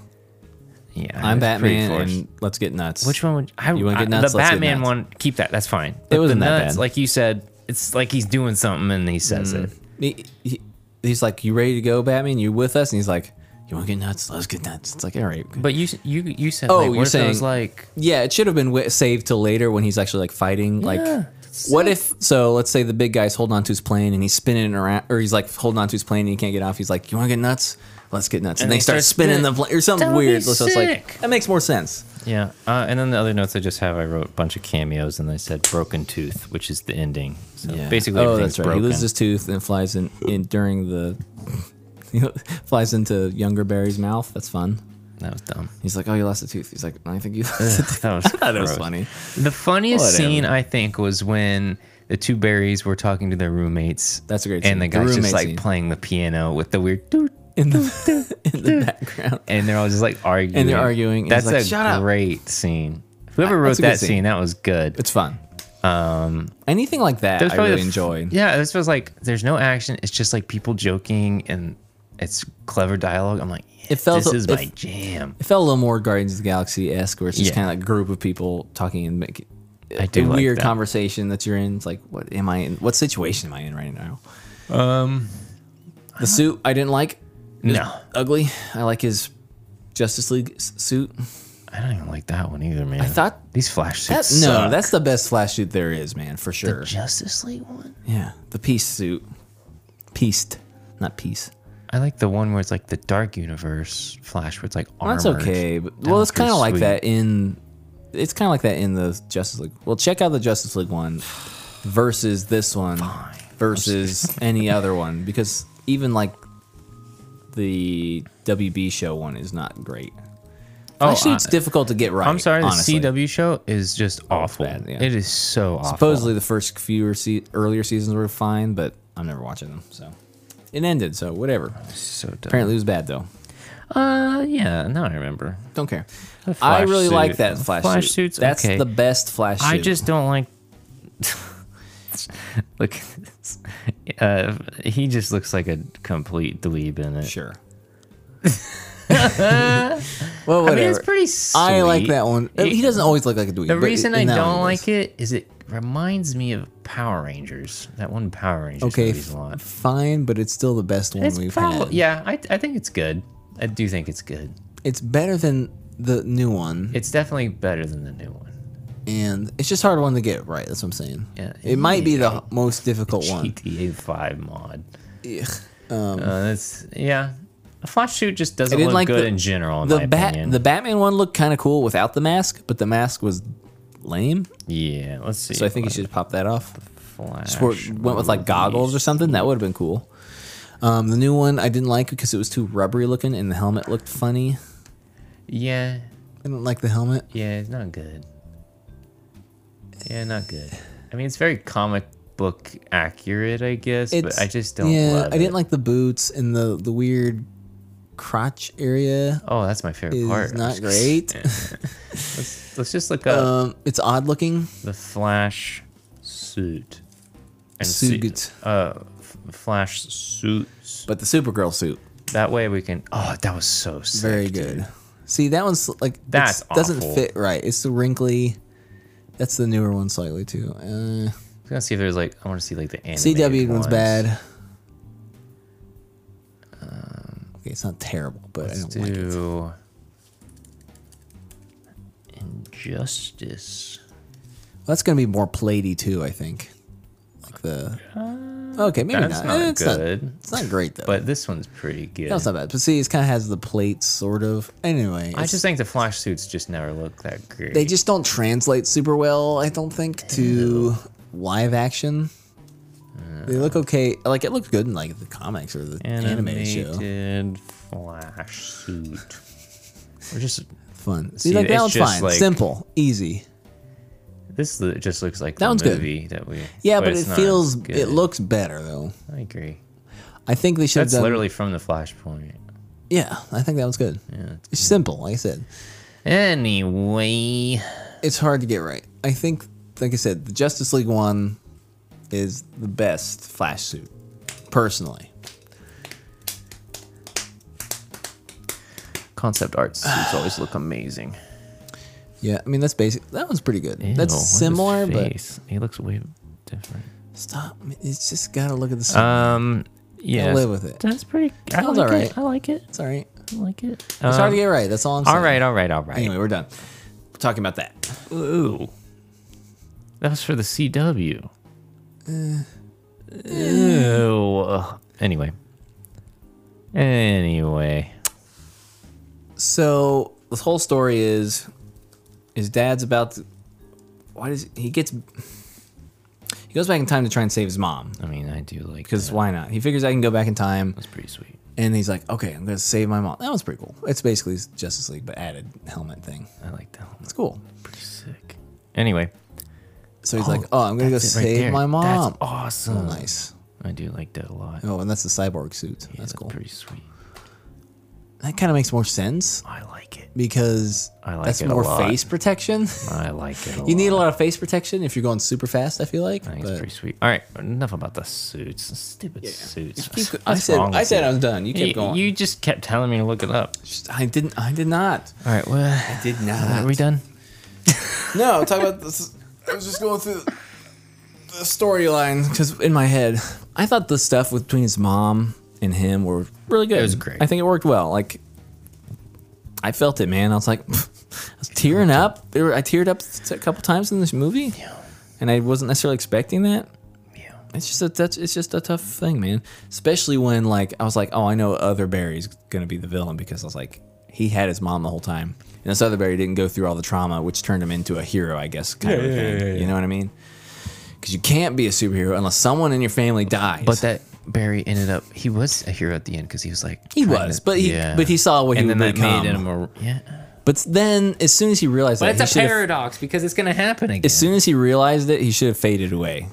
Speaker 2: Yeah,
Speaker 1: I'm
Speaker 2: it was pretty
Speaker 1: Batman,
Speaker 2: forced.
Speaker 1: and let's get nuts.
Speaker 2: Which one would I?
Speaker 1: You wanna get
Speaker 2: I-
Speaker 1: nuts?
Speaker 2: The
Speaker 1: Let's get
Speaker 2: Batman
Speaker 1: nuts.
Speaker 2: one. Keep that. That's fine. But
Speaker 1: wasn't
Speaker 2: the
Speaker 1: that
Speaker 2: nuts,
Speaker 1: bad. Mm.
Speaker 2: Like you said, it's like he's doing something and he says it.
Speaker 1: He, he- he's like, "You ready to go, Batman? You with us?" And he's like, "You want to get nuts? Let's get nuts." It's like, all right.
Speaker 2: But you you you said
Speaker 1: Oh,
Speaker 2: like,
Speaker 1: you're
Speaker 2: what if it was
Speaker 1: saying-
Speaker 2: like
Speaker 1: yeah, it should have been wi- saved till later when he's actually like fighting. like, what if? So let's say the big guy's holding onto his plane and he's spinning it around, or he's like holding onto his plane and he can't get off. He's like, "You want to get nuts?" Let's get nuts, and, they, start, spinning the plane or something
Speaker 2: That would be
Speaker 1: weird. So it's like
Speaker 2: sick.
Speaker 1: that makes more sense.
Speaker 2: yeah. Uh, and then the other notes I just have, I wrote a bunch of cameos and I said "Broken Tooth," which is the ending. So basically,
Speaker 1: oh,
Speaker 2: everything's
Speaker 1: that's right.
Speaker 2: broken.
Speaker 1: He loses his tooth and flies in, in during the flies into younger Barry's mouth. That's fun.
Speaker 2: that was dumb.
Speaker 1: He's like, "Oh, you lost a tooth." He's like, "I think you lost a tooth."
Speaker 2: That was,
Speaker 1: I thought it was
Speaker 2: gross.
Speaker 1: funny.
Speaker 2: The funniest
Speaker 1: Whatever.
Speaker 2: scene I think was when the two berries were talking to their roommates.
Speaker 1: That's a great scene.
Speaker 2: And the
Speaker 1: The
Speaker 2: guy's
Speaker 1: roommate
Speaker 2: just like
Speaker 1: scene.
Speaker 2: playing the piano with the weird doot,
Speaker 1: In the, in the background,
Speaker 2: and they're all just like arguing.
Speaker 1: And they're arguing, and he's
Speaker 2: That's
Speaker 1: like,
Speaker 2: a
Speaker 1: "Shut up."
Speaker 2: great scene. Whoever
Speaker 1: That's
Speaker 2: wrote
Speaker 1: a good
Speaker 2: that
Speaker 1: scene.
Speaker 2: scene. that was good.
Speaker 1: it's fun. Um, anything like that,
Speaker 2: That was
Speaker 1: I
Speaker 2: probably
Speaker 1: really
Speaker 2: the f-
Speaker 1: enjoyed.
Speaker 2: Yeah, this was like there's no action. It's just like people joking and it's clever dialogue. I'm like,
Speaker 1: It felt-
Speaker 2: this is
Speaker 1: it-
Speaker 2: my jam.
Speaker 1: It felt a little more Guardians of the Galaxy esque, where it's just
Speaker 2: Yeah.
Speaker 1: kind of like a group of people talking and making
Speaker 2: I
Speaker 1: a
Speaker 2: do like
Speaker 1: weird
Speaker 2: that.
Speaker 1: conversation that you're in. It's like, what am I in? What situation am I in right now? Um, the suit I didn't like.
Speaker 2: No,
Speaker 1: Ugly. I like his Justice League s- suit.
Speaker 2: I don't even like that one either, man.
Speaker 1: I thought
Speaker 2: these flash
Speaker 1: that,
Speaker 2: suits.
Speaker 1: no,
Speaker 2: suck.
Speaker 1: that's the best flash suit there is, man, for sure.
Speaker 2: Justice League one.
Speaker 1: yeah, the peace suit. Peaced, not peace.
Speaker 2: I like the one where it's like the Dark Universe Flash, where it's like armor.
Speaker 1: That's okay, but well, it's kind of like that in. It's kind of like that in the Justice League. Well, check out the Justice League one versus this one versus any other one because even like the WB show one is not great.
Speaker 2: Oh,
Speaker 1: Actually,
Speaker 2: I-
Speaker 1: it's difficult to get right.
Speaker 2: I'm sorry,
Speaker 1: honestly. Oh,
Speaker 2: the CW show is just awful.
Speaker 1: bad, yeah.
Speaker 2: It is so awful.
Speaker 1: Supposedly, the first few se- earlier seasons were fine, but I'm never watching them. So it ended. So whatever.
Speaker 2: so dumb.
Speaker 1: Apparently, it was bad though.
Speaker 2: Uh, yeah. Now I remember.
Speaker 1: Don't care.
Speaker 2: The
Speaker 1: I
Speaker 2: Flash
Speaker 1: really like
Speaker 2: suit.
Speaker 1: that flash,
Speaker 2: Flash
Speaker 1: suit.
Speaker 2: suit's
Speaker 1: That's
Speaker 2: okay.
Speaker 1: the best flash.
Speaker 2: I
Speaker 1: suit.
Speaker 2: just don't like. Look, uh, he just looks like a complete dweeb in it.
Speaker 1: Sure. well,
Speaker 2: I
Speaker 1: whatever.
Speaker 2: mean, it's pretty. Sweet.
Speaker 1: I like that one.
Speaker 2: It-
Speaker 1: he doesn't always look like a dweeb.
Speaker 2: The reason I don't like it is it reminds me of Power Rangers. That one Power Rangers
Speaker 1: Okay,
Speaker 2: movie's a lot.
Speaker 1: fine, but it's still the best one
Speaker 2: It's
Speaker 1: we've
Speaker 2: prob-
Speaker 1: had.
Speaker 2: yeah, I, I think it's good. I do think it's good.
Speaker 1: It's better than the new one,
Speaker 2: It's definitely better than the new one.
Speaker 1: and it's just a hard one to get right. That's what I'm saying.
Speaker 2: Yeah.
Speaker 1: it might be the most difficult one. Um,
Speaker 2: GTA 5 mod. Uh, that's yeah. A flash suit just doesn't
Speaker 1: didn't
Speaker 2: look
Speaker 1: like
Speaker 2: good
Speaker 1: the-
Speaker 2: in general. In
Speaker 1: the
Speaker 2: my
Speaker 1: bat,
Speaker 2: opinion.
Speaker 1: the Batman one looked kind of cool without the mask, but the mask was lame.
Speaker 2: yeah. Let's see.
Speaker 1: So I think you
Speaker 2: what
Speaker 1: should pop that off.
Speaker 2: Flash
Speaker 1: Sport went with like goggles or something. That would have been cool. Um, the new one I didn't like because it was too rubbery looking and the helmet looked funny.
Speaker 2: Yeah.
Speaker 1: I didn't like the helmet.
Speaker 2: Yeah. It's not good. Yeah, not good. I mean, it's very comic book accurate, I guess,
Speaker 1: It's,
Speaker 2: but I just don't.
Speaker 1: Yeah,
Speaker 2: love
Speaker 1: I didn't
Speaker 2: it.
Speaker 1: like the boots and the the weird crotch area
Speaker 2: Oh, that's my favorite
Speaker 1: is
Speaker 2: part.
Speaker 1: not great.
Speaker 2: Let's just look up
Speaker 1: um, it's odd looking.
Speaker 2: the Flash suit. And
Speaker 1: Suit.
Speaker 2: uh, f- Flash suits.
Speaker 1: But the Supergirl suit,
Speaker 2: That way we can. Oh, that was so sick.
Speaker 1: very good. See that one's like
Speaker 2: That's
Speaker 1: it's- doesn't
Speaker 2: awful.
Speaker 1: fit right. It's the wrinkly. That's the newer one slightly too. Uh,
Speaker 2: I was gonna see if there's like I want to see like the animated
Speaker 1: CW one's
Speaker 2: ones.
Speaker 1: bad. Um, okay, it's not terrible, but I
Speaker 2: Let's
Speaker 1: don't like it.
Speaker 2: do Injustice.
Speaker 1: That's gonna be more platey too, I think. Like the okay, maybe
Speaker 2: That's
Speaker 1: not.
Speaker 2: not
Speaker 1: Eh, it's
Speaker 2: good.
Speaker 1: Not, it's not great though.
Speaker 2: But this one's pretty good.
Speaker 1: that's not bad. But see, it kind of has the plates, sort of. Anyway,
Speaker 2: I
Speaker 1: it's-
Speaker 2: just think the Flash suits just never look that great.
Speaker 1: they just don't translate super well. I don't think to live action. They look okay. Like it looked good in like the comics or the animated, show.
Speaker 2: animated Flash suit. We're just
Speaker 1: Fun. See,
Speaker 2: See,
Speaker 1: like that
Speaker 2: it's
Speaker 1: one's
Speaker 2: just,
Speaker 1: fine.
Speaker 2: like-
Speaker 1: Simple, easy.
Speaker 2: this li- just looks like
Speaker 1: That
Speaker 2: the
Speaker 1: one's good.
Speaker 2: movie that we.
Speaker 1: Yeah, but,
Speaker 2: it's
Speaker 1: it
Speaker 2: not
Speaker 1: feels
Speaker 2: good.
Speaker 1: it looks better though.
Speaker 2: I agree.
Speaker 1: I think they should have
Speaker 2: That's
Speaker 1: done.
Speaker 2: literally from the Flashpoint.
Speaker 1: yeah, I think that was good. Yeah, it's simple. Like I said,
Speaker 2: Anyway,
Speaker 1: it's hard to get right. I think, like I said, the Justice League one is the best Flash suit, personally.
Speaker 2: concept art suits always look amazing.
Speaker 1: Yeah, I mean that's basic. That one's pretty good. that's similar, but
Speaker 2: he looks way different.
Speaker 1: stop. It's just gotta look at the. suit.
Speaker 2: Um, yeah,
Speaker 1: live with it.
Speaker 2: That's pretty. I
Speaker 1: Sounds
Speaker 2: like
Speaker 1: all right.
Speaker 2: it. I like it.
Speaker 1: it's all right.
Speaker 2: I like it. It's
Speaker 1: It's hard to get right. That's all I'm saying.
Speaker 2: Um, All right, all right, all right.
Speaker 1: Anyway, we're done. We're talking about that.
Speaker 2: Ooh, that was for the CW. Ew. Anyway. Anyway.
Speaker 1: So the whole story is his dad's about to why does he gets he goes back in time to try and save his mom
Speaker 2: I mean, I do like
Speaker 1: because
Speaker 2: that.
Speaker 1: why not he figures i can go back in time
Speaker 2: It's pretty sweet.
Speaker 1: and he's like okay i'm gonna save my mom that one's pretty cool it's basically justice league but added helmet thing
Speaker 2: I like that. one.
Speaker 1: it's cool
Speaker 2: Pretty sick. Anyway,
Speaker 1: so he's like oh i'm gonna go
Speaker 2: that's it right
Speaker 1: save
Speaker 2: there.
Speaker 1: my mom
Speaker 2: That's awesome.
Speaker 1: oh, nice
Speaker 2: I do like that a lot.
Speaker 1: oh and that's the cyborg suit that's cool
Speaker 2: Pretty sweet.
Speaker 1: that kind of makes more sense
Speaker 2: I like it.
Speaker 1: because
Speaker 2: I like
Speaker 1: that's
Speaker 2: it a
Speaker 1: more
Speaker 2: lot.
Speaker 1: face protection
Speaker 2: I like it. A
Speaker 1: you
Speaker 2: lot.
Speaker 1: need a lot of face protection if you're going super fast i feel like
Speaker 2: I think
Speaker 1: but-
Speaker 2: it's pretty sweet. All right, enough about the suits. Stupid suits.
Speaker 1: Keep go- I
Speaker 2: What's
Speaker 1: said
Speaker 2: wrong
Speaker 1: I
Speaker 2: with
Speaker 1: said
Speaker 2: you?
Speaker 1: I was done. You kept
Speaker 2: You-
Speaker 1: going.
Speaker 2: You just kept telling me to look it up.
Speaker 1: I didn't. I did not.
Speaker 2: All right, well,
Speaker 1: Did
Speaker 2: are we done?
Speaker 1: No, talk about this. I was just going through the storyline because in my head, I thought the stuff with between his mom and him were really good. It
Speaker 2: was great.
Speaker 1: I think it worked well. Like, I felt it, man. I was like, I was tearing up. There were- I teared up a couple times in this movie, and I wasn't necessarily expecting that.
Speaker 2: Yeah.
Speaker 1: It's just a that's it's just a tough thing, man. Especially when like I was like, oh, I know other Barry's gonna be the villain because I was like, he had his mom the whole time, and this other Barry didn't go through all the trauma, which turned him into a hero, I guess, kind of a thing. You know what I mean? Because you can't be a superhero unless someone in your family dies.
Speaker 2: But that Barry ended up he was a hero at the end because he was like
Speaker 1: he
Speaker 2: trying
Speaker 1: was,
Speaker 2: to-
Speaker 1: but he
Speaker 2: Yeah.
Speaker 1: but he saw what
Speaker 2: and
Speaker 1: he
Speaker 2: then
Speaker 1: would
Speaker 2: that
Speaker 1: become.
Speaker 2: made him a yeah.
Speaker 1: but then as soon as he realized
Speaker 2: But
Speaker 1: that,
Speaker 2: it's
Speaker 1: he
Speaker 2: a
Speaker 1: should've-
Speaker 2: paradox because it's gonna happen again.
Speaker 1: as soon as he realized it, he should have faded away.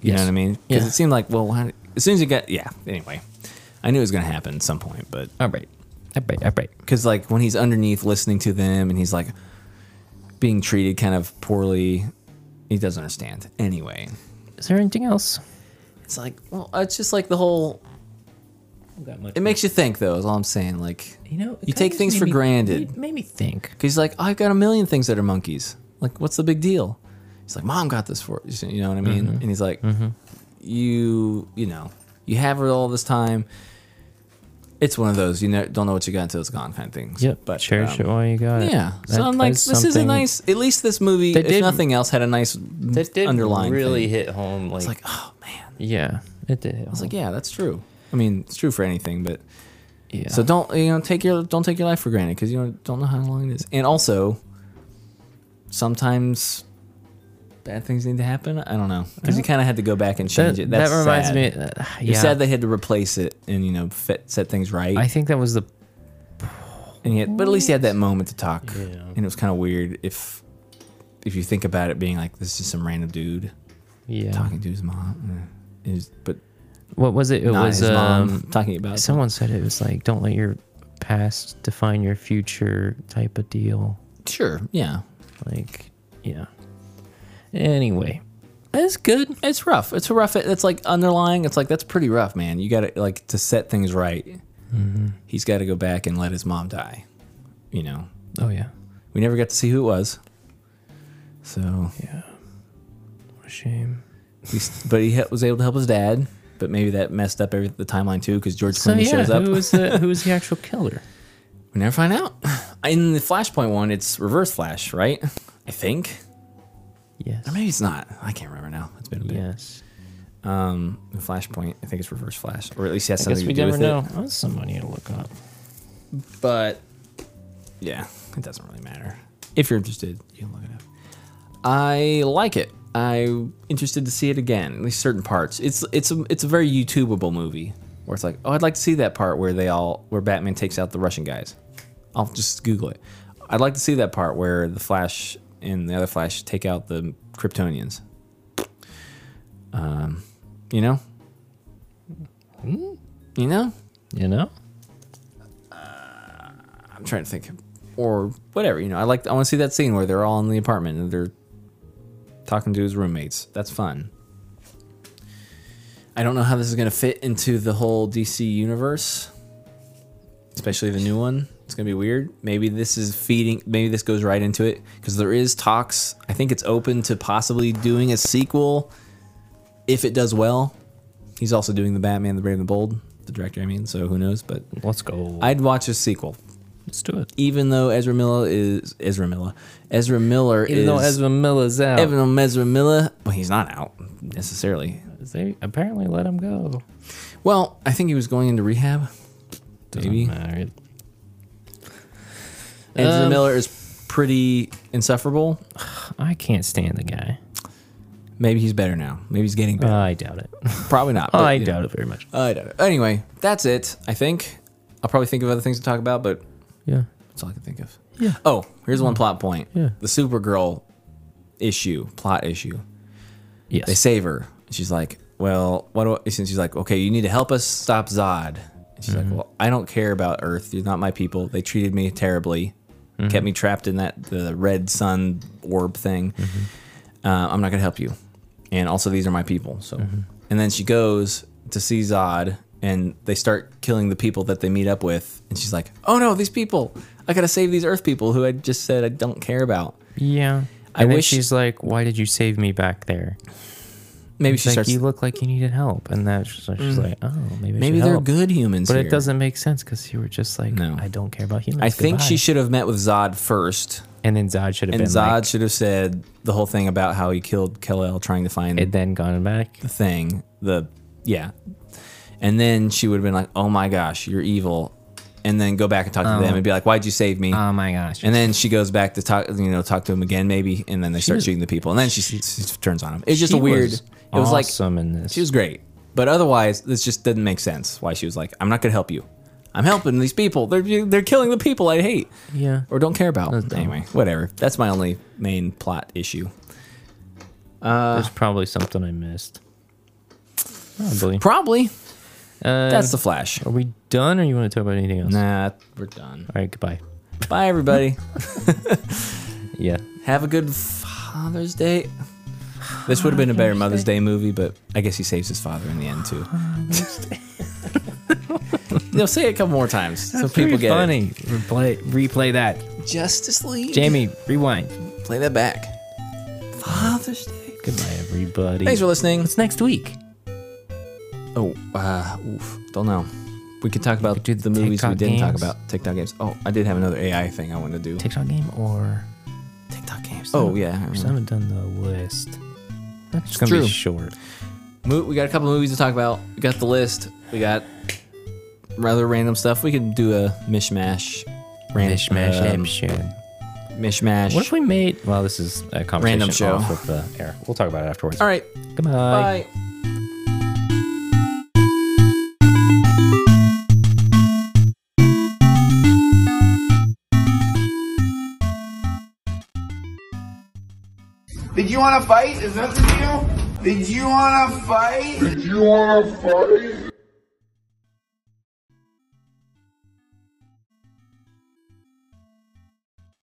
Speaker 1: You
Speaker 2: Yes.
Speaker 1: know what I mean? Because
Speaker 2: Yeah.
Speaker 1: it seemed like, well, why, as soon as he got, yeah. Anyway, I knew it was going to happen at some point, but
Speaker 2: all right, all right, all right.
Speaker 1: because like when he's underneath listening to them and he's like being treated kind of poorly, he doesn't understand. Anyway,
Speaker 2: Is there anything else?
Speaker 1: it's like, well, it's just like the whole. It makes you think, though. Is all I'm saying. Like,
Speaker 2: you know
Speaker 1: you take things for granted.
Speaker 2: Made me think.
Speaker 1: Because he's like, "Oh, I've got a million things that are monkeys. Like, what's the big deal? He's like, Mom got this for you. You know what I mean?
Speaker 2: Mm-hmm.
Speaker 1: And he's like, You, you know, you have her all this time. It's one of those you know, don't know what you got until it's gone kind of things.
Speaker 2: Yep,
Speaker 1: but
Speaker 2: but cherish
Speaker 1: um,
Speaker 2: it while you got it.
Speaker 1: Yeah,
Speaker 2: That-
Speaker 1: so I'm like,
Speaker 2: that's
Speaker 1: this is a
Speaker 2: something
Speaker 1: nice. At least this movie,
Speaker 2: That
Speaker 1: if
Speaker 2: did-
Speaker 1: nothing else, had a nice
Speaker 2: that did
Speaker 1: underlying.
Speaker 2: really
Speaker 1: thing.
Speaker 2: hit home. Like,
Speaker 1: It's like, oh man.
Speaker 2: yeah, it did. Hit
Speaker 1: I was like, yeah, that's true. I mean, it's true for anything, but
Speaker 2: yeah.
Speaker 1: so don't you know take your don't take your life for granted because you don't don't know how long it is. And also, sometimes bad things need to happen. I don't know because you kind of had to go back and change
Speaker 2: that,
Speaker 1: it.
Speaker 2: that
Speaker 1: That's
Speaker 2: reminds
Speaker 1: sad.
Speaker 2: me. Uh, yeah,
Speaker 1: It's sad they had to replace it and you know fit, set things right.
Speaker 2: I think that was the
Speaker 1: and yet, but at least you had that moment to talk.
Speaker 2: Yeah.
Speaker 1: And it was kind of weird if if you think about it being like this is some random dude
Speaker 2: yeah.
Speaker 1: talking to his mom. eh, Is but
Speaker 2: What was it? It
Speaker 1: not
Speaker 2: was
Speaker 1: his mom
Speaker 2: um.
Speaker 1: talking about
Speaker 2: Someone said it was like, don't let your past define your future type of deal.
Speaker 1: Sure, yeah.
Speaker 2: Like, yeah. Anyway,
Speaker 1: It's good. It's rough. It's a rough. It's like underlying. It's like that's pretty rough, man. You got to like to set things right.
Speaker 2: Mm-hmm.
Speaker 1: He's got to go back and let his mom die. You know,
Speaker 2: oh yeah,
Speaker 1: we never got to see who it was. So,
Speaker 2: what a shame.
Speaker 1: he s- but he he- was able to help his dad. But maybe that messed up every, the timeline too because George
Speaker 2: So
Speaker 1: Clooney
Speaker 2: yeah,
Speaker 1: shows up.
Speaker 2: who was the who was the actual killer?
Speaker 1: we never find out. In the Flashpoint one, it's Reverse Flash, right? I think.
Speaker 2: Yes.
Speaker 1: Or maybe it's not. I can't remember now. It's been a bit.
Speaker 2: yes.
Speaker 1: Um, the Flashpoint. I think it's Reverse Flash, or at least he has
Speaker 2: I guess
Speaker 1: something
Speaker 2: we
Speaker 1: to do
Speaker 2: never
Speaker 1: with
Speaker 2: know.
Speaker 1: it.
Speaker 2: That's somebody to look up.
Speaker 1: but yeah, it doesn't really matter. If you're interested, you can look it up. I like it. I'm interested to see it again, at least certain parts. It's it's a it's a very YouTubeable movie where it's like, oh, I'd like to see that part where they all where Batman takes out the Russian guys. I'll just Google it. I'd like to see that part where the Flash and the other Flash take out the Kryptonians. Um, you know, you know,
Speaker 2: You know?
Speaker 1: I'm trying to think, or whatever. You know, I like. I want to see that scene where they're all in the apartment and they're talking to his roommates. That's fun. I don't know how this is going to fit into the whole DC universe, especially the new one. It's going to be weird. Maybe this is feeding. Maybe this goes right into it because there is talks. I think it's open to possibly doing a sequel if it does well. He's also doing the Batman, the Brave and the Bold, the director. I mean, so who knows? But
Speaker 2: Let's go.
Speaker 1: I'd watch a sequel
Speaker 2: Let's do it.
Speaker 1: even though Ezra Miller is Ezra Miller, Ezra Miller
Speaker 2: Even
Speaker 1: is
Speaker 2: though Ezra Miller's out,
Speaker 1: even though Ezra Miller, well, he's not out necessarily.
Speaker 2: they apparently let him go.
Speaker 1: Well, I think he was going into rehab. Maybe
Speaker 2: matter.
Speaker 1: Ezra
Speaker 2: Um,
Speaker 1: Miller is pretty insufferable.
Speaker 2: I can't stand the guy.
Speaker 1: Maybe he's better now. Maybe he's getting better.
Speaker 2: I doubt it.
Speaker 1: Probably not. but,
Speaker 2: Uh, I
Speaker 1: you know.
Speaker 2: doubt it very much.
Speaker 1: I doubt it. Anyway, that's it. I think I'll probably think of other things to talk about, but
Speaker 2: Yeah.
Speaker 1: That's all I can think of.
Speaker 2: Yeah.
Speaker 1: Oh, here's one plot point.
Speaker 2: Yeah.
Speaker 1: The Supergirl issue, plot issue.
Speaker 2: Yes.
Speaker 1: They save her. She's like, well, what do I, since she's like, okay, you need to help us stop Zod. And she's
Speaker 2: Mm-hmm.
Speaker 1: like, well, I don't care about Earth. You're not my people. They treated me terribly,
Speaker 2: Mm-hmm.
Speaker 1: kept me trapped in that the red sun orb thing.
Speaker 2: Mm-hmm.
Speaker 1: Uh, I'm not gonna help you. And also, these are my people. So, and then she goes to see Zod, and they start killing the people that they meet up with. And she's like, oh no, these people! I gotta save these Earth people who I just said I don't care about.
Speaker 2: yeah.
Speaker 1: I
Speaker 2: And then
Speaker 1: wish-
Speaker 2: she's like, "Why did you save me back there?"
Speaker 1: maybe
Speaker 2: It's
Speaker 1: she
Speaker 2: like,
Speaker 1: starts. Mm.
Speaker 2: you look like you needed help, and that's just like, she's like, oh, maybe I
Speaker 1: maybe
Speaker 2: should
Speaker 1: they're
Speaker 2: help.
Speaker 1: good humans,
Speaker 2: But it
Speaker 1: here.
Speaker 2: doesn't make sense because you were just like,
Speaker 1: No.
Speaker 2: I don't care about humans.
Speaker 1: I think she
Speaker 2: goodbye."
Speaker 1: should have met with Zod first,
Speaker 2: And then Zod should have
Speaker 1: and
Speaker 2: been
Speaker 1: Zod
Speaker 2: like,
Speaker 1: should have said the whole thing about how he killed Kal El trying to find
Speaker 2: and then gone back.
Speaker 1: the thing. The yeah, and then she would have been like, "Oh my gosh, you're evil," and then go back and talk to them and be like, "Why'd you save me?"
Speaker 2: Oh my gosh.
Speaker 1: and then she goes back to talk, you know, talk to him again, maybe, and then they start shooting the people, and then she, s s- turns on him. It's just a
Speaker 2: She
Speaker 1: weird.
Speaker 2: Was
Speaker 1: it was like
Speaker 2: awesome in this.
Speaker 1: she was great, but otherwise, this just didn't make sense. Why she was like, "I'm not gonna help you. I'm helping these people. They're they're killing the people I hate
Speaker 2: yeah.
Speaker 1: or don't care about."
Speaker 2: dumb.
Speaker 1: Anyway, whatever. That's my only main plot issue.
Speaker 2: There's probably something I missed. Probably.
Speaker 1: Probably
Speaker 2: Uh,
Speaker 1: that's the Flash.
Speaker 2: Are we done, or you want to talk about anything else?
Speaker 1: Nah, we're done.
Speaker 2: All right. Goodbye.
Speaker 1: Bye, everybody.
Speaker 2: Yeah.
Speaker 1: Have a good Father's Day. This would have been a better Mother's Day movie, but I guess he saves his father in the end too. no, say it a couple more times so people get
Speaker 2: funny. Replay, replay that.
Speaker 1: it. Justice League.
Speaker 2: Jamie, rewind.
Speaker 1: play that back. Father's Day.
Speaker 2: Goodbye, everybody.
Speaker 1: Thanks for listening.
Speaker 2: What's next week?
Speaker 1: Oh, uh, oof, don't know. We could talk about
Speaker 2: could do
Speaker 1: the,
Speaker 2: the
Speaker 1: movies we
Speaker 2: TikTok
Speaker 1: didn't talk
Speaker 2: games.
Speaker 1: about. TikTok games. Oh, I did have another AI thing I wanted to do.
Speaker 2: TikTok game or?
Speaker 1: TikTok games. Oh yeah. I
Speaker 2: I
Speaker 1: remember.
Speaker 2: haven't done the list. That's gonna
Speaker 1: true.
Speaker 2: be short.
Speaker 1: Mo- we got a couple movies to talk about. We got the list. We got rather random stuff. We could do a mishmash. Ran-
Speaker 2: Mishmash
Speaker 1: um,
Speaker 2: episode.
Speaker 1: mishmash.
Speaker 2: What if we made? Well, this is a conversation
Speaker 1: Random show.
Speaker 2: off of the air. We'll talk about it afterwards.
Speaker 1: All right.
Speaker 2: Goodbye.
Speaker 1: Bye.
Speaker 7: Did you want to fight? Is that the deal? Did you want to fight?
Speaker 8: Did you wanna fight?